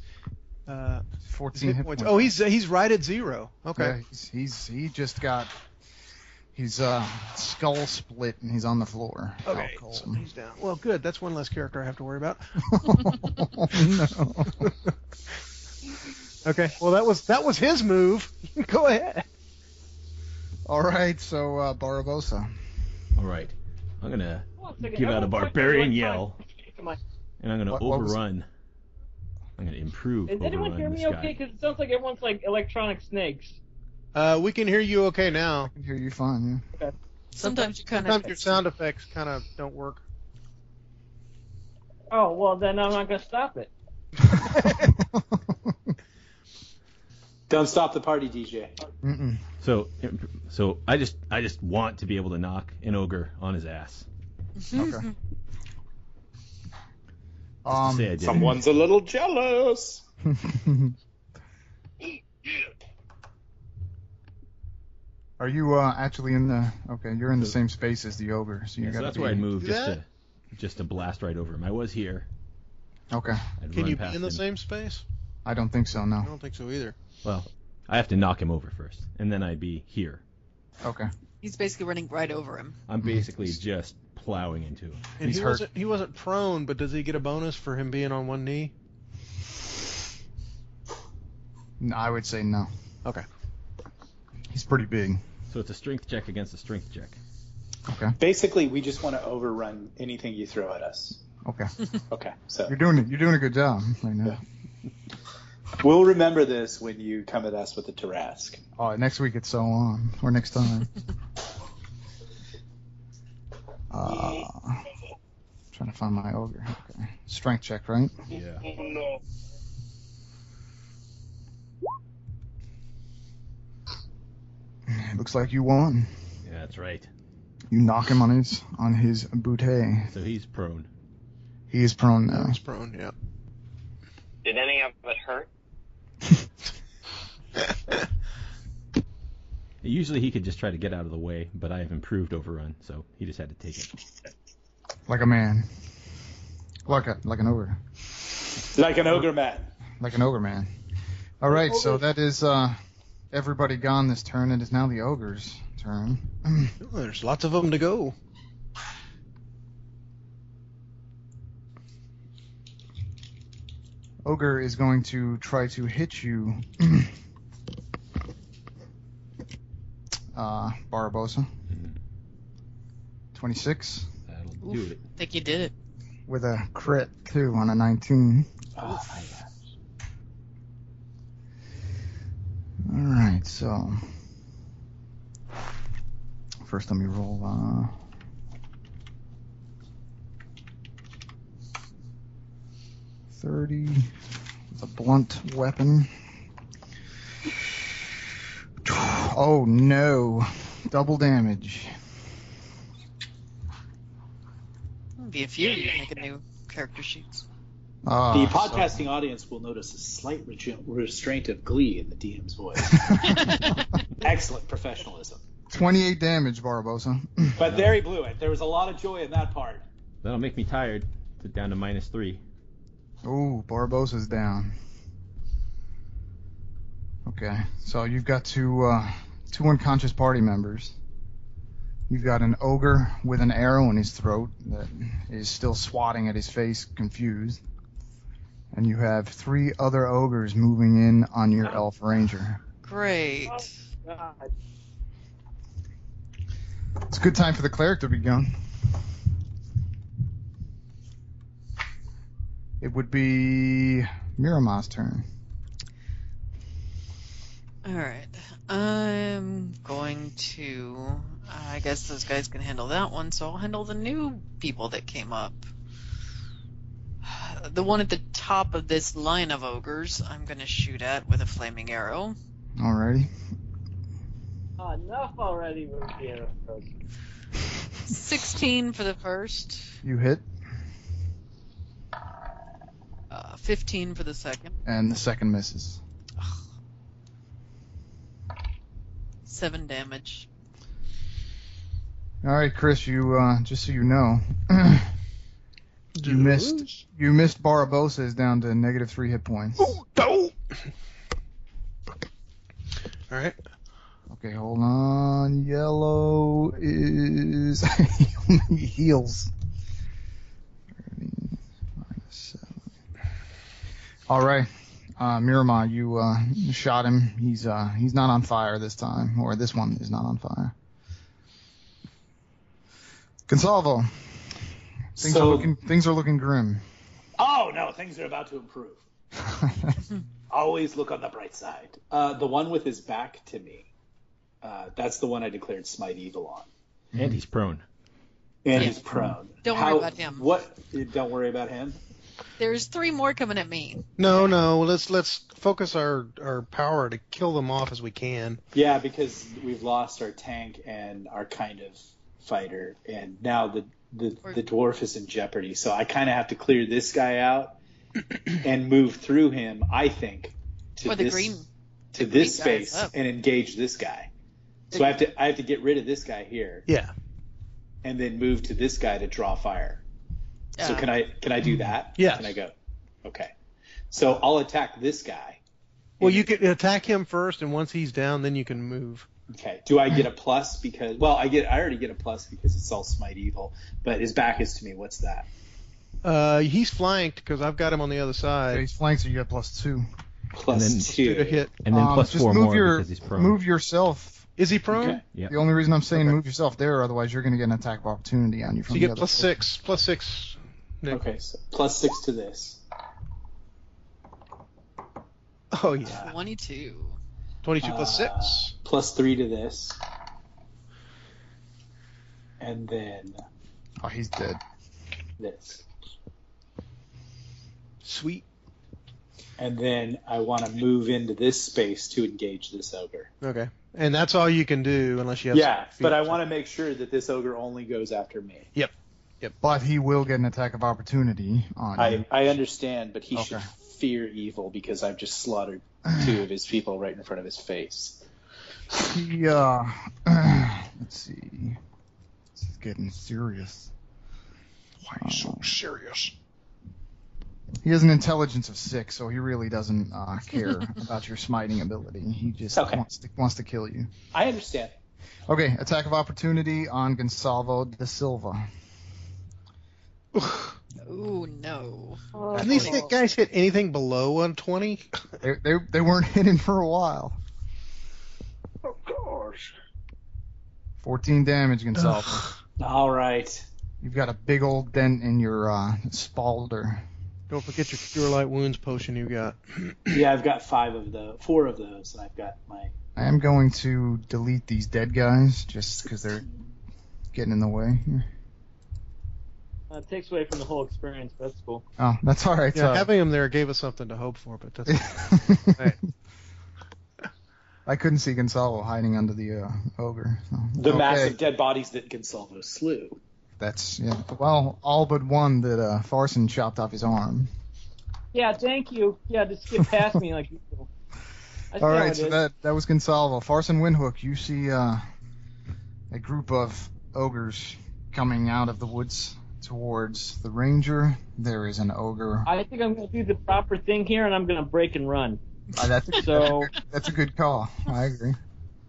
S1: Uh, his
S5: 14
S1: hit points. Oh, he's he's right at zero.
S5: Yeah,
S1: Okay.
S5: he's, he's he just got. He's uh skull split and he's on the floor. How
S1: Okay.
S5: cold.
S1: So he's down. Well, good. That's one less character I have to worry about.
S5: Oh, no.
S1: Okay. Well, that was that was his move. Go ahead.
S5: All right, so uh, Barabosa.
S4: All right, I'm gonna
S3: Hold on second,
S4: give out a
S3: everyone talk at
S4: barbarian
S3: one time.
S4: yell,
S3: Come on.
S4: and I'm gonna
S5: What- what was-
S4: overrun. I'm gonna improve.
S3: Is anyone
S4: overrun
S3: hear
S4: this
S3: me
S4: guy.
S3: okay? Because it sounds like everyone's like electronic snakes.
S1: Uh, we can hear you okay now.
S5: I can hear you fine.
S6: Sometimes you kind
S1: Sometimes your
S6: of.
S1: sound effects kind of don't work.
S3: Oh well, then I'm not gonna stop it.
S5: Yeah.
S2: Don't stop the party, DJ.
S5: Mm-mm.
S4: So, so I just I just want to be able to knock an ogre on his ass.
S5: Okay.
S4: Just to say I
S5: Um,
S4: did it.
S2: Someone's a little jealous.
S5: are you uh, actually in the? Okay, you're in the same space as the ogre, so you
S4: Yeah,
S5: got.
S4: so that's where I'd move
S1: Do
S4: just
S1: that?
S4: to just to blast right over him. I was here.
S5: Okay,
S4: I'd
S1: Can
S4: run
S1: you be
S4: past
S1: in the
S4: him.
S1: same space?
S5: I don't think so.
S1: I
S5: No.
S1: don't think so either.
S4: Well, I have to knock him over first, and then I'd be here.
S5: Okay.
S6: He's basically running right over him.
S4: I'm
S5: Mm-hmm.
S4: basically just plowing into him.
S1: And
S5: He's
S1: he
S5: hurt.
S1: wasn't he wasn't prone, but does he get a bonus for him being on one knee?
S5: No, I would say no.
S1: Okay.
S5: He's pretty big.
S4: So it's a strength check against a strength check.
S2: Basically, we just want to overrun anything you throw at us.
S5: Okay.
S2: Okay, so
S5: You're doing it. You're doing a good job right now.
S2: Yeah. we'll remember this when you come at us with a Tarask.
S5: All right, Uh, next week it's so on, or next time. uh, trying to find my ogre. Okay. Strength check, right?
S4: Yeah.
S8: Oh no.
S5: Looks like you won.
S4: Yeah, that's right.
S5: You knock him on his on his booty.
S4: So he's prone.
S5: He is prone
S1: No,
S5: now.
S1: he's prone. Yeah.
S8: Did any of it hurt?
S4: Usually he could just try to get out of the way, but I have improved overrun, so he just had to take it.
S5: Like a man. Like a like an ogre.
S2: Like an ogre man.
S5: Like an ogre man. All right, so that is uh, everybody gone this turn. It is now the ogre's turn.
S1: Oh, there's lots of them to go.
S5: Ogre is going to try to hit you, uh, Barbosa. 26
S9: That'll do it.
S6: think you did it.
S5: with a crit too on a 19.
S2: Oh, nice.
S5: All right, so first let me roll. Uh, Thirty with a blunt weapon. Oh no! Double damage.
S6: It'd be a few. You make a new character sheets.
S5: Ah,
S2: The
S5: so-
S2: podcasting audience will notice a slight reju- restraint of glee in the DM's voice. Excellent professionalism.
S5: Twenty-eight damage, Barbosa.
S2: But there he blew it. There was a lot of joy in that part.
S4: That'll make me tired. Put down to minus three.
S5: Ooh, Barbosa's down. Okay, so you've got two uh, two unconscious party members. You've got an ogre with an arrow in his throat that is still swatting at his face, confused. And you have three other ogres moving in on your elf ranger.
S6: Great.
S15: God.
S5: It's a good time for the cleric to be gone. It would be Miramas' turn.
S6: All right. I'm going to. I guess those guys can handle that one, so I'll handle the new people that came up. The one at the top of this line of ogres, I'm going to shoot at with a flaming arrow.
S5: Alrighty.
S15: Enough already with you.
S6: 16 for the first,
S5: You hit,
S6: uh, 15 for the second,
S5: and the second misses.
S6: 7 damage.
S5: All right, Chris. You uh, just so you know, you missed. You missed. Barabosa is down to negative three hit points.
S7: All right.
S5: Okay, hold on. Yellow is he only heals. 30 minus seven. All right, uh, Miramar, you uh, shot him. He's uh, he's not on fire this time, or this one is not on fire. Consalvo, things
S2: So-
S5: are looking things are looking grim.
S2: Oh no, things are about to improve. Always look on the bright side. Uh, the one with his back to me. Uh, that's the one I declared smite evil on.
S5: Mm-hmm.
S4: And he's prone.
S2: And
S6: Yeah.
S2: he's prone.
S6: Don't worry about him.
S2: What? Don't worry about him.
S6: There's 3 more coming at me.
S7: No, no. Let's let's focus our our power to kill them off as we can.
S2: Yeah, because we've lost our tank and our kind of fighter, and now the the,
S6: Or-
S2: the dwarf is in jeopardy. So I kind of have to clear this guy out and move through him. I think to
S6: Or the
S2: this
S6: green.
S2: to
S6: the
S2: this
S6: green guy's
S2: space
S6: up.
S2: and engage this guy. So I have to I have to get rid of this guy here
S7: Yeah.
S2: and then move to this guy to draw fire. So
S6: Uh,
S2: can I can I do that?
S7: Yes.
S2: Can I go? Okay. So I'll attack this guy.
S7: Well, you can attack him first, and once he's down, then you can move.
S2: Okay. Do I get a plus because? Well, I get. I already get a plus because it's all smite evil. But his back is to me. What's that?
S7: Uh, he's flanked because I've got him on the other
S5: So
S7: side.
S5: he's flanked, so you got plus two.
S2: Plus
S4: And then-
S2: two.
S7: To hit.
S4: And then
S5: Um,
S4: plus
S5: just
S4: four
S5: move
S4: more
S5: your-
S4: because he's prone.
S5: Move yourself
S7: Is he prone?
S2: Okay.
S4: Yep.
S5: The only reason I'm saying
S7: Okay.
S5: move yourself there, otherwise you're going to get an attack of opportunity on you
S7: So
S5: from
S7: you
S5: the
S7: get
S5: other
S7: plus
S5: side.
S7: six, plus six. Nick.
S2: Okay. So plus six to this.
S7: Oh yeah,
S6: 22.
S7: twenty-two plus
S2: Uh,
S7: six.
S2: Plus three to this. And then
S5: Oh, he's dead.
S2: this.
S7: Sweet.
S2: And then I want to move into this space to engage this ogre.
S7: Okay. And that's all you can do unless you have.
S2: yeah, but I want to make sure that this ogre only goes after me.
S5: But he will get an attack of opportunity on you.
S2: I, I understand, but he should
S5: Mm-hmm. Okay.
S2: fear evil because I've just slaughtered two of his people right in front of his face.
S5: He, uh, let's see. This is getting serious. Um,
S7: Why are you so serious?
S5: He has an intelligence of six, so he really doesn't uh, care about your smiting ability. He just
S2: Okay.
S5: wants to wants to kill you.
S2: I understand.
S5: Okay, attack of opportunity on Gonsalvo da Silva.
S6: Ooh, no.
S7: Can these hit- guys hit anything below 120?
S5: They, they, they weren't hitting for a while.
S15: Of course.
S5: 14 damage, Gonsalvo.
S2: All right.
S5: You've got a big old dent in your uh, spalder.
S1: Don't forget your cure light wounds potion you got.
S2: Yeah, I've got five of the four of those, and I've got my.
S5: I am going to delete these dead guys just because they're getting in the way. here.
S3: Uh, it takes away from the whole experience, but that's cool.
S5: Oh, that's all right.
S1: Yeah,
S5: so-
S1: having him there gave us something to hope for, but that's
S5: I couldn't see Gonzalo hiding under the uh, ogre. so-
S2: The
S5: okay.
S2: mass of dead bodies that Gonsalvo slew.
S5: That's yeah. Well, all but one that uh, Farson chopped off his arm.
S3: Yeah, thank you. Yeah, just get past me like usual. I see
S5: All
S3: how
S5: right,
S3: it
S5: so
S3: is.
S5: that that was Gonsalvo. Farson Windhook, you see uh, a group of ogres coming out of the woods towards the ranger. There is an ogre.
S3: I think I'm gonna do the proper thing here, and I'm gonna break and run.
S5: Uh, that's, a,
S3: So,
S5: that's a good call. I agree.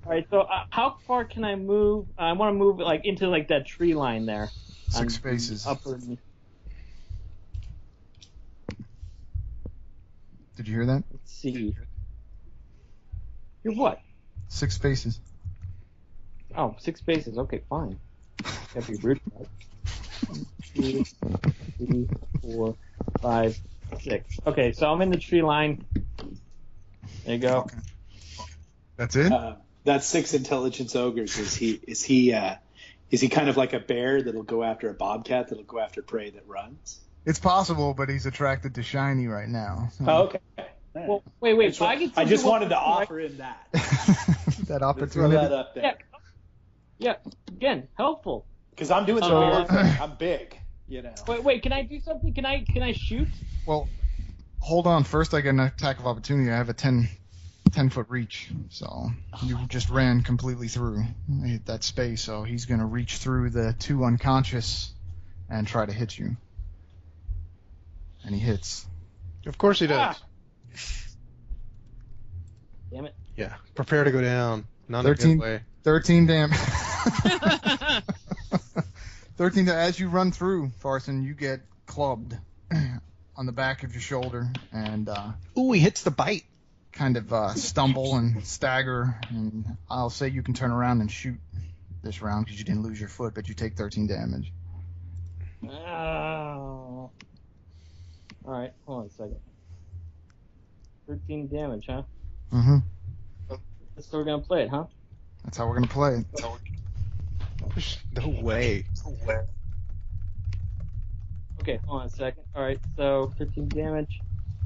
S3: all right. So, uh, how far can I move? I want to move like into like that tree line there.
S5: Six
S3: I'm
S5: spaces.
S3: Upper.
S5: Did you hear that?
S3: Let's see. You're what?
S5: Six spaces.
S3: Oh, six spaces. Okay, fine. That'd be rude. right? One, two, three, four, five, six. Okay, so I'm in the tree line. There you go.
S5: That's it.
S2: Uh, that's six intelligence ogres. Is he? Is he? Uh, is he kind of like a bear that'll go after a bobcat that'll go after prey that runs?
S5: It's possible, but he's attracted to shiny right now. so-
S3: Oh,
S2: okay.
S3: Well, wait, wait.
S2: I just,
S3: so I, get
S2: I just
S3: something-
S2: wanted to offer him that.
S5: that
S2: Throw that
S5: opportunity.
S2: up
S3: Yeah.
S2: there.
S3: Yeah. Again, helpful.
S2: Because I'm doing the
S3: So-
S2: bear thing. I'm big. You know.
S3: Wait, wait. Can I do something? Can I? Can I shoot?
S5: Well, hold on. First, I get an attack of opportunity. I have a 10, 10 foot reach, so you just ran completely through that space. So he's gonna reach through the two unconscious and try to hit you. And he hits.
S1: Of course he does.
S2: Ah.
S3: Damn it.
S1: Yeah. Prepare to go down. Not in a
S5: Thirteen.
S1: good way.
S5: Thirteen damage. Thirteen. da- As you run through, Farson, you get clubbed on the back of your shoulder and. uh
S1: Ooh, he hits the bite.
S5: kind of uh, stumble and stagger, and I'll say you can turn around and shoot this round because you didn't lose your foot, but you take 13 damage.
S3: Oh. All right. Hold on a second. Thirteen damage, huh?
S5: Mm-hmm.
S3: That's how we're gonna play it, huh?
S5: That's how we're gonna play it.
S1: No way.
S3: Okay, hold on a second. All right, so 13 damage.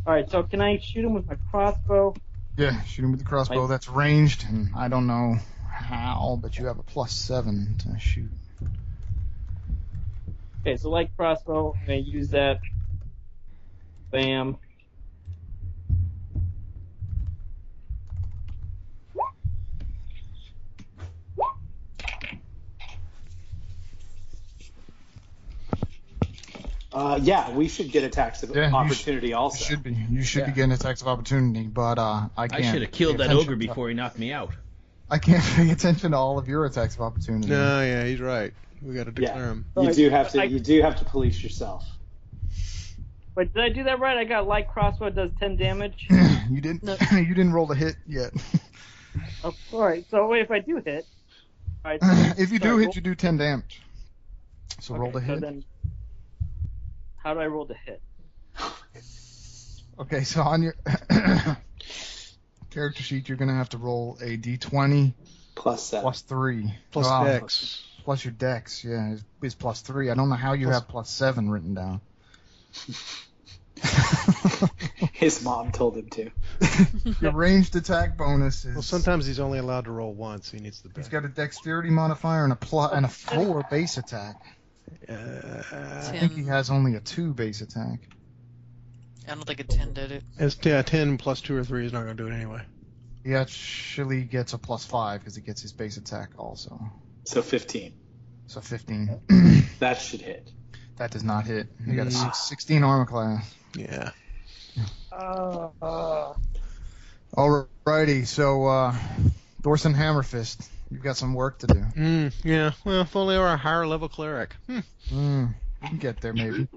S3: All right, so can I shoot him with my crossbow?
S5: Yeah, shoot him with the crossbow.
S3: Like-
S5: That's ranged, and I don't know how, but you have a plus seven to shoot.
S3: Okay, so like crossbow, I'm gonna use that. Bam.
S2: Uh, yeah, we should get attacks of
S5: Yeah, you should-
S2: opportunity
S5: You
S2: also.
S5: should be. You should be
S4: Yeah.
S5: getting attacks of opportunity, but uh, I
S4: I
S5: can't.
S4: should have killed
S5: pay
S4: that
S5: attention
S4: ogre
S5: to-
S4: before he knocked me out.
S5: I can't pay attention to all of your attacks of opportunity.
S1: No, yeah, he's right. We got to declare him.
S2: You do have to.
S3: I-
S2: You do have to police yourself.
S3: Wait, did I do that right? I got light crossbow does 10 damage.
S5: you didn't.
S6: No.
S5: you didn't roll the hit yet.
S3: oh, all right, so wait, if I do hit. All right, so-
S5: if you do
S3: Sorry,
S5: hit, you do 10 damage. So roll
S3: okay, so
S5: the hit.
S3: then, how do I roll the hit?
S5: Okay, so on your character sheet, you're gonna have to roll a d20
S2: Plus seven.
S5: plus three.
S1: Plus
S5: Wow.
S1: Dex.
S5: Plus your dex, yeah, is, is plus three. I don't know how you
S1: Plus-
S5: have plus seven written down.
S2: His mom told him to.
S5: your ranged attack bonus is.
S1: Well, sometimes he's only allowed to roll once. He needs the
S5: He's
S1: best.
S5: got a dexterity modifier and a plus and a four base attack. I
S1: Uh,
S5: think he
S6: Ten.
S5: has only a two base attack.
S6: I don't think it ten did it.
S1: it's, yeah, ten plus two or three is not going to do it anyway.
S5: He actually gets a plus five because he gets his base attack also.
S2: So fifteen.
S5: So 15.
S2: That should hit.
S5: that does not hit. He got a
S1: Mm.
S5: six, 16 armor class.
S1: Yeah.
S3: Uh,
S5: Alrighty, so uh, Dorson Hammerfist, you've got some work to do.
S1: Mm, yeah. Well, if only we were a higher level cleric. Hmm.
S5: Mm, we can get there maybe.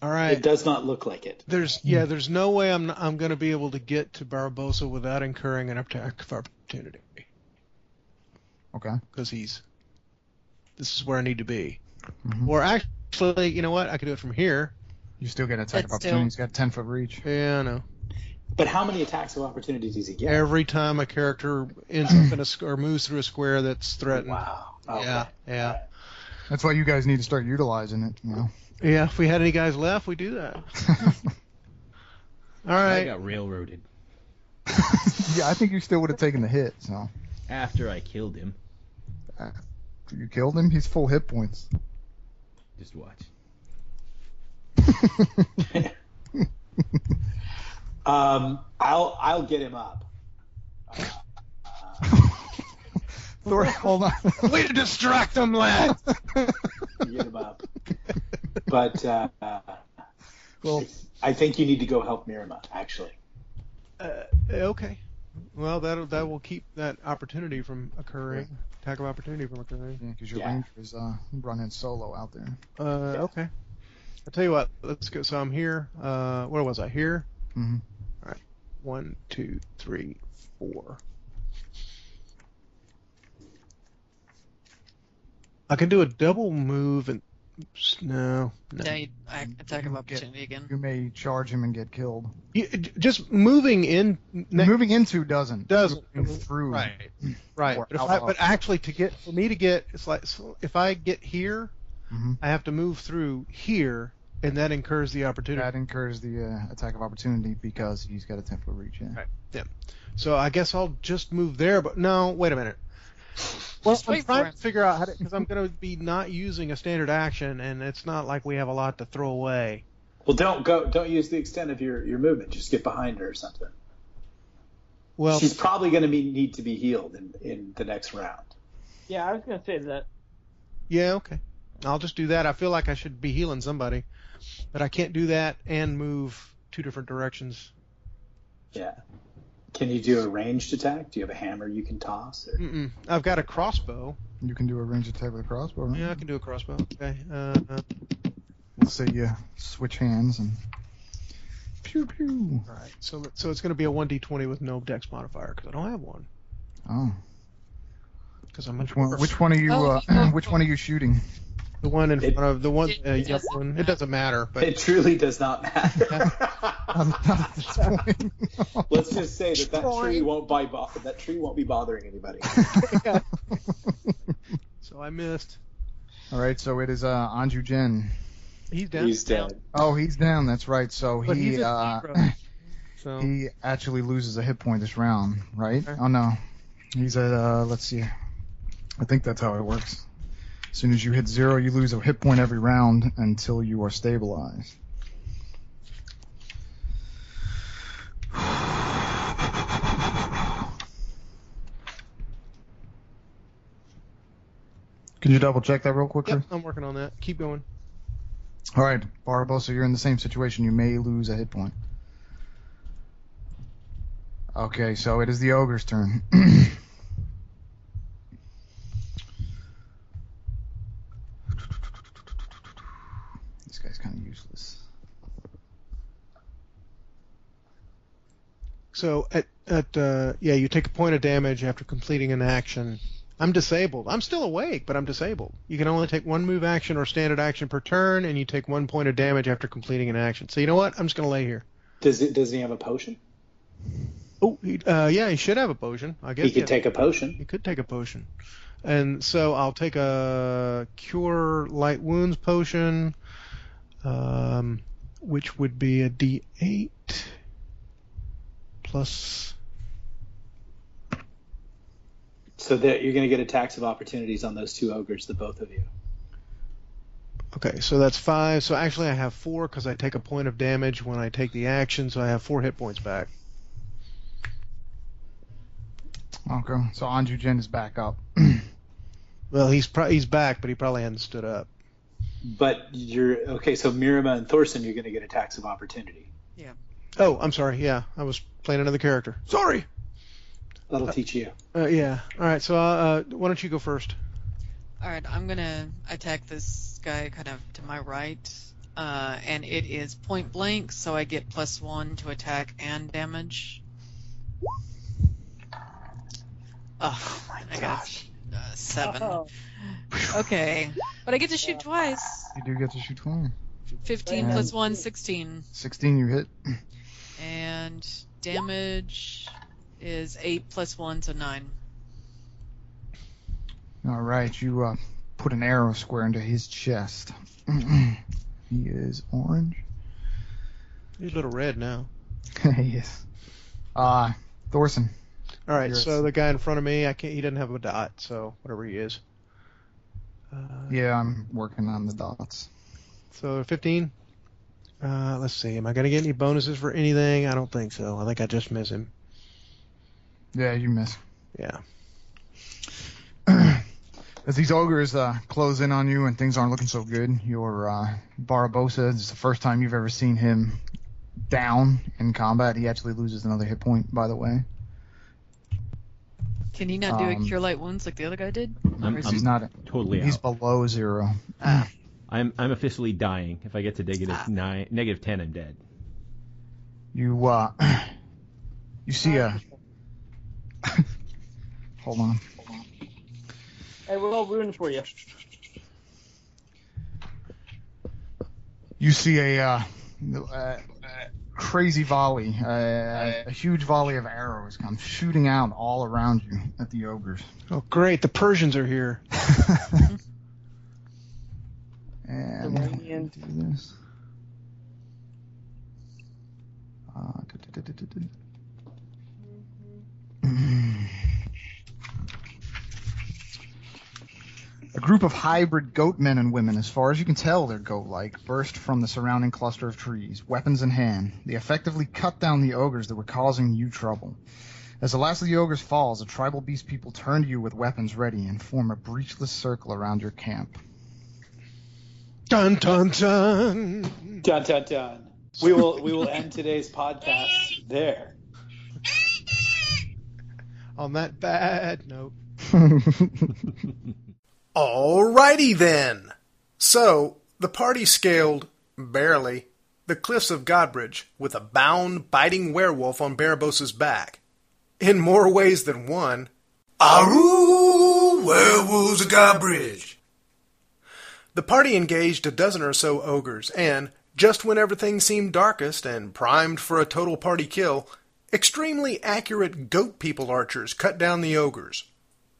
S1: All
S2: It
S1: right.
S2: does not look like it.
S1: There's yeah. There's no way I'm I'm going to be able to get to Barbosa without incurring an attack of opportunity
S5: Okay.
S1: because he's This is where I need to be. Or actually, you know what? I could do it from here.
S5: Mm-hmm. You still get an attack of
S6: That's
S5: opportunity. He's got ten foot reach.
S1: Yeah, I know.
S2: But how many attacks of opportunity does he get?
S1: Every time a character ends up in a square, moves through a square that's threatened.
S2: Wow. Okay.
S1: Yeah, yeah,
S5: That's why you guys need to start utilizing it. You know.
S1: yeah. If we had any guys left, we do that. All
S4: I
S1: right.
S4: got railroaded
S5: yeah, I think you still would have taken the hit. So
S4: after I killed him.
S5: you killed him. He's full hit points.
S4: Just watch.
S2: Um, I'll I'll get him up.
S5: Thor, hold on.
S1: Way to distract them, lad.
S2: Get him up. But uh,
S5: well,
S2: I think you need to go help Mirama. Actually,
S1: Uh, okay. Well, that that will keep that opportunity from occurring. Attack of opportunity from occurring.
S5: because your
S2: Yeah.
S5: ranger is uh, running solo out there.
S1: Uh, okay. I'll tell you what. Let's go. So I'm here. Uh, where was I? Here.
S5: Mhm.
S1: All right. One, two, three, four. I can do a double move and. oops, No, no.
S6: Now you I- attack of
S5: You get-
S6: opportunity again.
S5: You may charge him and get killed.
S1: You, j- just moving in. ne-
S5: Moving into doesn't.
S1: Doesn't.
S5: Moving through.
S1: Right, right.
S5: Or
S1: But, if
S5: out
S1: I,
S5: of-
S1: but actually, to get for me to get, it's like so if I get here,
S6: Mm-hmm.
S5: Mhm.
S1: I have to move through here, and that incurs the opportunity.
S5: That incurs the uh, attack of opportunity because he's got a ten foot reach. Yeah.
S1: Right. So I guess I'll just move there. But no, wait a minute. Well,
S6: Just
S1: I'm
S6: wait for
S1: trying
S6: him.
S1: to figure out how to because I'm going to be not using a standard action, and it's not like we have a lot to throw away.
S2: well, don't go. Don't use the extent of your your movement. Just get behind her or something.
S1: Well,
S2: She's probably going to be need to be healed in in the next round.
S3: Yeah, I was gonna say that.
S1: yeah, okay. I'll just do that. I feel like I should be healing somebody, but I can't do that and move two different directions.
S2: Yeah. Can you do a ranged attack? Do you have a hammer you can toss? Or...
S1: Mm-mm. I've got a crossbow.
S5: You can do a range attack with a crossbow. Right?
S1: Yeah, I can do a crossbow. Okay. Uh, uh,
S5: Let's say you switch hands and pew pew.
S1: all right. So so it's going to be a 1d20 with no dex modifier because I don't have one.
S5: Oh,
S1: Because I'm a
S5: which one?
S1: dwarf.
S5: Which one are you?
S6: Oh,
S5: Uh,
S6: oh,
S5: which one are you shooting?
S1: The one in
S2: It-
S1: front of the one,
S6: it
S1: uh, yellow
S6: doesn't
S1: one. It
S6: matter.
S1: doesn't matter, but
S2: It truly does not matter.
S5: Not at this point.
S2: Let's just say that that tree won't buy bo- that tree won't be bothering anybody.
S1: so I missed.
S5: All right, so it is uh, Anju Jen.
S1: He's down.
S2: He's dead.
S5: Oh, he's down. That's right. So
S1: But
S5: he
S1: he's a
S5: uh,
S1: hero. So
S5: he actually loses a hit point this round, right?
S1: Okay.
S5: Oh no, he's at uh, let's see. I think that's how it works. As soon as you hit zero, you lose a hit point every round until you are stabilized. Can you double check that real quick?
S1: yep,
S5: Chris?
S1: I'm working on that. Keep going.
S5: All right, Barbosa, you're in the same situation. You may lose a hit point. Okay, so it is the ogre's turn. this guy's kind of useless.
S1: So at at uh, yeah, you take a point of damage after completing an action. I'm disabled. I'm still awake, but I'm disabled. You can only take one move action or standard action per turn, and you take one point of damage after completing an action. So you know what? I'm just gonna lay here.
S2: Does it? Does he have a potion?
S1: Oh, he, uh, yeah, he should have a potion. I guess
S2: He could take a potion.
S1: You could take a potion. And so I'll take a cure light wounds potion, um, which would be a D8 plus.
S2: So that you're going to get attacks of opportunities on those two ogres, the both of you.
S1: Okay, so that's five. So actually, I have four because I take a point of damage when I take the action, so I have four hit points back.
S5: Okay, so Anju Jen is back up.
S1: Well, he's pro- he's back, but he probably hadn't stood up.
S2: But you're okay. So Mirama and Thorson, you're going to get attacks of opportunity.
S1: Oh, I'm sorry. Yeah, I was playing another character. Sorry.
S2: That'll teach you.
S1: Uh, yeah. All right. So uh, why don't you go first?
S6: All right, I'm gonna attack this guy kind of to my right, uh, and it is point blank, so I get plus one to attack and damage. Oh, my I gosh! uh, seven. Okay, but I get to shoot twice.
S5: You do get to shoot 20.
S6: 15
S5: Yeah.
S6: plus 1, 16.
S5: 16 you hit.
S6: And damage is 8 plus 1, so 9.
S5: All right, you uh, put an arrow square into his chest. he is orange.
S1: He's a little red now.
S5: yes. Uh, Thorson.
S1: All right,
S5: You're-
S1: so the guy in front of me, I can't. He doesn't have a dot, so whatever he is. Uh,
S5: Yeah, I'm working on the dots.
S1: So 15. Uh, let's see. Am I going to get any bonuses for anything? I don't think so. I think I just miss him.
S5: Yeah, you miss.
S1: Yeah.
S5: As these ogres uh, close in on you and things aren't looking so good, your uh, Barabosa, it's the first time you've ever seen him down in combat. He actually loses another hit point, by the way.
S6: Can he not do a
S5: Um,
S6: cure light wounds like the other guy did?
S4: I'm,
S6: Or is
S4: I'm
S5: He's not.
S4: totally
S5: He's
S4: out.
S5: below zero.
S4: I'm I'm officially dying. If I get to negative nine, negative ten, I'm dead.
S5: You uh, you see a. Hold on.
S3: Hey, we're all rooting for you.
S5: You see a uh, uh, crazy volley, uh, a huge volley of arrows come shooting out all around you at the ogres.
S1: Oh, great. The Persians are here.
S5: and
S3: Iranian.
S5: do this. Uh, du- du- du- du- du- du. A group of hybrid goat men and women, as far as you can tell, they're goat-like, burst from the surrounding cluster of trees, weapons in hand. They effectively cut down the ogres that were causing you trouble. As the last of the ogres falls, the tribal beast people turn to you with weapons ready and form a breechless circle around your camp.
S1: Dun dun dun.
S2: Dun dun dun. We will we will end today's podcast there.
S1: On that bad note.
S16: Alrighty then. So, the party scaled, barely, the cliffs of Godbridge with a bound, biting werewolf on Barabosa's back. In more ways than one. Aru! Werewolves of Godbridge! The party engaged a dozen or so ogres, and, just when everything seemed darkest and primed for a total party kill, extremely accurate goat people archers cut down the ogres.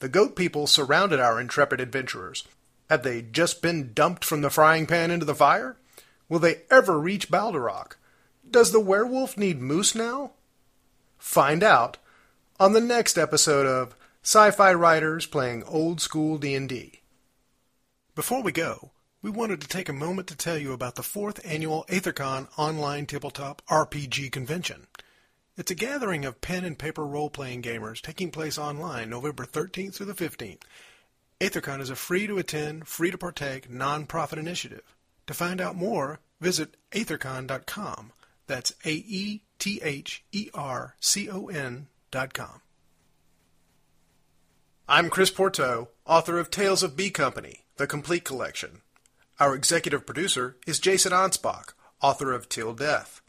S16: The goat people surrounded our intrepid adventurers. Have they just been dumped from the frying pan into the fire? Will they ever reach Baldarok? Does the werewolf need moose now? Find out on the next episode of Sci-Fi Writers Playing Old School D&D. Before we go, we wanted to take a moment to tell you about the fourth annual Aethercon online tabletop RPG convention. It's a gathering of pen and paper role playing gamers taking place online November 13th through the 15th. Aethercon is a free to attend, free to partake nonprofit initiative. To find out more, visit aethercon.com. That's A E T H E R C O N.com. I'm Chris Porto, author of Tales of Bee Company, The Complete Collection. Our executive producer is Jason Ansbach, author of Till Death.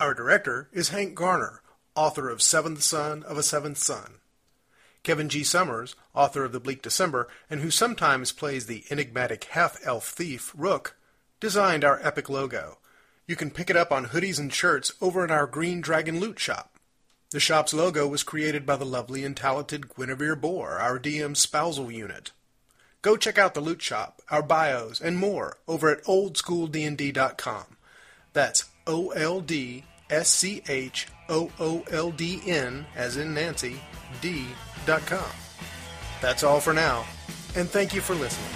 S16: Our director is Hank Garner, author of Seventh Son of a Seventh Son. Kevin G. Summers, author of The Bleak December, and who sometimes plays the enigmatic half elf thief, Rook, designed our epic logo. You can pick it up on hoodies and shirts over at our Green Dragon Loot Shop. The shop's logo was created by the lovely and talented Guinevere Bohr, our DM's spousal unit. Go check out the loot shop, our bios, and more over at oldschooldnd.com. That's O L D S C H O O L D N, as in Nancy, D dot com. That's all for now, and thank you for listening.